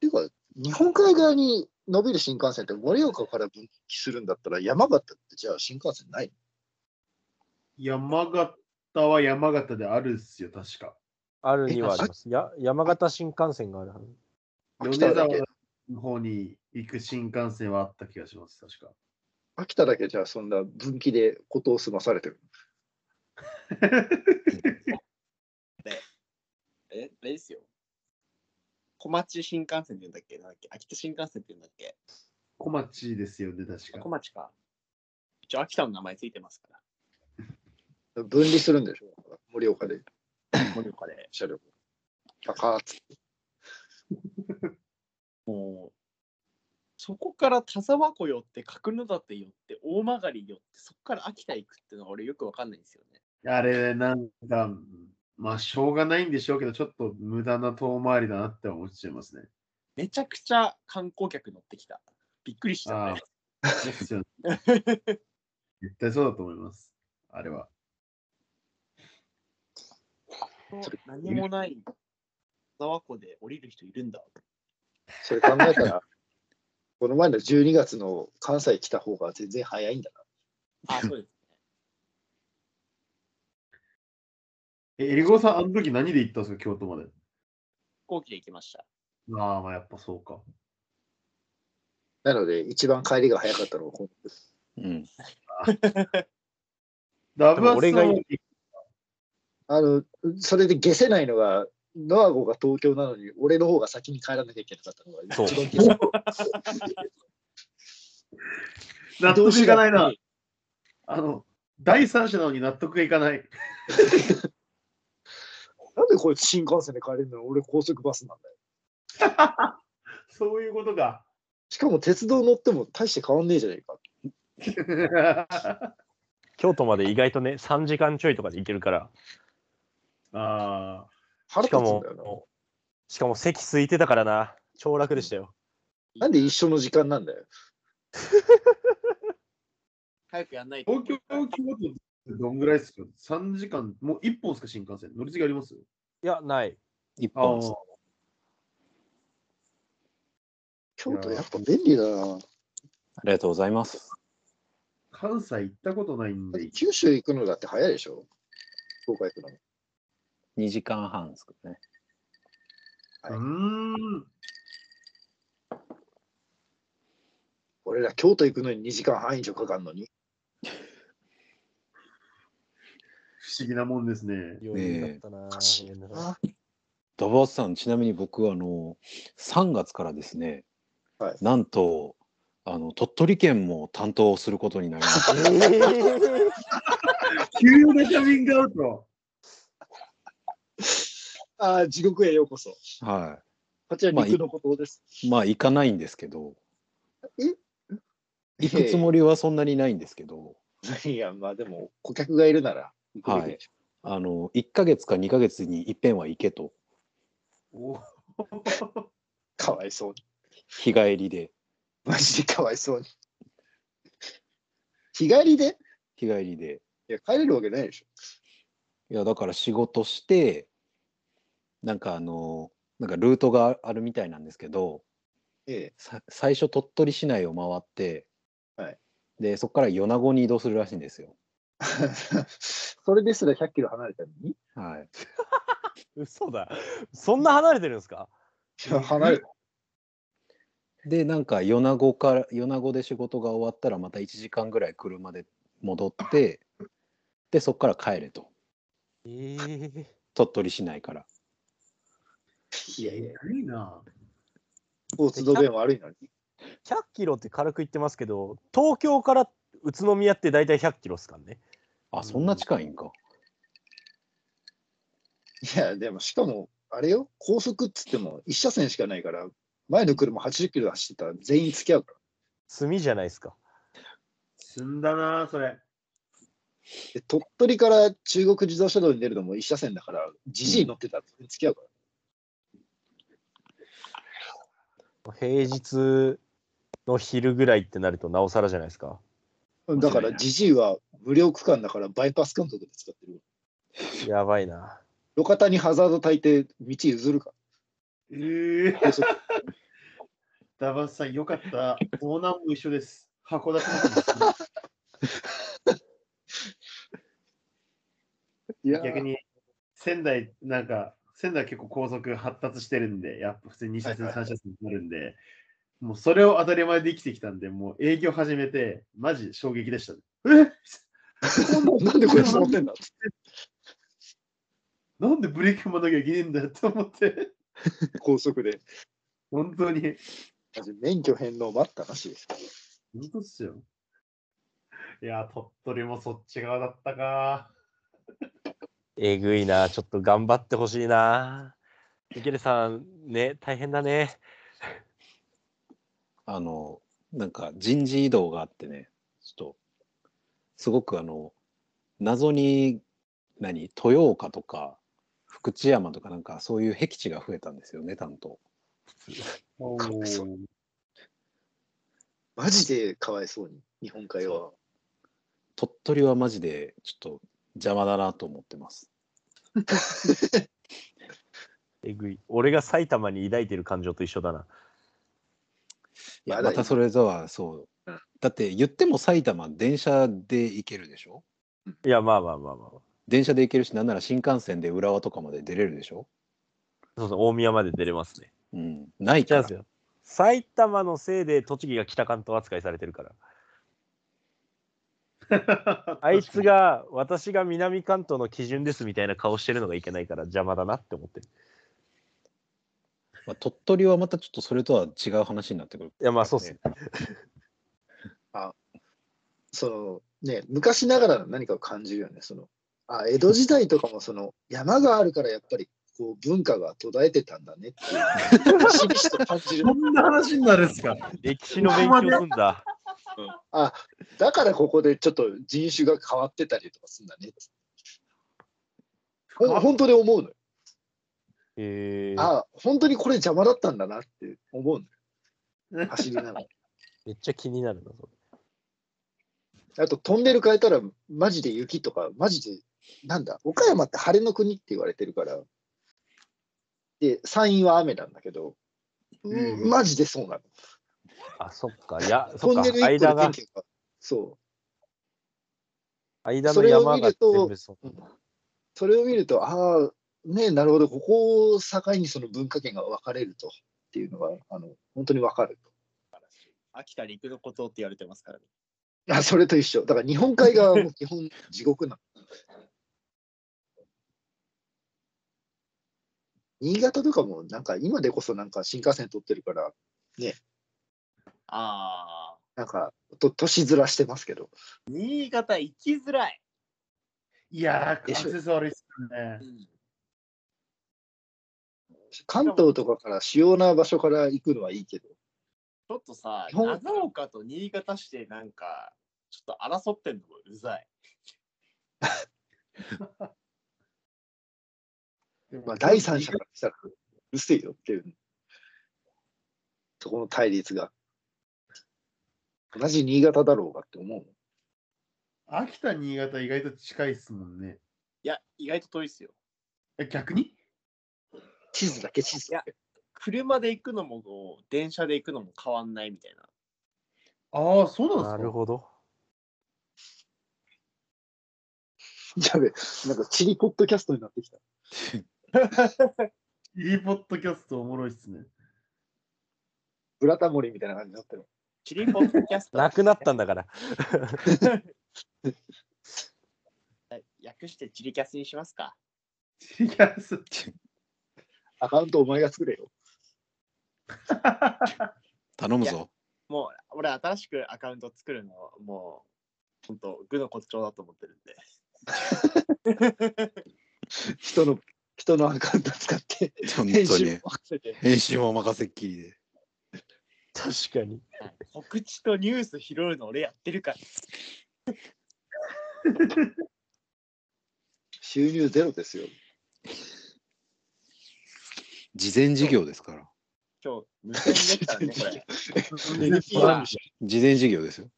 ていうか、日本海側に伸びる新幹線って盛岡から分岐するんだったら山形ってじゃあ新幹線ない山形は山形であるっすよ、確か。あるにはあります。や山形新幹線があるはず。米秋田だ沢けの方に行く新幹線はあった気がします、確か。秋田だけじゃあそんな分岐でことを済まされてる。 [LAUGHS] え、あれですよ。小町新幹線って言うんだっけなんだっけ秋田新幹線って言うんだっけ [LAUGHS] 小町ですよね、確小か。町か。一応、秋田の名前ついてますか分離するんでしょ盛岡で [LAUGHS] ら、盛岡で。車両。高っつってもう、そこから田沢湖寄って、角館寄って、大曲寄って、そこから秋田行くっていうのは俺よくわかんないんですよね。あれ、なんか、まあ、しょうがないんでしょうけど、ちょっと無駄な遠回りだなって思っちゃいますね。めちゃくちゃ観光客乗ってきた。びっくりした、あね。あ、ですよね。 [LAUGHS] 絶対そうだと思います。あれは。それ何もない田沢湖で降りる人いるんだ。それ考えたら、 [LAUGHS] この前の12月の関西来た方が全然早いんだな。 [LAUGHS] あ、そうです。え、エリゴさん、あの時何で行ったんですか、京都まで。飛行機で行きました。ああ、まあやっぱそうか。なので、一番帰りが早かったのはこのうん。ダブアツ俺がさんはあの、それで消せないのが、ノアゴが東京なのに、俺の方が先に帰らなきゃいけなかったのが、一番消せない。納得いかないな。あの、第三者なのに納得いかない。なんでこいつ新幹線で帰れるのに俺高速バスなんだよ。そういうことか。しかも鉄道乗っても大して変わんねえじゃねえか。あ京都まで意外とね、3時間ちょいとかで行けるから。 [LAUGHS] あ腹し立かつんもだよな。、しかも席空いてたからな。超楽でしたよ。なんで一緒の時間なんだよ。早くやんないと。ー。東京、京都ってどんぐらいですか ?3 時間、もう1本ですか、新幹線。乗り継ぎありますいや、ない。一ああ本。京都やっぱ便利だな。ありがとうございます。関西行ったことないんだっでて、九州行くのだって早いでしょ福岡行くのも。 2時間半ですけどね。うーん。俺ら京都行くのに2時間半以上かかるのに。不思議なもんですね。余裕だったな。おかしいなダバースさん、ちなみに僕はあの3月からですね、はいなんとあの鳥取県も担当することになりました。え急なキャミングアウト。ああ、地獄へようこそ。 [LAUGHS] はこちら陸のことです。い。まあ行かないんですけど、行くつりもりはそんなにないんですけど、いや、まあでも、顧客がいるなら、はい。あの1ヶ月か2ヶ月に一遍は行けとおかわいそうに。日帰りでマジでかわいそうに。日帰りで日帰りでいや、帰れるわけないでしょ。いやだから仕事してなんかあのなんかルートがあるみたいなんですけど、えさ最初鳥取市内を回って、はいでそこから米子に移動するらしいんですよ。え。 [LAUGHS] それですら100キロ離れたのにはい、 [LAUGHS] 嘘だ。そんな離れてるんですかいや離れた。でなんか米子から米子で仕事が終わったらまた1時間ぐらい車で戻ってでそこから帰れとええ鳥取市内からいやいや、いいな。交通道弁悪いのに。 100キロって軽く言ってますけど、東京から宇都宮って大体100キロっすかんね。あそんな近いんか、いや、でも、しかも、あれよ、高速っつっても、1車線しかないから、前の車80キロで走ってたら全員付き合うか炭じゃないですか。積んだな、それ。ら。で鳥取から中国自動車道に出るのも1車線だから、じじい乗ってたら全員付き合うから。平日の昼ぐらいってなるとなおさらじゃないですか。んだから、じじいは無料区間だから、バイパス感覚で使ってる。やばいな。路肩にハザード焚いて、道譲るかええら。高速 [LAUGHS] ダバスさん、よかった。オーナーも一緒です。函館の方ですいやー逆に、仙台、なんか、仙台は結構高速発達してるんで、やっぱ普通に2車線、3はいは車い線になるんで、もうそれを当たり前で生きてきたんで、もう営業始めて、マジ衝撃でしたね。えなんでこれ持ってんだなんでブレーキ踏まなきゃいけねえんだよと思って、高速で。本当に。マジ免許返納待ったなしです。本当っすよ。いやー、鳥取もそっち側だったか。えぐいな、ちょっと頑張ってほしいな。池田さん、ね、大変だね。あのなんか人事異動があってねちょっとすごくあの謎に何豊岡とか福知山とかなんかそういう僻地が増えたんですよね担当おかわいそマジでかわいそうに、日本海は。鳥取はマジでちょっと邪魔だなと思ってますえぐい。俺が埼玉に抱いてる感情と一緒だな。いやまだまいいたそれとはそう、うんだって言っても埼玉電車で行けるでしょいや、まあまあまあまあ。電車で行けるしなんなら新幹線で浦和とかまで出れるでしょそうそう、大宮まで出れますね。うんないチャンからスよ。埼玉のせいで栃木が北関東扱いされてるから。あいつが、私が南関東の基準ですみたいな顔してるのがいけないから邪魔だなって思ってる。まあ、鳥取はまたちょっとそれとは違う話になってくるいや、まあそうっすね。そのね、昔ながらの何かを感じるよね。そのあ江戸時代とかもその山があるからやっぱりこう文化が途絶えてたんだねって [LAUGHS] いう、ひしひしと感じる。そんな話になるんですか歴史の勉強すんだ。あだからここでちょっと人種が変わってたりとかするんだねってほん本当に思うのよ。えー、あ本当にこれ邪魔だったんだなって思う [LAUGHS] のよ。走りながら。めっちゃ気になるな、それあとトンネル変えたらマジで雪とか、マジで、なんだ、岡山って晴れの国って言われてるから、で、山陰は雨なんだけど、うんうんマジでそうなの。あ、そっか。いや、そトっンかネル。一個間で天が、気が、そう、間そのれを山見がると全部そう。それを見ると、ああ、ねなるほど、ここを境にその文化圏が分かれるとっていうのが、あの本当に分かる。秋田陸のことって言われてますからね。あそれと一緒。だから日本海側も基本地獄なの。新潟とかもなんか今でこそなんか新幹線取ってるからああ。なんかと年ずらしてますけど新潟行きづらい。いやー、でアしょクセス悪いっすよね。関東とかから主要な場所から行くのはいいけどちょっとさ、基本長岡と新潟市でなんか、ちょっと争ってんのもうざい。まあ、第三者からしたら、うるせえよっていう、そこの対立が。同じ新潟だろうがって思う。秋田、新潟意外と近いっすもんね。いや、意外と遠いっすよ。え逆に地図だけ地図だけ。車で行くのも、電車で行くのも変わんないみたいな。ああ、そうななんでるすかほど。やべえ、なんかチリポッドキャストになってきた。いいポッドキャストおもろいっすね。ブラタモリみたいな感じになってる。チリンポッドキャスト。なくなったんだから。訳してチリキャスにしますか。チリキャ [LAUGHS] ス。アカウントお前が作れよ。頼むいぞもう、俺、新しくアカウント作るの、もう、本当愚の骨頂だと思ってるんで。人の、人のアカウント使って、本編当集にも合わせて。編集もお任せっきりで確かに。告知とニュース拾うの俺やってるから。収入ゼロですよ。事前事業ですから今日、無線ですからね、これ。 [LAUGHS] NP は事前事業ですよ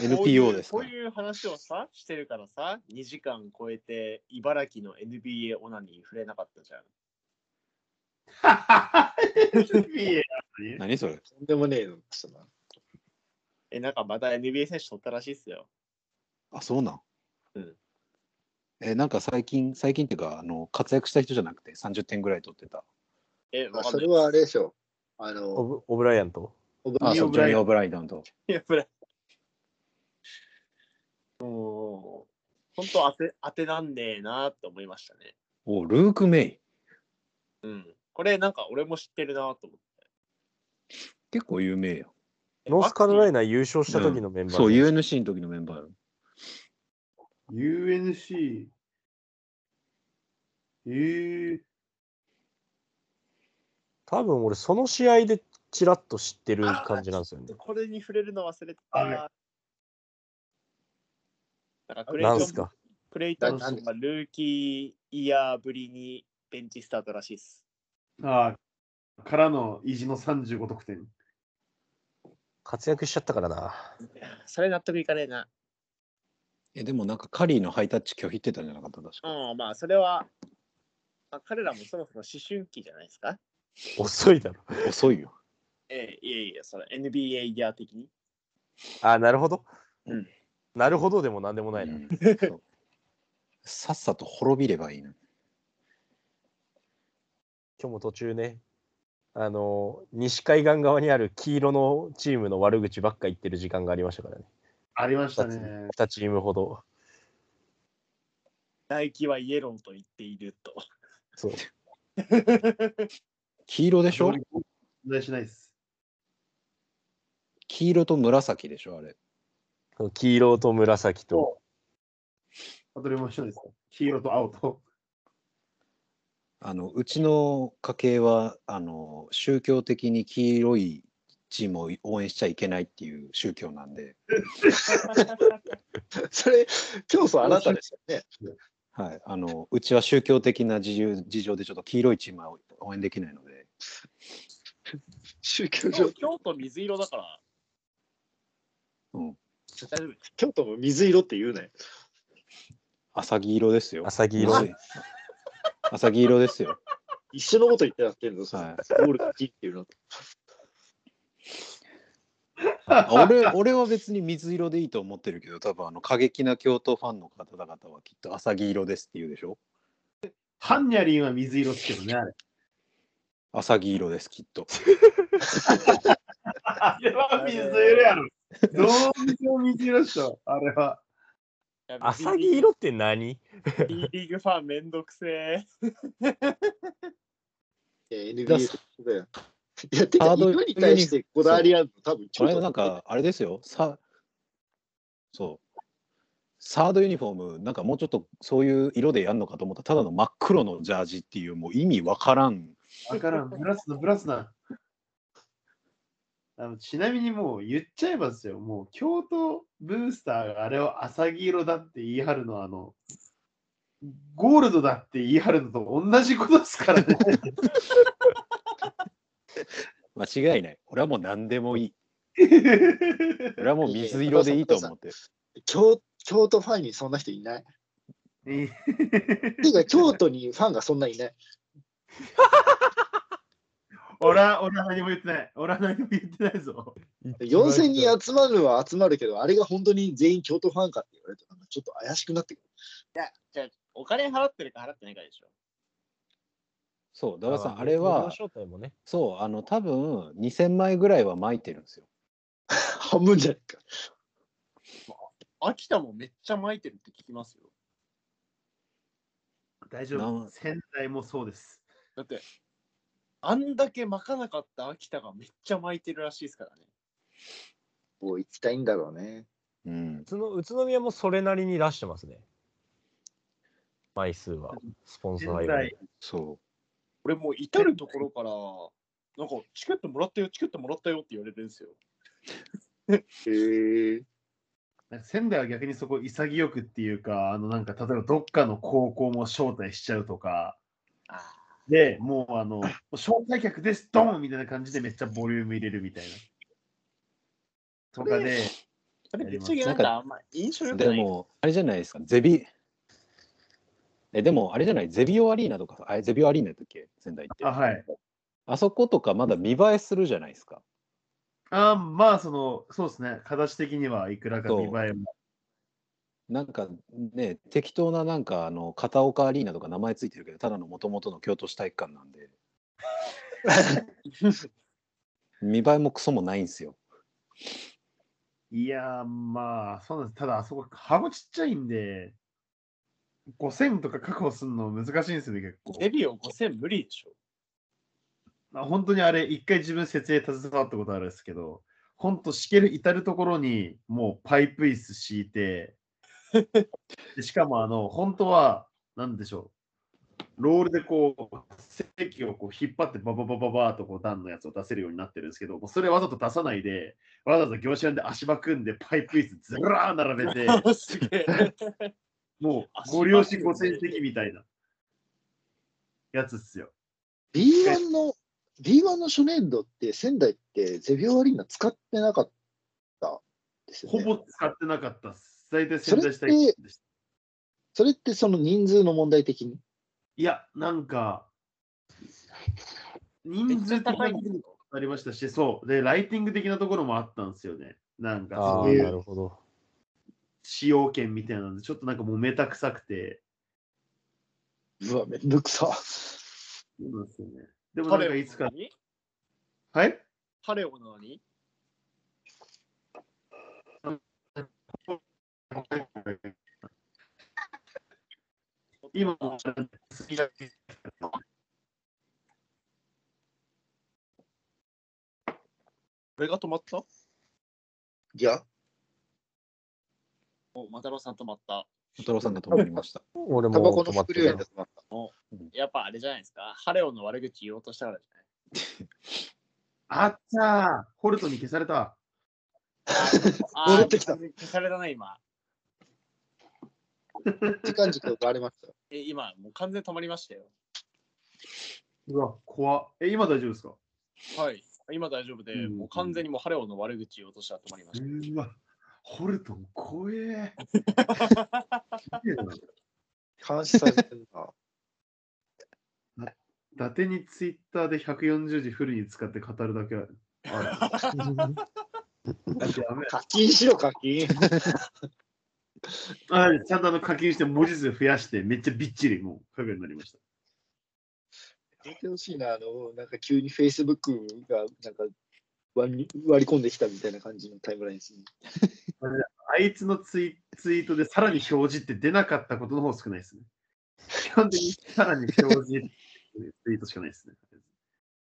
NPO ですこかうらいうこういう話をさ、してるからさ、2時間超えて、茨城の NBA オナに触れなかったじゃん。 NBA なのに何それとんでもねえのってな。え、なんかまた NBA 選手取ったらしいっすよ。あ、そうなん。うんえ、なんか最近、最近っていうか、あの活躍した人じゃなくて30点ぐらい取ってた。え、わあかんそなれい。はあれでしょ。あオの、ブオブライアントオブあ、そう、ジョニー・オブライダンと。いや、これ。もう、本当当て、当てなんねえなって思いましたね。おルーク・メイ。うん。これなんか俺も知ってるなと思って。結構有名や。ノースカロライナ。ナ優勝した時のメンバー、そう、UNC の時のメンバーよ UNC。えー、多分俺その試合でチラッと知ってる感じなんですよね。これに触れるの忘れてた。はいなんかクレイなトんンすかクレイトンさんがルーキーイヤーぶりにベンチスタートらしいっす。あーからの意地の35得点。活躍しちゃったからな。それ納得いかねえな。え、でもなんかカリーのハイタッチ拒否ってたんじゃなかった確か。うん、まあそれは、まあ、彼らもそもそも思春期じゃないですか。遅いだろ。遅いよ。ええ、いやいや、それ NBA イヤー的に。あ、なるほど。うんなるほどでもなんでもないな。うんそうさっさと滅びればいいのに。今日も途中ね、あの、西海岸側にある黄色のチームの悪口ばっか言ってる時間がありましたからね。ありました 2, ね。 2チームほど。ナイキはイエローと言っていると。そう。黄色でしょ問題しないです。黄色と紫でしょあれ。黄色と紫と。あとでも一緒です。黄色と青と。あのうちの家系はあの宗教的に黄色いチームを応援しちゃいけないっていう宗教なんで、それ、今日そうあなたですよね。はい、あのうちは宗教的な事情事情でちょっと黄色いチームは応援できないので、宗教京上、京都水色だからうん、大丈夫です。京都も水色って言うね。浅黄色ですよ。浅黄ま色ず。い浅黄色ですよ。一緒のこと言ってやってんの、そのはいゴールが木っていうの。あ俺俺は別に水色でいいと思ってるけど、多分あの過激な京都ファンの方々はきっと浅黄色ですって言うでしょハンニャリンは水色ですけどね、あれ。浅黄色です、きっと。 [LAUGHS] あれは水色やろ。どう見ても水色でしょ、あれ [LAUGHS] は。浅黄色って何 B リーグファンめんどくせえ。いやだ NBA だよ。 [LAUGHS] いや、てハか、ード色に対してこだわりあるの、多分これなん、かあれですよさそうサードユニフォームなんかもうちょっとそういう色でやるのかと思ったらただの真っ黒のジャージっていうもう意味わからんわからん、ブラスな、ブラスな。あのちなみにもう言っちゃえばですよ、もう京都ブースターがあれを浅黄色だって言い張るのは、あの、ゴールドだって言い張るのと同じことですから [LAUGHS] ね。間違いない俺はもう何でもいい俺はもう水色でいいと思ってる京京都ファンにそんな人いない。てか、京都にファンがそんないない。俺は、俺は何も言ってない。俺は何も言ってないぞ。 4000人集まるのは集まるけど、あれが本当に全員京都ファンかって言われたら、ちょっと怪しくなってくる。じゃあ、お金払ってるか払ってないかでしょ。そうだからさんあれは招待もね。そうあの多分2000枚ぐらいは巻いてるんですよ半分じゃないか。秋田もめっちゃ巻いてるって聞きますよ。大丈な夫。仙台もそうです。だって、あんだけ巻かなかった秋田がめっちゃ巻いてるらしいですからね。もう行きたいんだろうね。うん宇都宇都宮もそれなりに出してますね。枚数は。スポンサ仙ー用に台。そ俺もう至るところから、なんかチケットもらったよ、チケットもらったよって言われるんですよ。へえ。なんか仙台は逆にそこ潔くっていうか、あのなんか例えばどっかの高校も招待しちゃうとか、ああ。で、もうあの、招待客です、ドンみたいな感じでめっちゃボリューム入れるみたいな。とかで、それめっちゃ嫌なんだ。あんま印象良うくでない。もあれじゃないですかゼビえでもあれじゃない、ゼビオアリーナとかさ、あれゼビオアリーナだっけ、仙台って。あ、はい。あそことかまだ見栄えするじゃないですか。あまあ、その、そうですね。形的にはいくらか見栄えも。なんかね、適当ななんかあの片岡アリーナとか名前ついてるけど、ただの元々の京都市体育館なんで。見栄えもクソもないんですよ。いやー、まあ、そうなんです。ただ、あそこ、箱ちっちゃいんで、5000とか確保するの難しいんですよね、結構。デビュー5000無理でしょ。まあ、本当にあれ、一回自分設営携わったことあるんですけど、本当、敷ける至るところに、もうパイプ椅子敷いて、でしかも、あの、本当は、なんでしょう、ロールでこう、席をこう引っ張って、バババババーとこう段のやつを出せるようになってるんですけど、もうそれわざと出さないで、わざわざ業者で足場組んで、パイプ椅子ずらー並べて、すげえ。もう、足場ご利用しご戦績みたいなやつっすよ。 B1 の、B1 の初年度って仙台ってゼビオアリーナ使ってなかったですよほね。ぼ使ってなかったっす。大体そ仙れ台っ市体育て館でした。それってその人数の問題的に。いや、なんか、人数的なこともありましたし、そう。で、ライティング的なところもあったんですよね。なんか、あそあ、ういなうるほど。使用権みたいなので、ちょっとなんかもうめたくさくて。うわ、めんどくさ。そうなんですよね。でもパなんレオかのいつか、何はいパレオの何今も、次だけ俺が止まったいや、お、マタロさん止まった。太郎さんが止まりました。俺タバもコの止まっ副て流る煙だ。となった。やっぱあれじゃないですか。ハレオの悪口言おうとしたからじゃないあっちゃー、ホルトに消された。あー戻ってきた消されたな、今。時間軸奪われましたよ。え、今、もう完全に止まりましたよ。うわ、怖っえ、今大丈夫ですかはい。今大丈夫で、うんもう完全にもうハレオの悪口言おうとしたら止まりました。うわ、ホルトン怖 [LAUGHS] え。監視されてるな。伊達にツイッターで140字フルに使って語るだけある。やめ [LAUGHS] 課金しろ、課金。あちゃんとあの課金して文字数増やしてめっちゃびっちりもう書くようになりました。やめてほしいな、あの、なんか急に Facebook がなんか割り割り込んできたみたいな感じのタイムラインですね。あいつのツイツイートでさらに表示って出なかったことの方少ないですね。基本的にさらに表示っていうツイートしかないですね。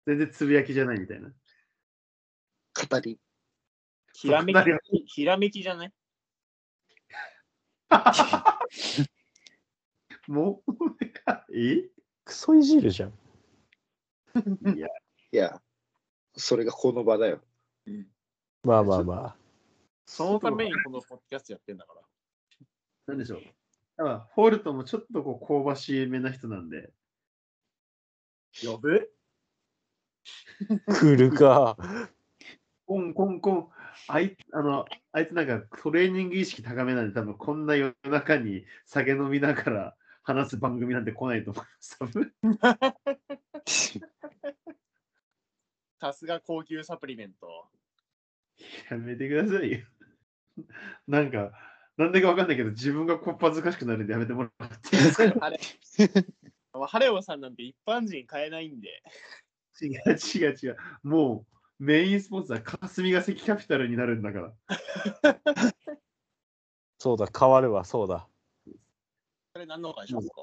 全然つぶやきじゃないみたいな。語り。ひら [LAUGHS] めそうなき、ひらめきじゃないもう、 [LAUGHS] えクソいじるじゃん。いや、それがこの場だよ。まあまあまそのためにこのポッドキャストやってんだから。なんでしょう。だからホルトもちょっとこう香ばしめな人なんで、呼ぶあ。来るか。コンコンコン、あいあのあいつなんかトレーニング意識高めなんで、多分こんな夜中に酒飲みながら話す番組なんて来ないと思います。多分さすが高級サプリメント。やめてくださいよ。 [LAUGHS] なんか、なんでかわかんないけど、自分がこっぱずかしくなるんでやめてもらっていいですか [LAUGHS] [LAUGHS] ハレハレオさんなんて一般人買えないんで。違う違う違う。もうメインスポンサー、霞が関キャピタルになるんだから。そうだ、変わるわ、そうだ。それ何の会社ですか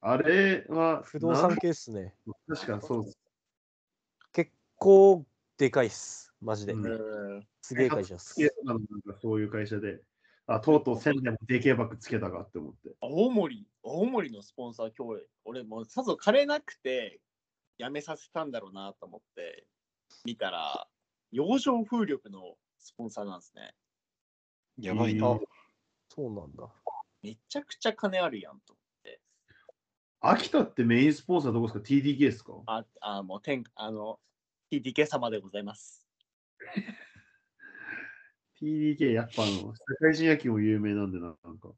あれは、不動な産ん系っすね。確かそうです。結構でかいっす。マジで。うんうん。すげえ会社っす。いやなんかそういう会社で、あ、とうとう仙台もでけえバッグつけたかって思って。青森、青森のスポンサー協力。俺もうさぞ枯れなくて、やめさせたんだろうなと思って、見たら、洋上風力のスポンサーなんですね。 [LAUGHS] やばいな。うあんそうなんだ。めちゃくちゃ金あるやんと思って。秋田ってメインスポンサーどこですか ?TDK ですかあ、あもう天、あの、TDK 様でございます。 ?TDK やっぱあの、社会人野球も有名なんでな、なんか。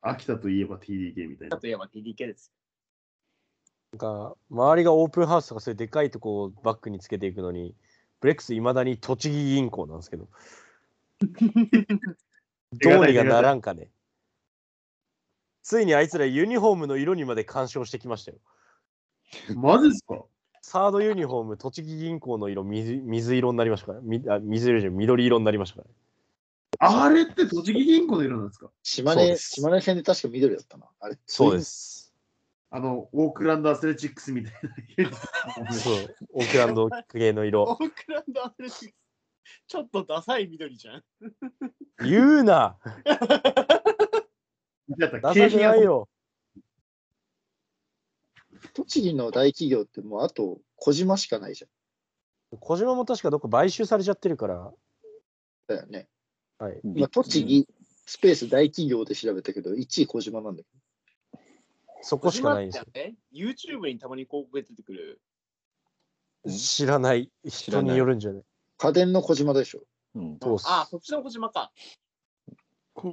秋田といえば TDK みたいな。といえば TDK です。なんか、周りがオープンハウスとかそういうでかいとこをバックにつけていくのに、ブレックスいまだに栃木銀行なんですけど。どうにかならんかね。ついにあいつらユニフォームの色にまで干渉してきましたよ。マジですかサードユニフォーム、栃木銀行の色水、水色になりましたから、みあ水色じゃない緑色になりましたから、あれって栃木銀行の色なんですか島そうで根、す島根戦で確か緑だったな。あれそうで。す。あの、オークランドアスレチックスみたいな。そう、オークランド系の色オ。ークランドアスレチックス。ちょっとダサい緑じゃん。言うなだったダ景サく品な屋いよ栃木の大企業ってもうあと小島しかないじ小島も確かどっか買収されちゃってるから、ゃん。だよね。はい、今、栃木スペース大企業で調べたけど、1位小島なんだけそこしかないんですよ。ね、YouTube にたまに広告で出てくる。ん知らない人によるんじゃないど。家電の小島でしょ。うん、そうっすあ、そっちの小島か。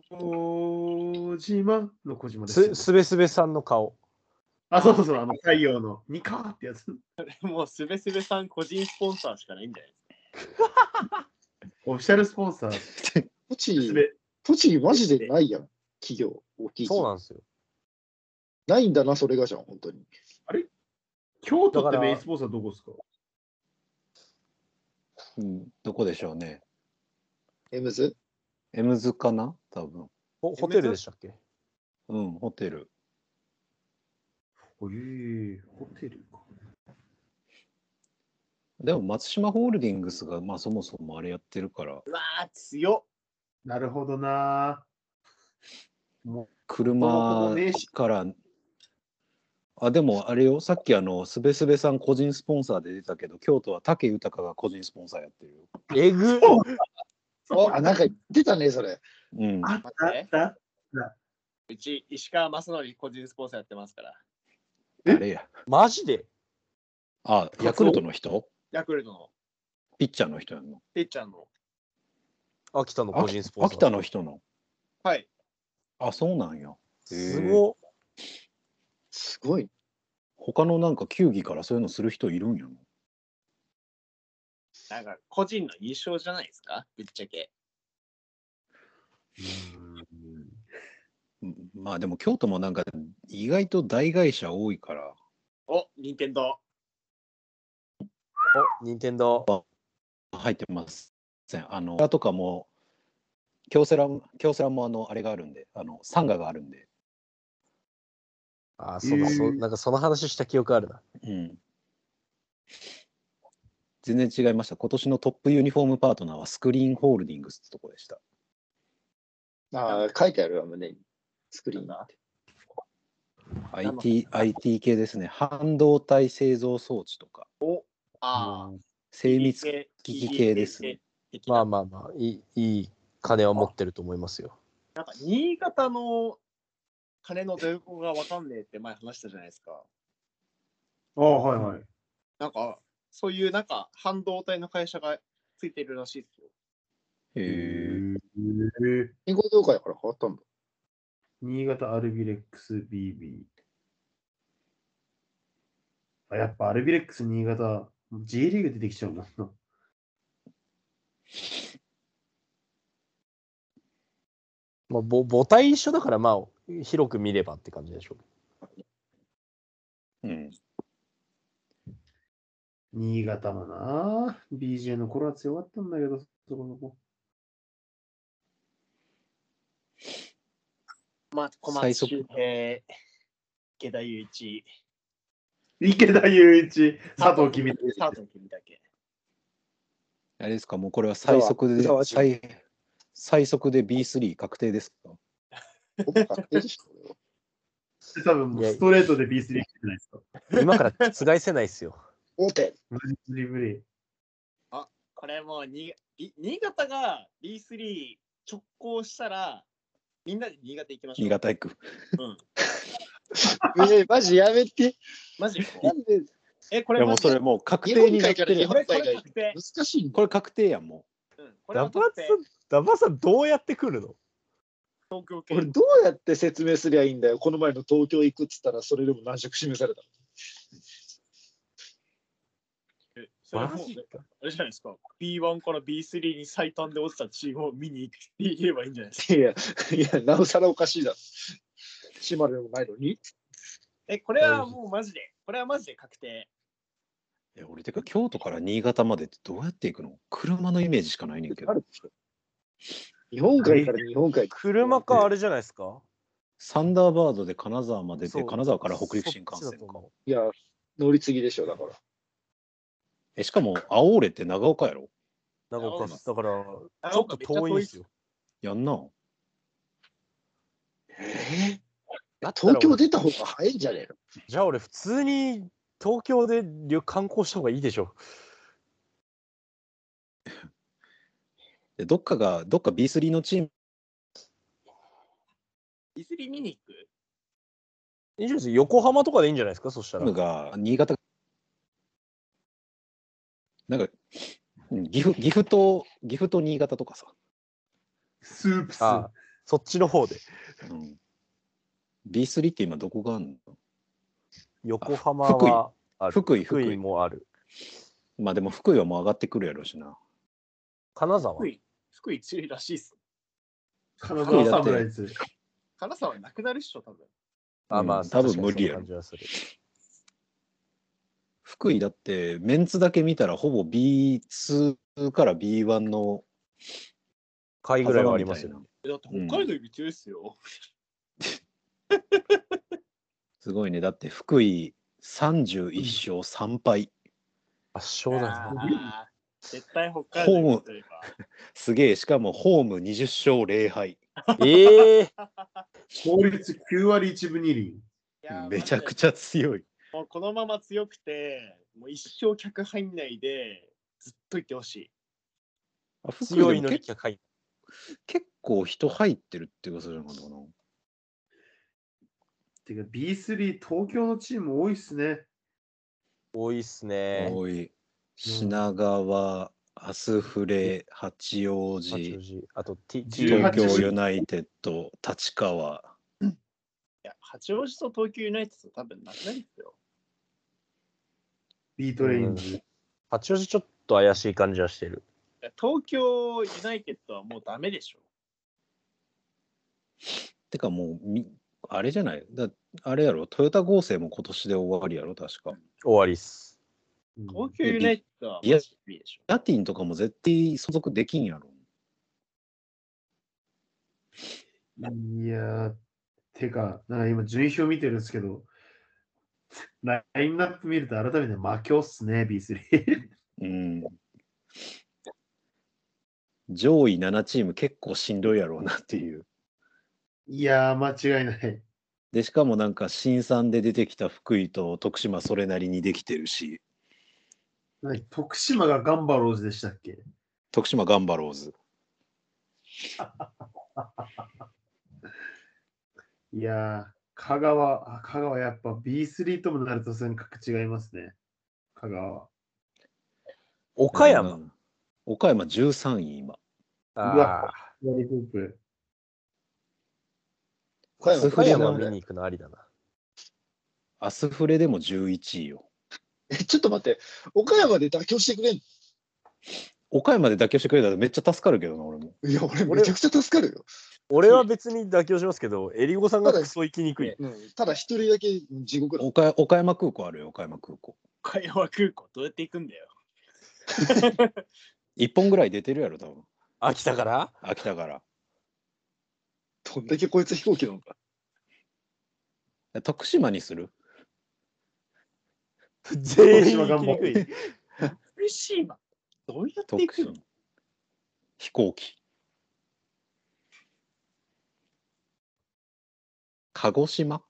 小島の小島ですよすね。すべすべさんの顔。あ、そうそう、あの太陽のニカーってやつ。もうすべすべさん個人スポンサーしかないんじゃないオフィシャルスポンサー、栃す木、べ栃木マジでないやん。企業、大きい企業。そうなんですよ。ないんだな、それがじゃん、本当に。京都っだかてらメインスポンサーどこですかうん、どこでしょうね。エムズエムズかな多分。ホホテルでしたっけうん、ホテル。おいホテルか。でも松島ホールディングスが、まあそもそもあれやってるから、うわー、強っ。なるほどな。も車から、あ、でもあれよ、さっきあの、すべすべさん個人スポンサーで出たけど、京都は武豊が個人スポンサーやってるよ。え [LAUGHS] ぐうあ、なんか言ってたね、それ。うん。あったあった。うち石川正則個人スポンサーやってますから。え誰や。マジであ、ヤクルトの人ヤクルトのピッチャーの人やんの。てっちゃんの。秋田の個人スポンサー。秋田の人の。はい。あ、そうなんや。すごっすごい。他のなんか球技からそういうのする人いるんやの。なんか個人の優勝じゃないですかぶっちゃけ。うんまあでも京都もなんか意外と大会社多いから、お、任天堂。お、任天堂。入ってます。あの、とかも、京セラ、京セラもあの、あれがあるんで、あの、サンガがあるんで、あー、そうえだ、ーそう、なんかその話した記憶あるな。うん。全然違いました。今年のトップユニフォームパートナーはスクリーンホールディングスってとこでした。あー書いてあるわ、胸に。スクリーンなんが。 IT、IT 系ですね。半導体製造装置とか、ああ、精密機器系ですね。まあまあまあ、いい、いい金を持ってると思いますよ。なんか新潟の金の出所がわかんねえって前話したじゃないですか。あはいはい。なんかそういうなんか半導体の会社がついてるらしいですよ。へえ。へえ人工業界から変わったんだ。新潟アルビレックス BB。あやっぱアルビレックス新潟、J リーグ出てきちゃうもんな。まあ、ぼ母体一緒だから、まあ、広く見ればって感じでしょうん。新潟もな、BJ の頃は強かったんだけど、そこの子。まあ、小最松速周平、池田雄一、池田雄一、佐藤君佐藤君だけ。あれですか、もうこれは最速宇で佐川、宇佐川最最速で B3 確定ですかほぼ確定でし [LAUGHS] ょ、こ多分もうストレートで B3 来てないですか。今からつがいせないっすよ。れは大手。無理無理。これもうにい新潟が B3 直行したら、みんなで新潟行きましょう。新潟行く。うん。ねえマジやめて。マジなんでえ、こいれやもマうジそれもう確日定に本な海ってから日る。こ本れ海が確定。難しいんだ。これ確定やんもうん、これダはバ確定さん、ダバさんどうやって来るの東京系俺、どうやって説明すりゃいいんだよ。この前の東京行くっつったら、それでも難色示された。えそれはもうマジかあれじゃないですか。B1 から B3 に最短で落ちたチームを見に行って言えばいいんじゃない [LAUGHS] ですか。いや、いや、なおさらおかしいだろ。島根でもないのに。え、これはもうマジで、これはマジで確定。え俺てか京都から新潟までってどうやって行くの車のイメージしかないねんけどある日本海から日本海。車かあれじゃないですかサンダーバードで金沢までそでう金沢から北陸新そ幹っちだ線とか思ういや、乗り継ぎでしょ、だから。えしかも青俺って長岡やろ長岡市だからあちょっと遠いんですよ。やんなえだったら東京俺出た方が早いんじゃねえのじゃあ俺普通に東京で旅観光した方がいいでしょ。でどっかがどっか B3 のチームいずれ見に行くいいじゃないですか横浜とかでいいんじゃないですかそしたら。が新潟なんかうん岐阜岐阜と岐阜と新潟とかさ、スープス。ああそっちの方で。うん B3 って今どこがあんの横浜はある福井福福井井もある。まあでも福井はもう上がってくるやろうしな金沢福井、福井強いらしいっす。金沢サムライズ。金沢なくなるっしょ、多分。あまうあん多分無理や確かにそんなろ感じはする福井だってメンツだけ見たらほぼ B2 から B1 の貝ぐらいはありますよ、ね狭間みたいだってな。北海道より強いっすよ。すごいねだって福井31勝3敗、圧勝だな。あー絶対北海道より強いわすげえしかもホーム20勝0敗ええ効率9割1分2厘。いやーめちゃくマジちゃ強いでもうこのまま強くて、もう一生客入んないで、ずっといってほしい。あ福井でも強いのに結高い。結構人入ってるって噂じゃなかったかなてか B3 東京のチーム多いっすね。多いっすね。多い品川、アスフレ、八王八王子、子あと T 18東京時ユナイテッド、立川。いや、八王子と東京ユナイテッド多分なくなるっすよ。ビートレインズ。八王子ちょっと怪しい感じはしてる。いや東京ユナイテッドはもうダメでしょ。てかもうみ、あれじゃないだあれやろ、トヨタ合成も今年で終わりやろ、確か。終わりっす。東京ユナイテッドはリアマジでいいでしょ。ラティンとかも絶対所属できんやろ。いやー、てか、なんか今順位表見てるんですけど、ラインナップ見ると改めて魔境っすね、B3。うん。上位7チーム結構しんどいやろうなっていう。 [LAUGHS] いやー、間違いない。で、しかもなんか新参で出てきた福井と徳島それなりにできてるし、なんか徳島がガンバローズでしたっけ徳島ガンバローズ。いやー、香川、あ香川やっぱ B3 ともなると全格違いますね。香川は。岡山。うん。岡山13位今。ああ。ワリフープ。岡スフ岡レ山も見に行くのありだな。アスフレでも11位よ。えちょっと待って、岡山で妥協してくれんの岡山で妥協してくれたらめっちゃ助かるけどな、俺も。いや、俺、俺めちゃくちゃ助かるよ。俺は別に妥協しますけど、エリゴさんがクソ行きにくい。うんただ、一人だけ地獄だ。岡岡山空港あるよ、岡山空港。岡山空港どうやって行くんだよ。 1本ぐらい出てるやろ、多分秋田から秋田から。どんだけこいつ飛行機なのか。徳島にする [LAUGHS] 全員行きにくい。嬉しいな。どうやって行徳くの島。飛行機。鹿児島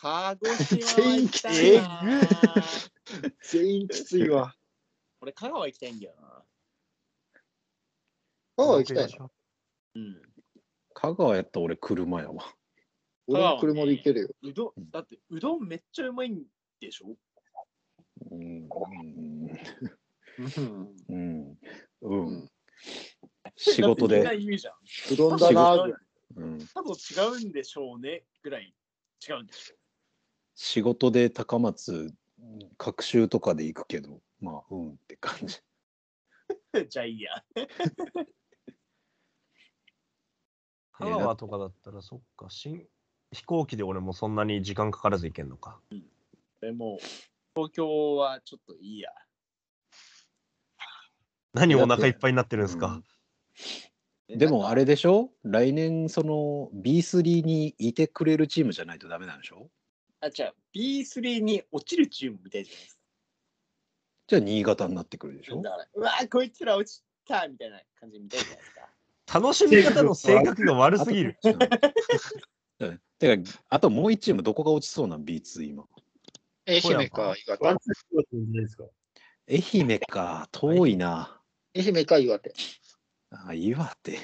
鹿児島は全員行来きてたいな。全員きついわ。俺、香川行きたいんだよな。ああ、行きたいな。うん。香川やったら俺車やわ。俺は車で行けるよ。うどん、だってうどんめっちゃうまいんでしょうん。うんうん。うん。うん。仕事で。意味じゃん。うどんだな仕ー。うん、多分違うんでしょうねぐらい違うんでしょ仕事で高松隔週とかで行くけどまあうんって感じう。 [LAUGHS] じゃあいいや。香川とかだったら、そっか、新飛行機で俺もそんなに時間かからず行けんのか。でも、東京はちょっといいや。何お腹いっぱいになってるんですうかん。でもあれでしょ来年その B3 にいてくれるチームじゃないとダメなんでしょあ、じゃあ B3 に落ちるチームみたいじゃないですじゃあ新潟になってくるでしょか。だから、うわー、こいつら落ちたみたいな感じみたいじゃないですか。楽しみ方の性格が悪あとすぎる。。うんうんてかあともう一チームどこが落ちそうなん B2 今。愛富山媛か岩ワン手。ツースポーツじゃないですか。愛媛か遠いな。愛媛か岩手。あ岩手。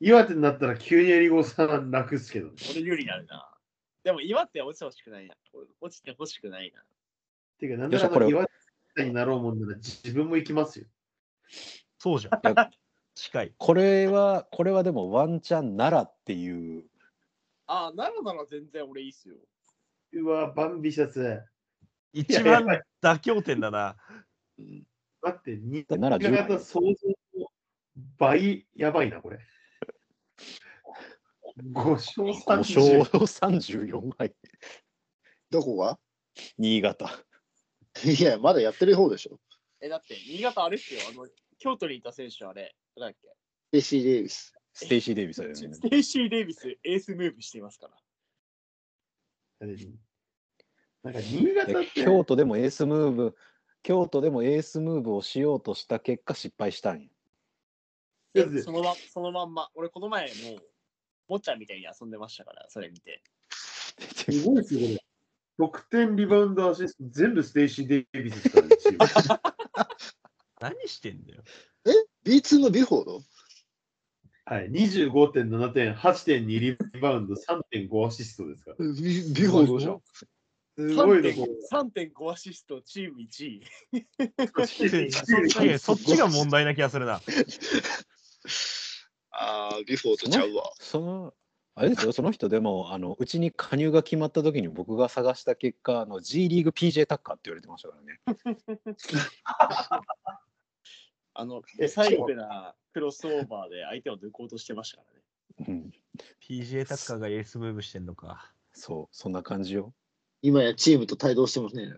岩手になったら急にエリゴさん楽っすけどね。俺有利になるな。でも岩手は落ちてほしくないな。落ちてほしくないな。ていうか、なんなよっしゃこられ岩手になろうもんなら自分も行きますよ。そうじゃんいや。近い。これはこれはでもワンチャン奈良っていうあー、ならなら全然俺いいっすよ。うわ、バンビシャツ。一や番ばい妥協点だな。待って、新だから10潟想像の倍やばいな、これ。5 5勝勝3 34敗どこが新潟。いや、まだやってる方でしょ。え、だって、新潟あれっすよ。あの、京都にいた選手あれ、誰だっけレシー・デイビス。ステイシー・デイビスだよねス。テイシー・デイビス、エースムーブしていますから。なんか新潟っでて、京都でもエースムーブ京都でもエースムーブをしようとした結果失敗したんや。だってそのまそのまんま、俺この前もう、もっちゃんみたいに遊んでましたから、それ見て。すごいですよ、これ。得点、リバウンド、アシスト、全部ステイシー・デイビスですからね、チーム何してんだよ。 B2 のビュフォードはい、25.7点、8.2リバウンド、3.5アシストですから。ビビュフォードじゃん。すごいね、こう3.5アシスト、チーム1位。いやそっちが問題な気がするな。ああ、ビュフォードちゃうわ。そのあれですよその人でもあのうちに加入が決まった時に僕が探した結果あの G リーグ PJ タッカーって言われてましたからね。あの、えサイクなクロスオーバーで相手を抜こうとしてましたからね。うん、 PGA タッカーがエースムーブしてんのか。そうそんな感じよ。今やチームと帯同してますねえの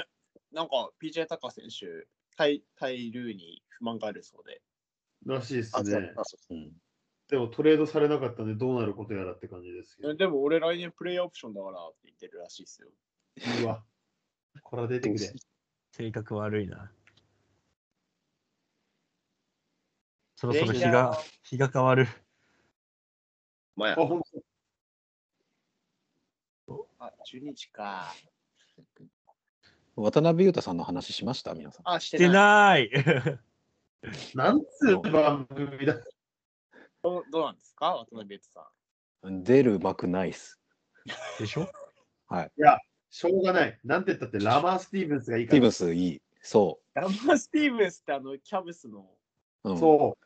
に。なんか、PJ タカ選手、対対ルーに不満があるそうで。らしいであすね。あそううん、でもトレードされなかったんで、どうなることやらって感じですけどえ。でも俺来年プレイヤーオプションだからって言ってるらしいですよ。うわ、これは出てくれ。性格悪いな。そろそろ日が、日が変わる。まあやあ、、ほんとあ、12時か。渡辺裕太さんの話しました皆さん。あ、ししててない。 [LAUGHS] ない。なんつう番組だ。どうどうなんですか渡辺悦さん。出る幕ないっす。でしょしょうがない。なんて言ったって、ラマー・スティーブンスがいいスかティーら。ブンスいい。そラマー・スティーブンスってあの、キャブスの。う。うん、そ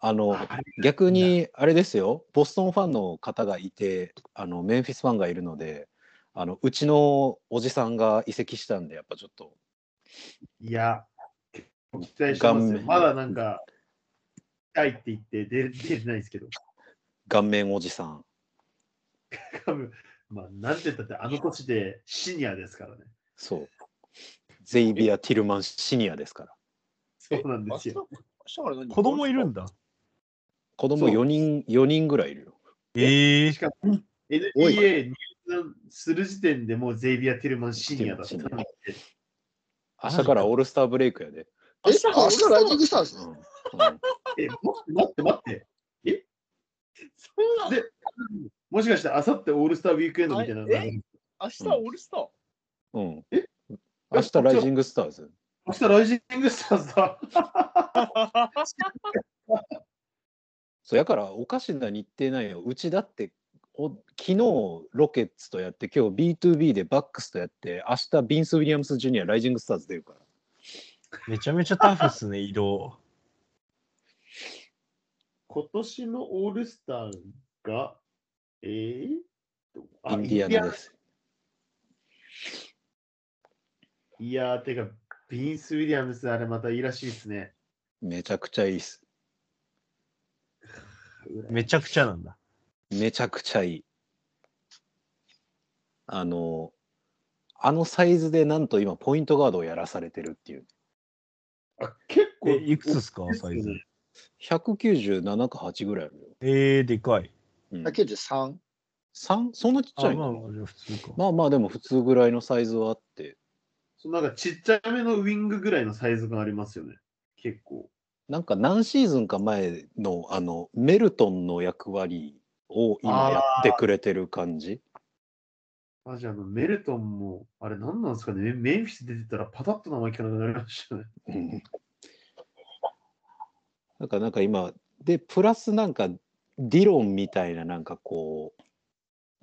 あうの。逆にあれですよボストンファンの方がいてあのメンフィスファンがいるのであのうちのおじさんが移籍したんでやっぱちょっといや、期待してます顔よ。面まだなんか、痛いって言って出出てないですけど。顔面おじさん多分まあ、なんて言ったって、あの年でシニアですからね。そうゼイビア・ティルマンシニアですからそうなんですよ。明日。明日から何子供いるんだ。子供4人4人ぐらいいるよええしかも、NBA 入団する時点でもうゼイビア・ティルマンシニアだったので。明日からオールスターブレイクやで、え、明日ライジングスターズうんうんえ、待って待って待って。えそうなんだでもしかして、あさってオールスターウィークエンドみたいなのあある。明日オールスター。うんえ明日ライジングスターズ明日ライジングスターズだ。そうやからおかしな日程なんようちだってお昨日ロケッツとやって今日 B2B でバックスとやって明日ビンス・ウィリアムス・ジュニアライジングスターズ出るからめちゃめちゃタフっすね、移動。今年のオールスターが、えー、。インディアナですす。いやー、てか、ビンス・ウィリアムス、あれまたいいらしいですね。めちゃくちゃいいです。めちゃくちゃなんだ。めちゃくちゃいい。あの、あのサイズでなんと今、ポイントガードをやらされてるっていう。あ結構、え、いくつですか大き、いっすサよイズ。ね197か8ぐらいあるよ。えー、でかい。うん、 193 3? そんなちっちあ、ゃいまあ、のじゃあ普通か。まあまあ、でも普通ぐらいのサイズはあって、そのなんかちっちゃめのウィングぐらいのサイズがありますよね。結構。なんか何シーズンか前の、あの、メルトンの役割を今やってくれてる感じ。マジあの、メルトンも、あれ何なんですかね、メメンフィス出てたらパタッと名前聞かなくなりましたね。うんなんかなんか今でプラスなんかディロンみたいななんかこ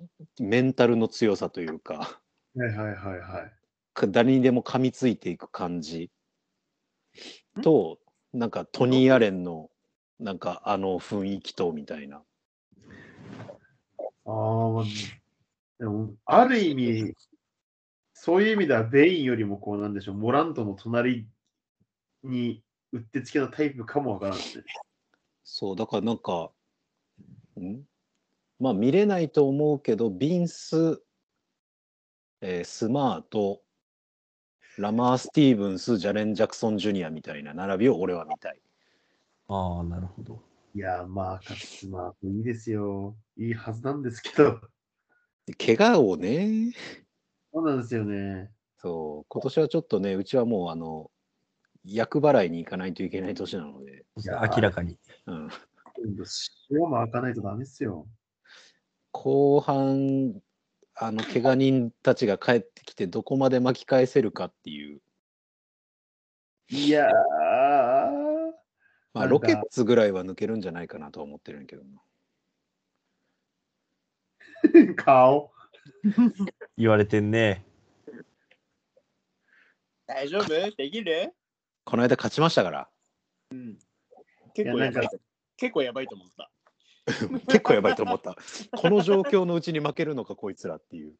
うメンタルの強さというか [LAUGHS] はいはいはいはい。か誰にでも噛みついていく感じとなんかトニー・アレンのなんかあの雰囲気とみたいなあーでも、ある意味、そういう意味では、ベインよりもこうなんでしょう、モラントの隣にうってつけのタイプかもわからんですね。そうだからなんかんまあ見れないと思うけどビンス、えースマートラマー・スティーブンスジャレン・ジャクソン・ジュニアみたいな並びを俺は見たいああ、なるほど。いやー、まあ、カスマートいいですよ。いいはずなんですけど。で怪我をねそうなんですよね。そう今年はちょっとねうちはもうあの厄払いに行かないといけない年なので、いやー明らかに。うん、今度、塩も開かないとダメですよ。後半あの怪我人たちが帰ってきてどこまで巻き返せるかっていう、いやー。まあ、なんロかケッツぐらいは抜けるんじゃないかなとは思ってるんやけどな顔。言われてんね。 [LAUGHS] 大丈夫できるこの間勝ちました [LAUGHS] から。結構いやなやんかばいと。結構やばいと思った。結構やばいと思った。この状況のうちに負けるのか、こいつらっていう。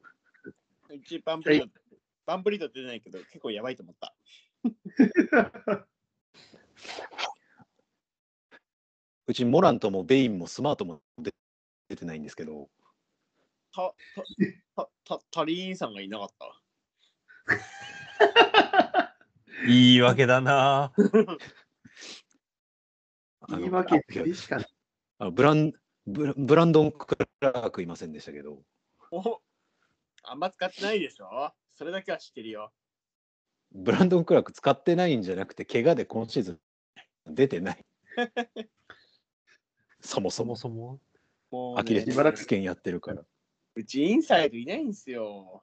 うちバンプリート、バンプリート出ないけど、結構やばいと思った。うちモランともベインもスマートも出出てないんですけど、た、た、た、た、タリーンさんがいなかった。言い訳だな。あの言い訳いやでしかない。あのブランブラブランドン・クラークいませんでしたけど、おあんま使ってないでしょそれだけは知ってるよ。ブランドン・クラーク使ってないんじゃなくて、怪我で今シーズン出て [LAUGHS] ない。そもそそももそも。もう、ね、アキレスしばらく腱やってるから。うちインサイドいないんですよ。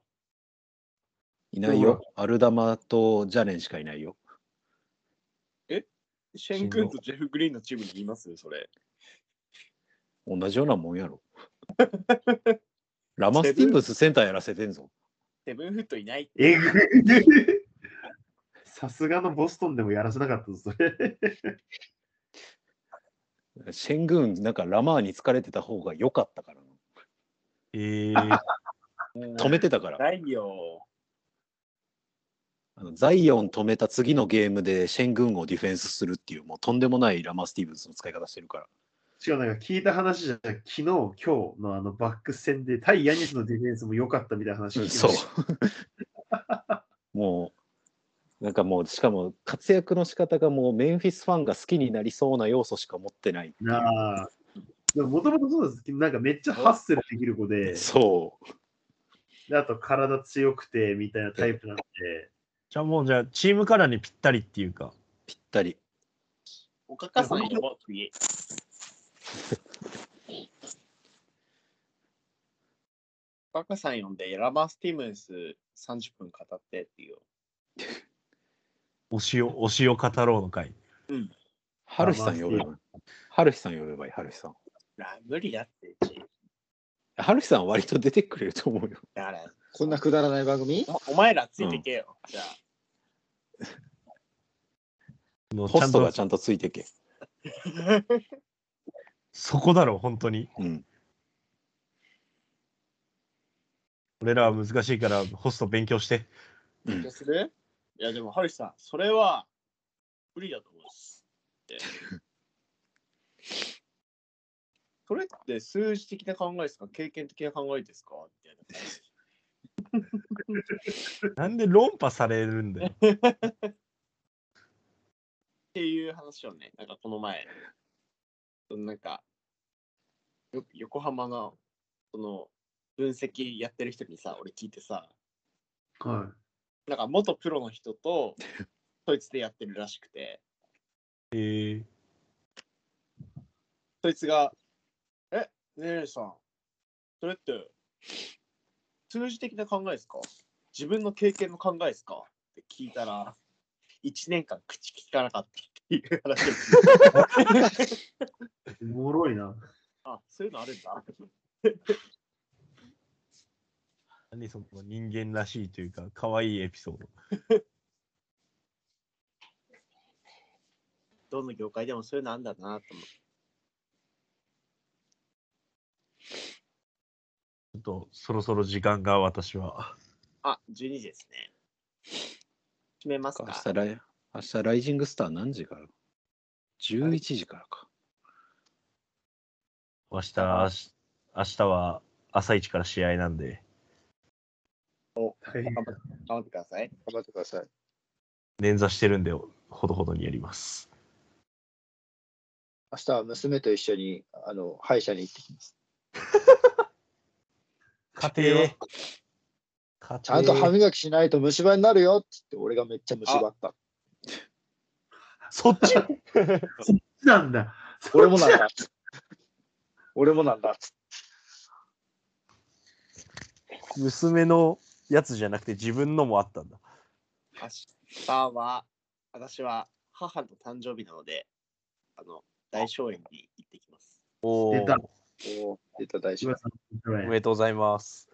いないよ。アルダマとジャレンしかいないよ。シェン君とジェフ・グリーンのチームにいますそれ。同じようなもんやろ。ラマスティンブスセンターやらせてんぞ。セブンフットいない。えぐいさすがのボストンでもやらせなかったぞ、それ。シェングーン、なんかラマーに疲れてた方が良かったからな。えー、止めてたから。ないよ。あのザイオン止めた次のゲームでシェングーンをディフェンスするっていう、もうとんでもないラマー・スティーブンスの使い方してるから。しかもなんか聞いた話じゃ、昨日、今日のあのバックス戦で対ヤニスのディフェンスも良かったみたいな話聞きました。そう。 [LAUGHS] もう、なんかもう、しかも活躍の仕方がもうメンフィスファンが好きになりそうな要素しか持ってない。なあ。でもともとそうなんですけど、なんかめっちゃハッスルできる子で、そう。であと体強くてみたいなタイプなんで、じゃあもう、じゃあ、チームカラーにぴったりっていうか。ぴったり。おかかさんやばすぎ。おかかさん呼んで、ラマー・スティムンス30分語ってっていう。推しを、推しを語ろうの会。ハルヒさん呼べばいい。ハルヒさん呼べばいい、ハルヒさん。あ無理だって、うち。ハルヒさんは割と出てくれると思うよ。だから、こんなくだらない番組おお前らついてけよ。じゃあ、のホストがちちゃんとついてけ。そこだろ、本当に。うん。俺らは難しいから、ホスト勉強して。 [LAUGHS] じゃあするいや、でも、ハルシさん、それは無理だと思うです。でそれって数字的な考えですか経験的な考えですかみたいな。なんで論破されるんだよ。っていう話をね、なんかこの前、そのなんか、よ横浜の、その、分析やってる人にさ、俺聞いてさ、はなんか元プロの人と、そいつでやってるらしくて、えー、そいつが、え、ねえねえさん、それって、数字的な考えですか自分の経験の考えですかって聞いたら、1年間口聞かなかったっていう話を聞いてい。おもろいな。あ、そういうのあるんだ。何その人間らしいというか、可愛いエピソード。どの業界でもそういうのあんだなと思って。ちょっとそろそろ時間が私は。あ、12時ですね。閉めます明か。日ライ、明日ライジングスター何時から ?11 時からか。明日、明日明日は朝一から試合なんで、大変頑張ってください。頑張ってください。捻挫してるんで、ほどほどにやります。明日は娘と一緒にあの歯医者に行ってきます。家庭は庭ちゃんと歯磨きしないと虫歯になるよって言って、俺がめっちゃ虫歯った。そっちなんだ。俺もなんだ。俺もなんだ。娘のやつじゃなくて自分のもあったんだ。明日は、私は母の誕生日なので、あの、大荘園に行ってきます。 [LAUGHS] お出たーおー出た大千丈葉さんおめでとうございます。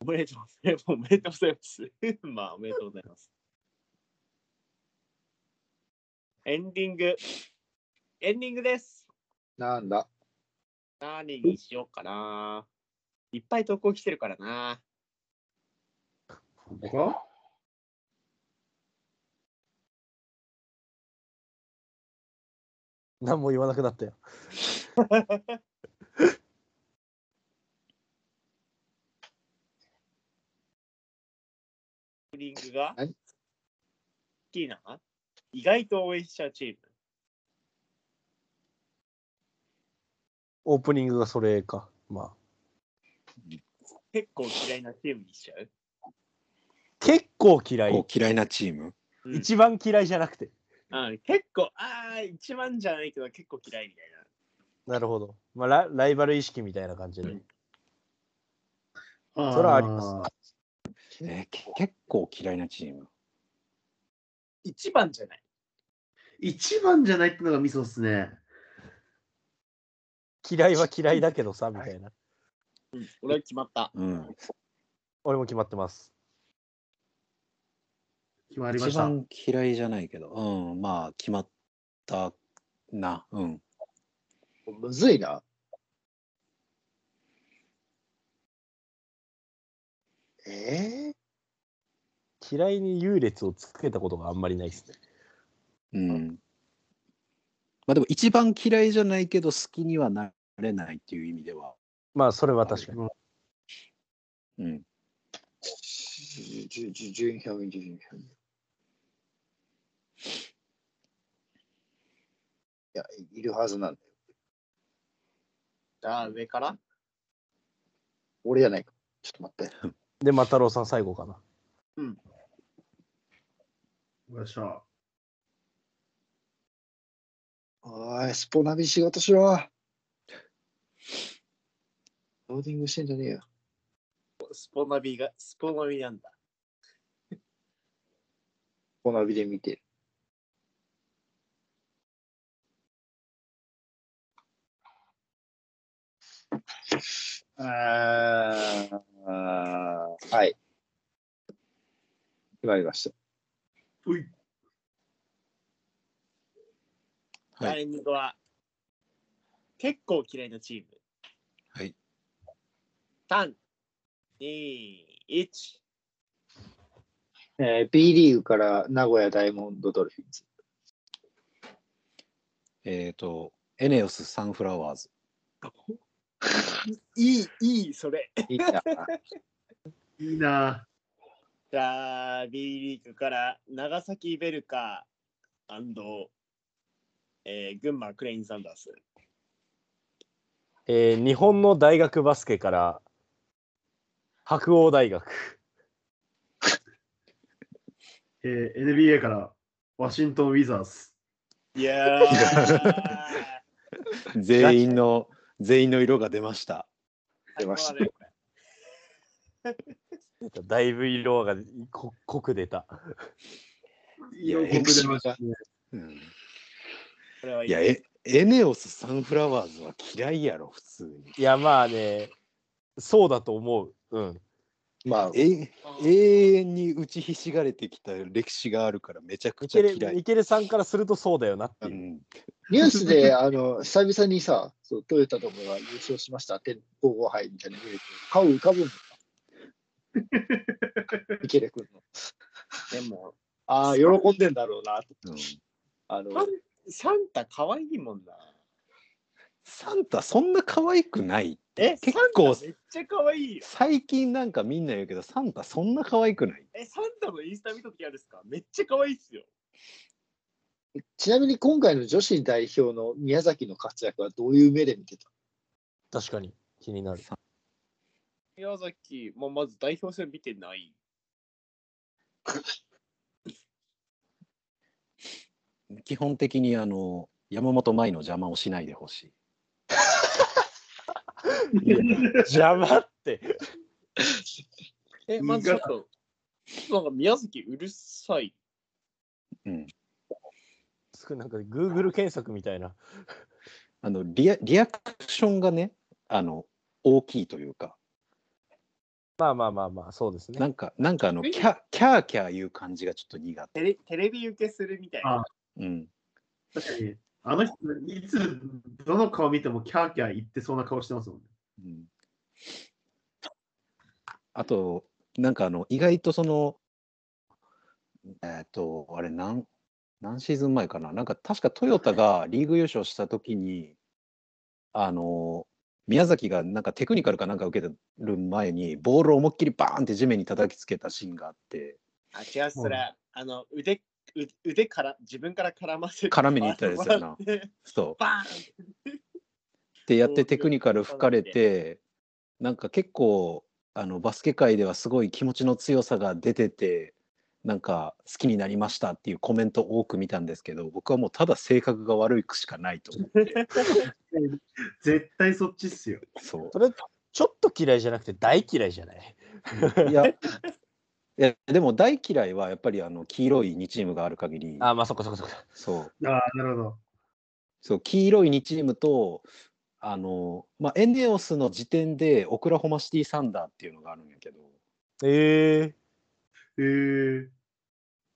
おめでとうございます。おめでとうございます。 [LAUGHS] まあ、おめでとうございます。エンディング。エンディングです。なんだ。何にしようかな。いっぱい投稿来てるからな。夫か何も言わなくなったよ。エンディングが好何きな意外と応援しちゃうチーム。オープニングがそれか。まあ。結構嫌いなチームにしちゃう、結構嫌こい。う嫌いなチーム。うん一番嫌いじゃなくて。うん結構、ああ、一番じゃないけど結構嫌いみたいな。なるほど。まあラ、ライバル意識みたいな感じで。あーそれはありまえーけ結構嫌いなチーム。一番じゃない。一番じゃないってのがミソっすね。嫌いは嫌いだけどさ、みたいな。俺は決まった。うん。俺も決まってます。決まりま一した。番嫌いじゃないけど、うん。まあ、決まったな。うん。むずいな。え嫌いに優劣をつけたことがあんまりないですね。うん。まあでも、一番嫌いじゃないけど、好きにはなれないっていう意味では。まあ、それは確かに。うん。ー、順順順位表現、順位表現。いや、いるはずなんだよ。じゃあ、上から俺じゃないか。ちょっと待って。で、マタロウさん最後かな。よっしゃ。おい、スポナビ仕事しろ。ローディングしてんじゃねえよ。スポナビが、スポナビなんだ。スポナビで見てる。あーあーはい。決まりました。うい。はいタイミングは、結構嫌いなチーム。はい。 3、2、1。えー B リーグから名古屋ダイヤモンドドルフィンズ。えっ、と、エネオスサンフラワーズ。いい、いい、それ。いいないいなじゃあ、B リーグから長崎ベルカえー、群馬クレインサンダース。えー日本の大学バスケから白鴎大学えー NBA からワシントン・ウィザーズ。いやー全員の、全員の色が出ました。出ま [LAUGHS] した最高だねだいぶ色がこ濃く出たいや、エクシブがうん、これはいいやえ、エネオスサンフラワーズは嫌いやろ、普通に。いやまあねそうだと思ううんまあ、え永遠に打ちひしがれてきた歴史があるからめちゃくミちゃケ嫌レいミ。ケレさんからするとそうだよなってう、いうんニュースで、あの、久々にさ、そうトヨタとかが優勝しました、天皇後杯みたいなの見ると、顔浮かぶんだ。池レ君の。でも、ああ、喜んでんだろうなと。うんあの、サンタ可愛いもんな。サンタそんな可愛くないえ、結構サンタめっちゃ可愛いよ。最近なんかみんな言うけどサンタそんな可愛くないえ、サンタのインスタ見た時あるんですかめっちゃ可愛いっすよ。ちなみに今回の女子代表の宮崎の活躍はどういう目で見てた確かに気になる宮崎、まあ、まず代表戦見てない。基本的にあの山本舞の邪魔をしないでほしい。邪魔ってえ、まずちょっと、なんか宮崎うるさい。うん、すごいなんか Google 検索みたいなあのリアリアクションがねあの大きいというかまあまあまあまあそうですねなんかなんかあのキャキャーキャー言う感じがちょっと苦手。テレテレビ受けするみたいな。うん、確かに、あの人、いつ、どの顔見てもキャーキャー言ってそうな顔してますもんね。うんあとなんかあの意外とそのえっ、とあれ何何シーズン前かななんか確かトヨタがリーグ優勝した時にあの宮崎がなんかテクニカルかなんか受けてる前にボールを思いっきりバーンって地面に叩きつけたシーンがあってあ、違う、それ、あの、腕、う腕から、自分から絡ませて。絡みに行った [LAUGHS] やつやな。そうバーンってやってテクニカル吹かれてなんか結構あのバスケ界ではすごい気持ちの強さが出ててなんか好きになりましたっていうコメント多く見たんですけど僕はもうただ性格が悪いしかないと思って絶対そっちっすよ。そそれちょっと嫌いじゃなくて大嫌いじゃないういやいやでも大嫌いはやっぱりあの黄色い2チームがある限りあまあそっかそっかそっかそうああ、なるほど。そう黄色い2チームとあの、まあ、エネオスの時点でオクラホマシティサンダーっていうのがあるんやけど。ええー、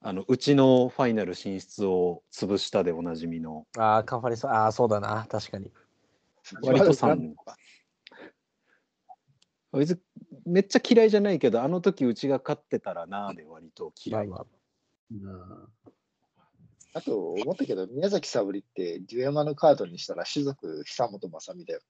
あのうちのファイナル進出を潰したでおなじみのー、あーカンファレンスああそうだな確かに割とさん別にめっちゃ嫌いじゃないけどあの時うちが勝ってたらなーで割と嫌い、まあまあいい [LAUGHS] なあと思ったけど、宮崎さぶりって、デュエマのカードにしたら、種族久本雅美だよ。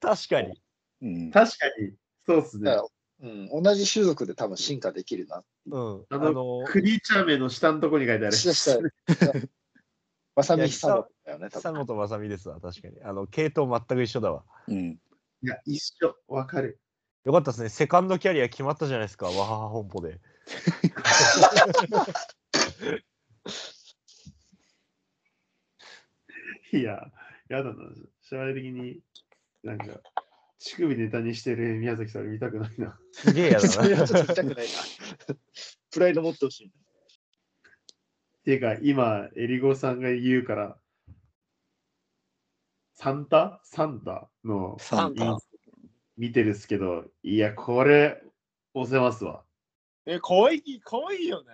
確かにうん、確かに、そうっすねだか。ら、うん、同じ種族で多分進化できるな。うんああののクリーチャー名の下のとこに書いてある。下下、雅美久本だよね、多久分。本雅美ですわ確かにあの系統全く一緒だわうん、いや、一緒、わかる。よかったですねセカンドキャリア決まったじゃないですかわはは本舗でいや、やだな。将来的に、なんか、乳首ネタにしてる宮崎さん見たくないな。すげえやだそれはちょっなと痛く [LAUGHS] ないな。プライド持ってほしい。ていうか、今、エリゴさんが言うから、サンタサンタのサンインタス見てるっすけど、いや、これ、押せますわ。え、可愛い、可愛いよね。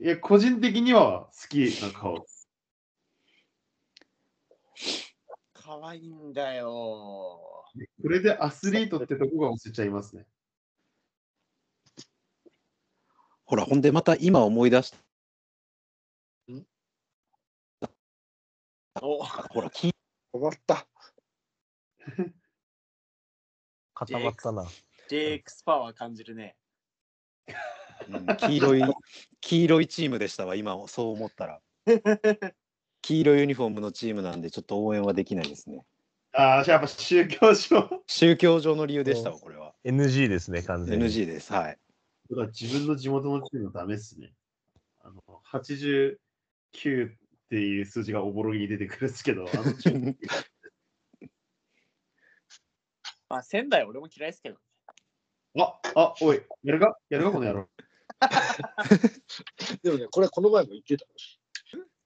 いや、個人的には好きな顔です。可愛いんだよ。これでアスリートってとこが押せちゃいますね。ほら、ほんでまた今思い出した。おほら、金終わった。固まったな。 JX パワー感じるね。 [LAUGHS] うん黄色い、黄色いチームでしたわ、今、そう思った [LAUGHS] ら。黄色いユニフォームのチームなんで、ちょっと応援はできないですね。ああ、やっぱ宗教上。宗教上の理由でしたわ、これは。 NG ですね、完全に。 NG です。はい。だから自分の地元のチームはダメっすね。あの89っていう数字がおぼろげに出てくるんですけど、あのチームまあ、仙台俺も嫌いですけど。ああおい、やるかやるかこの野郎。でもね、これこの前も言ってた。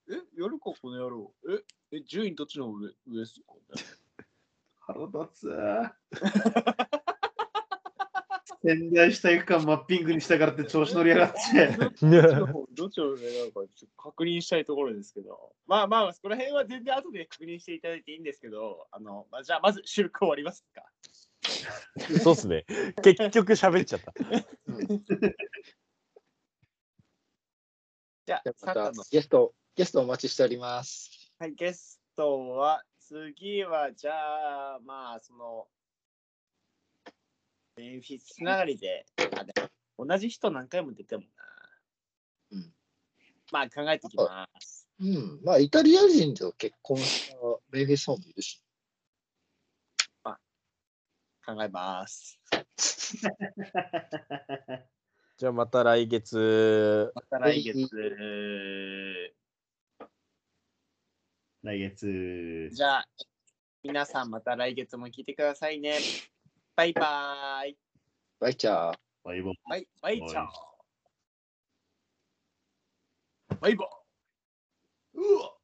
え、やるか、この野郎。え、え、順位どっちの上上っすか、腹立つ。仙台市体育館マッピングにしたからって調子乗りやがって。どっちの上なのかちょっと確認したいところですけど、まあまあ、そこら辺は全然後で確認していただいていいんですけど、あのまあ、じゃあまず収録終わりますか。 [LAUGHS] そうっすね。結局喋っちゃった。じゃじあゃ、あまサッカたーの、ゲスト、ゲストお待ちしております。はい、ゲストは、次は、じゃあ、まあ、その、メンフィスつながりで、あでも同じ人何回も出てもな。うんまあ、考えてきます。うん。まあ、イタリア人と結婚したベイビーさんもいるし。考えます。じゃあまた来月。また来月。来月。じゃあ、皆さんまた来月も聞いてくださいね。バイバーイ。バイチャー。バイバイバイバイはいチャー。バイバー。うわ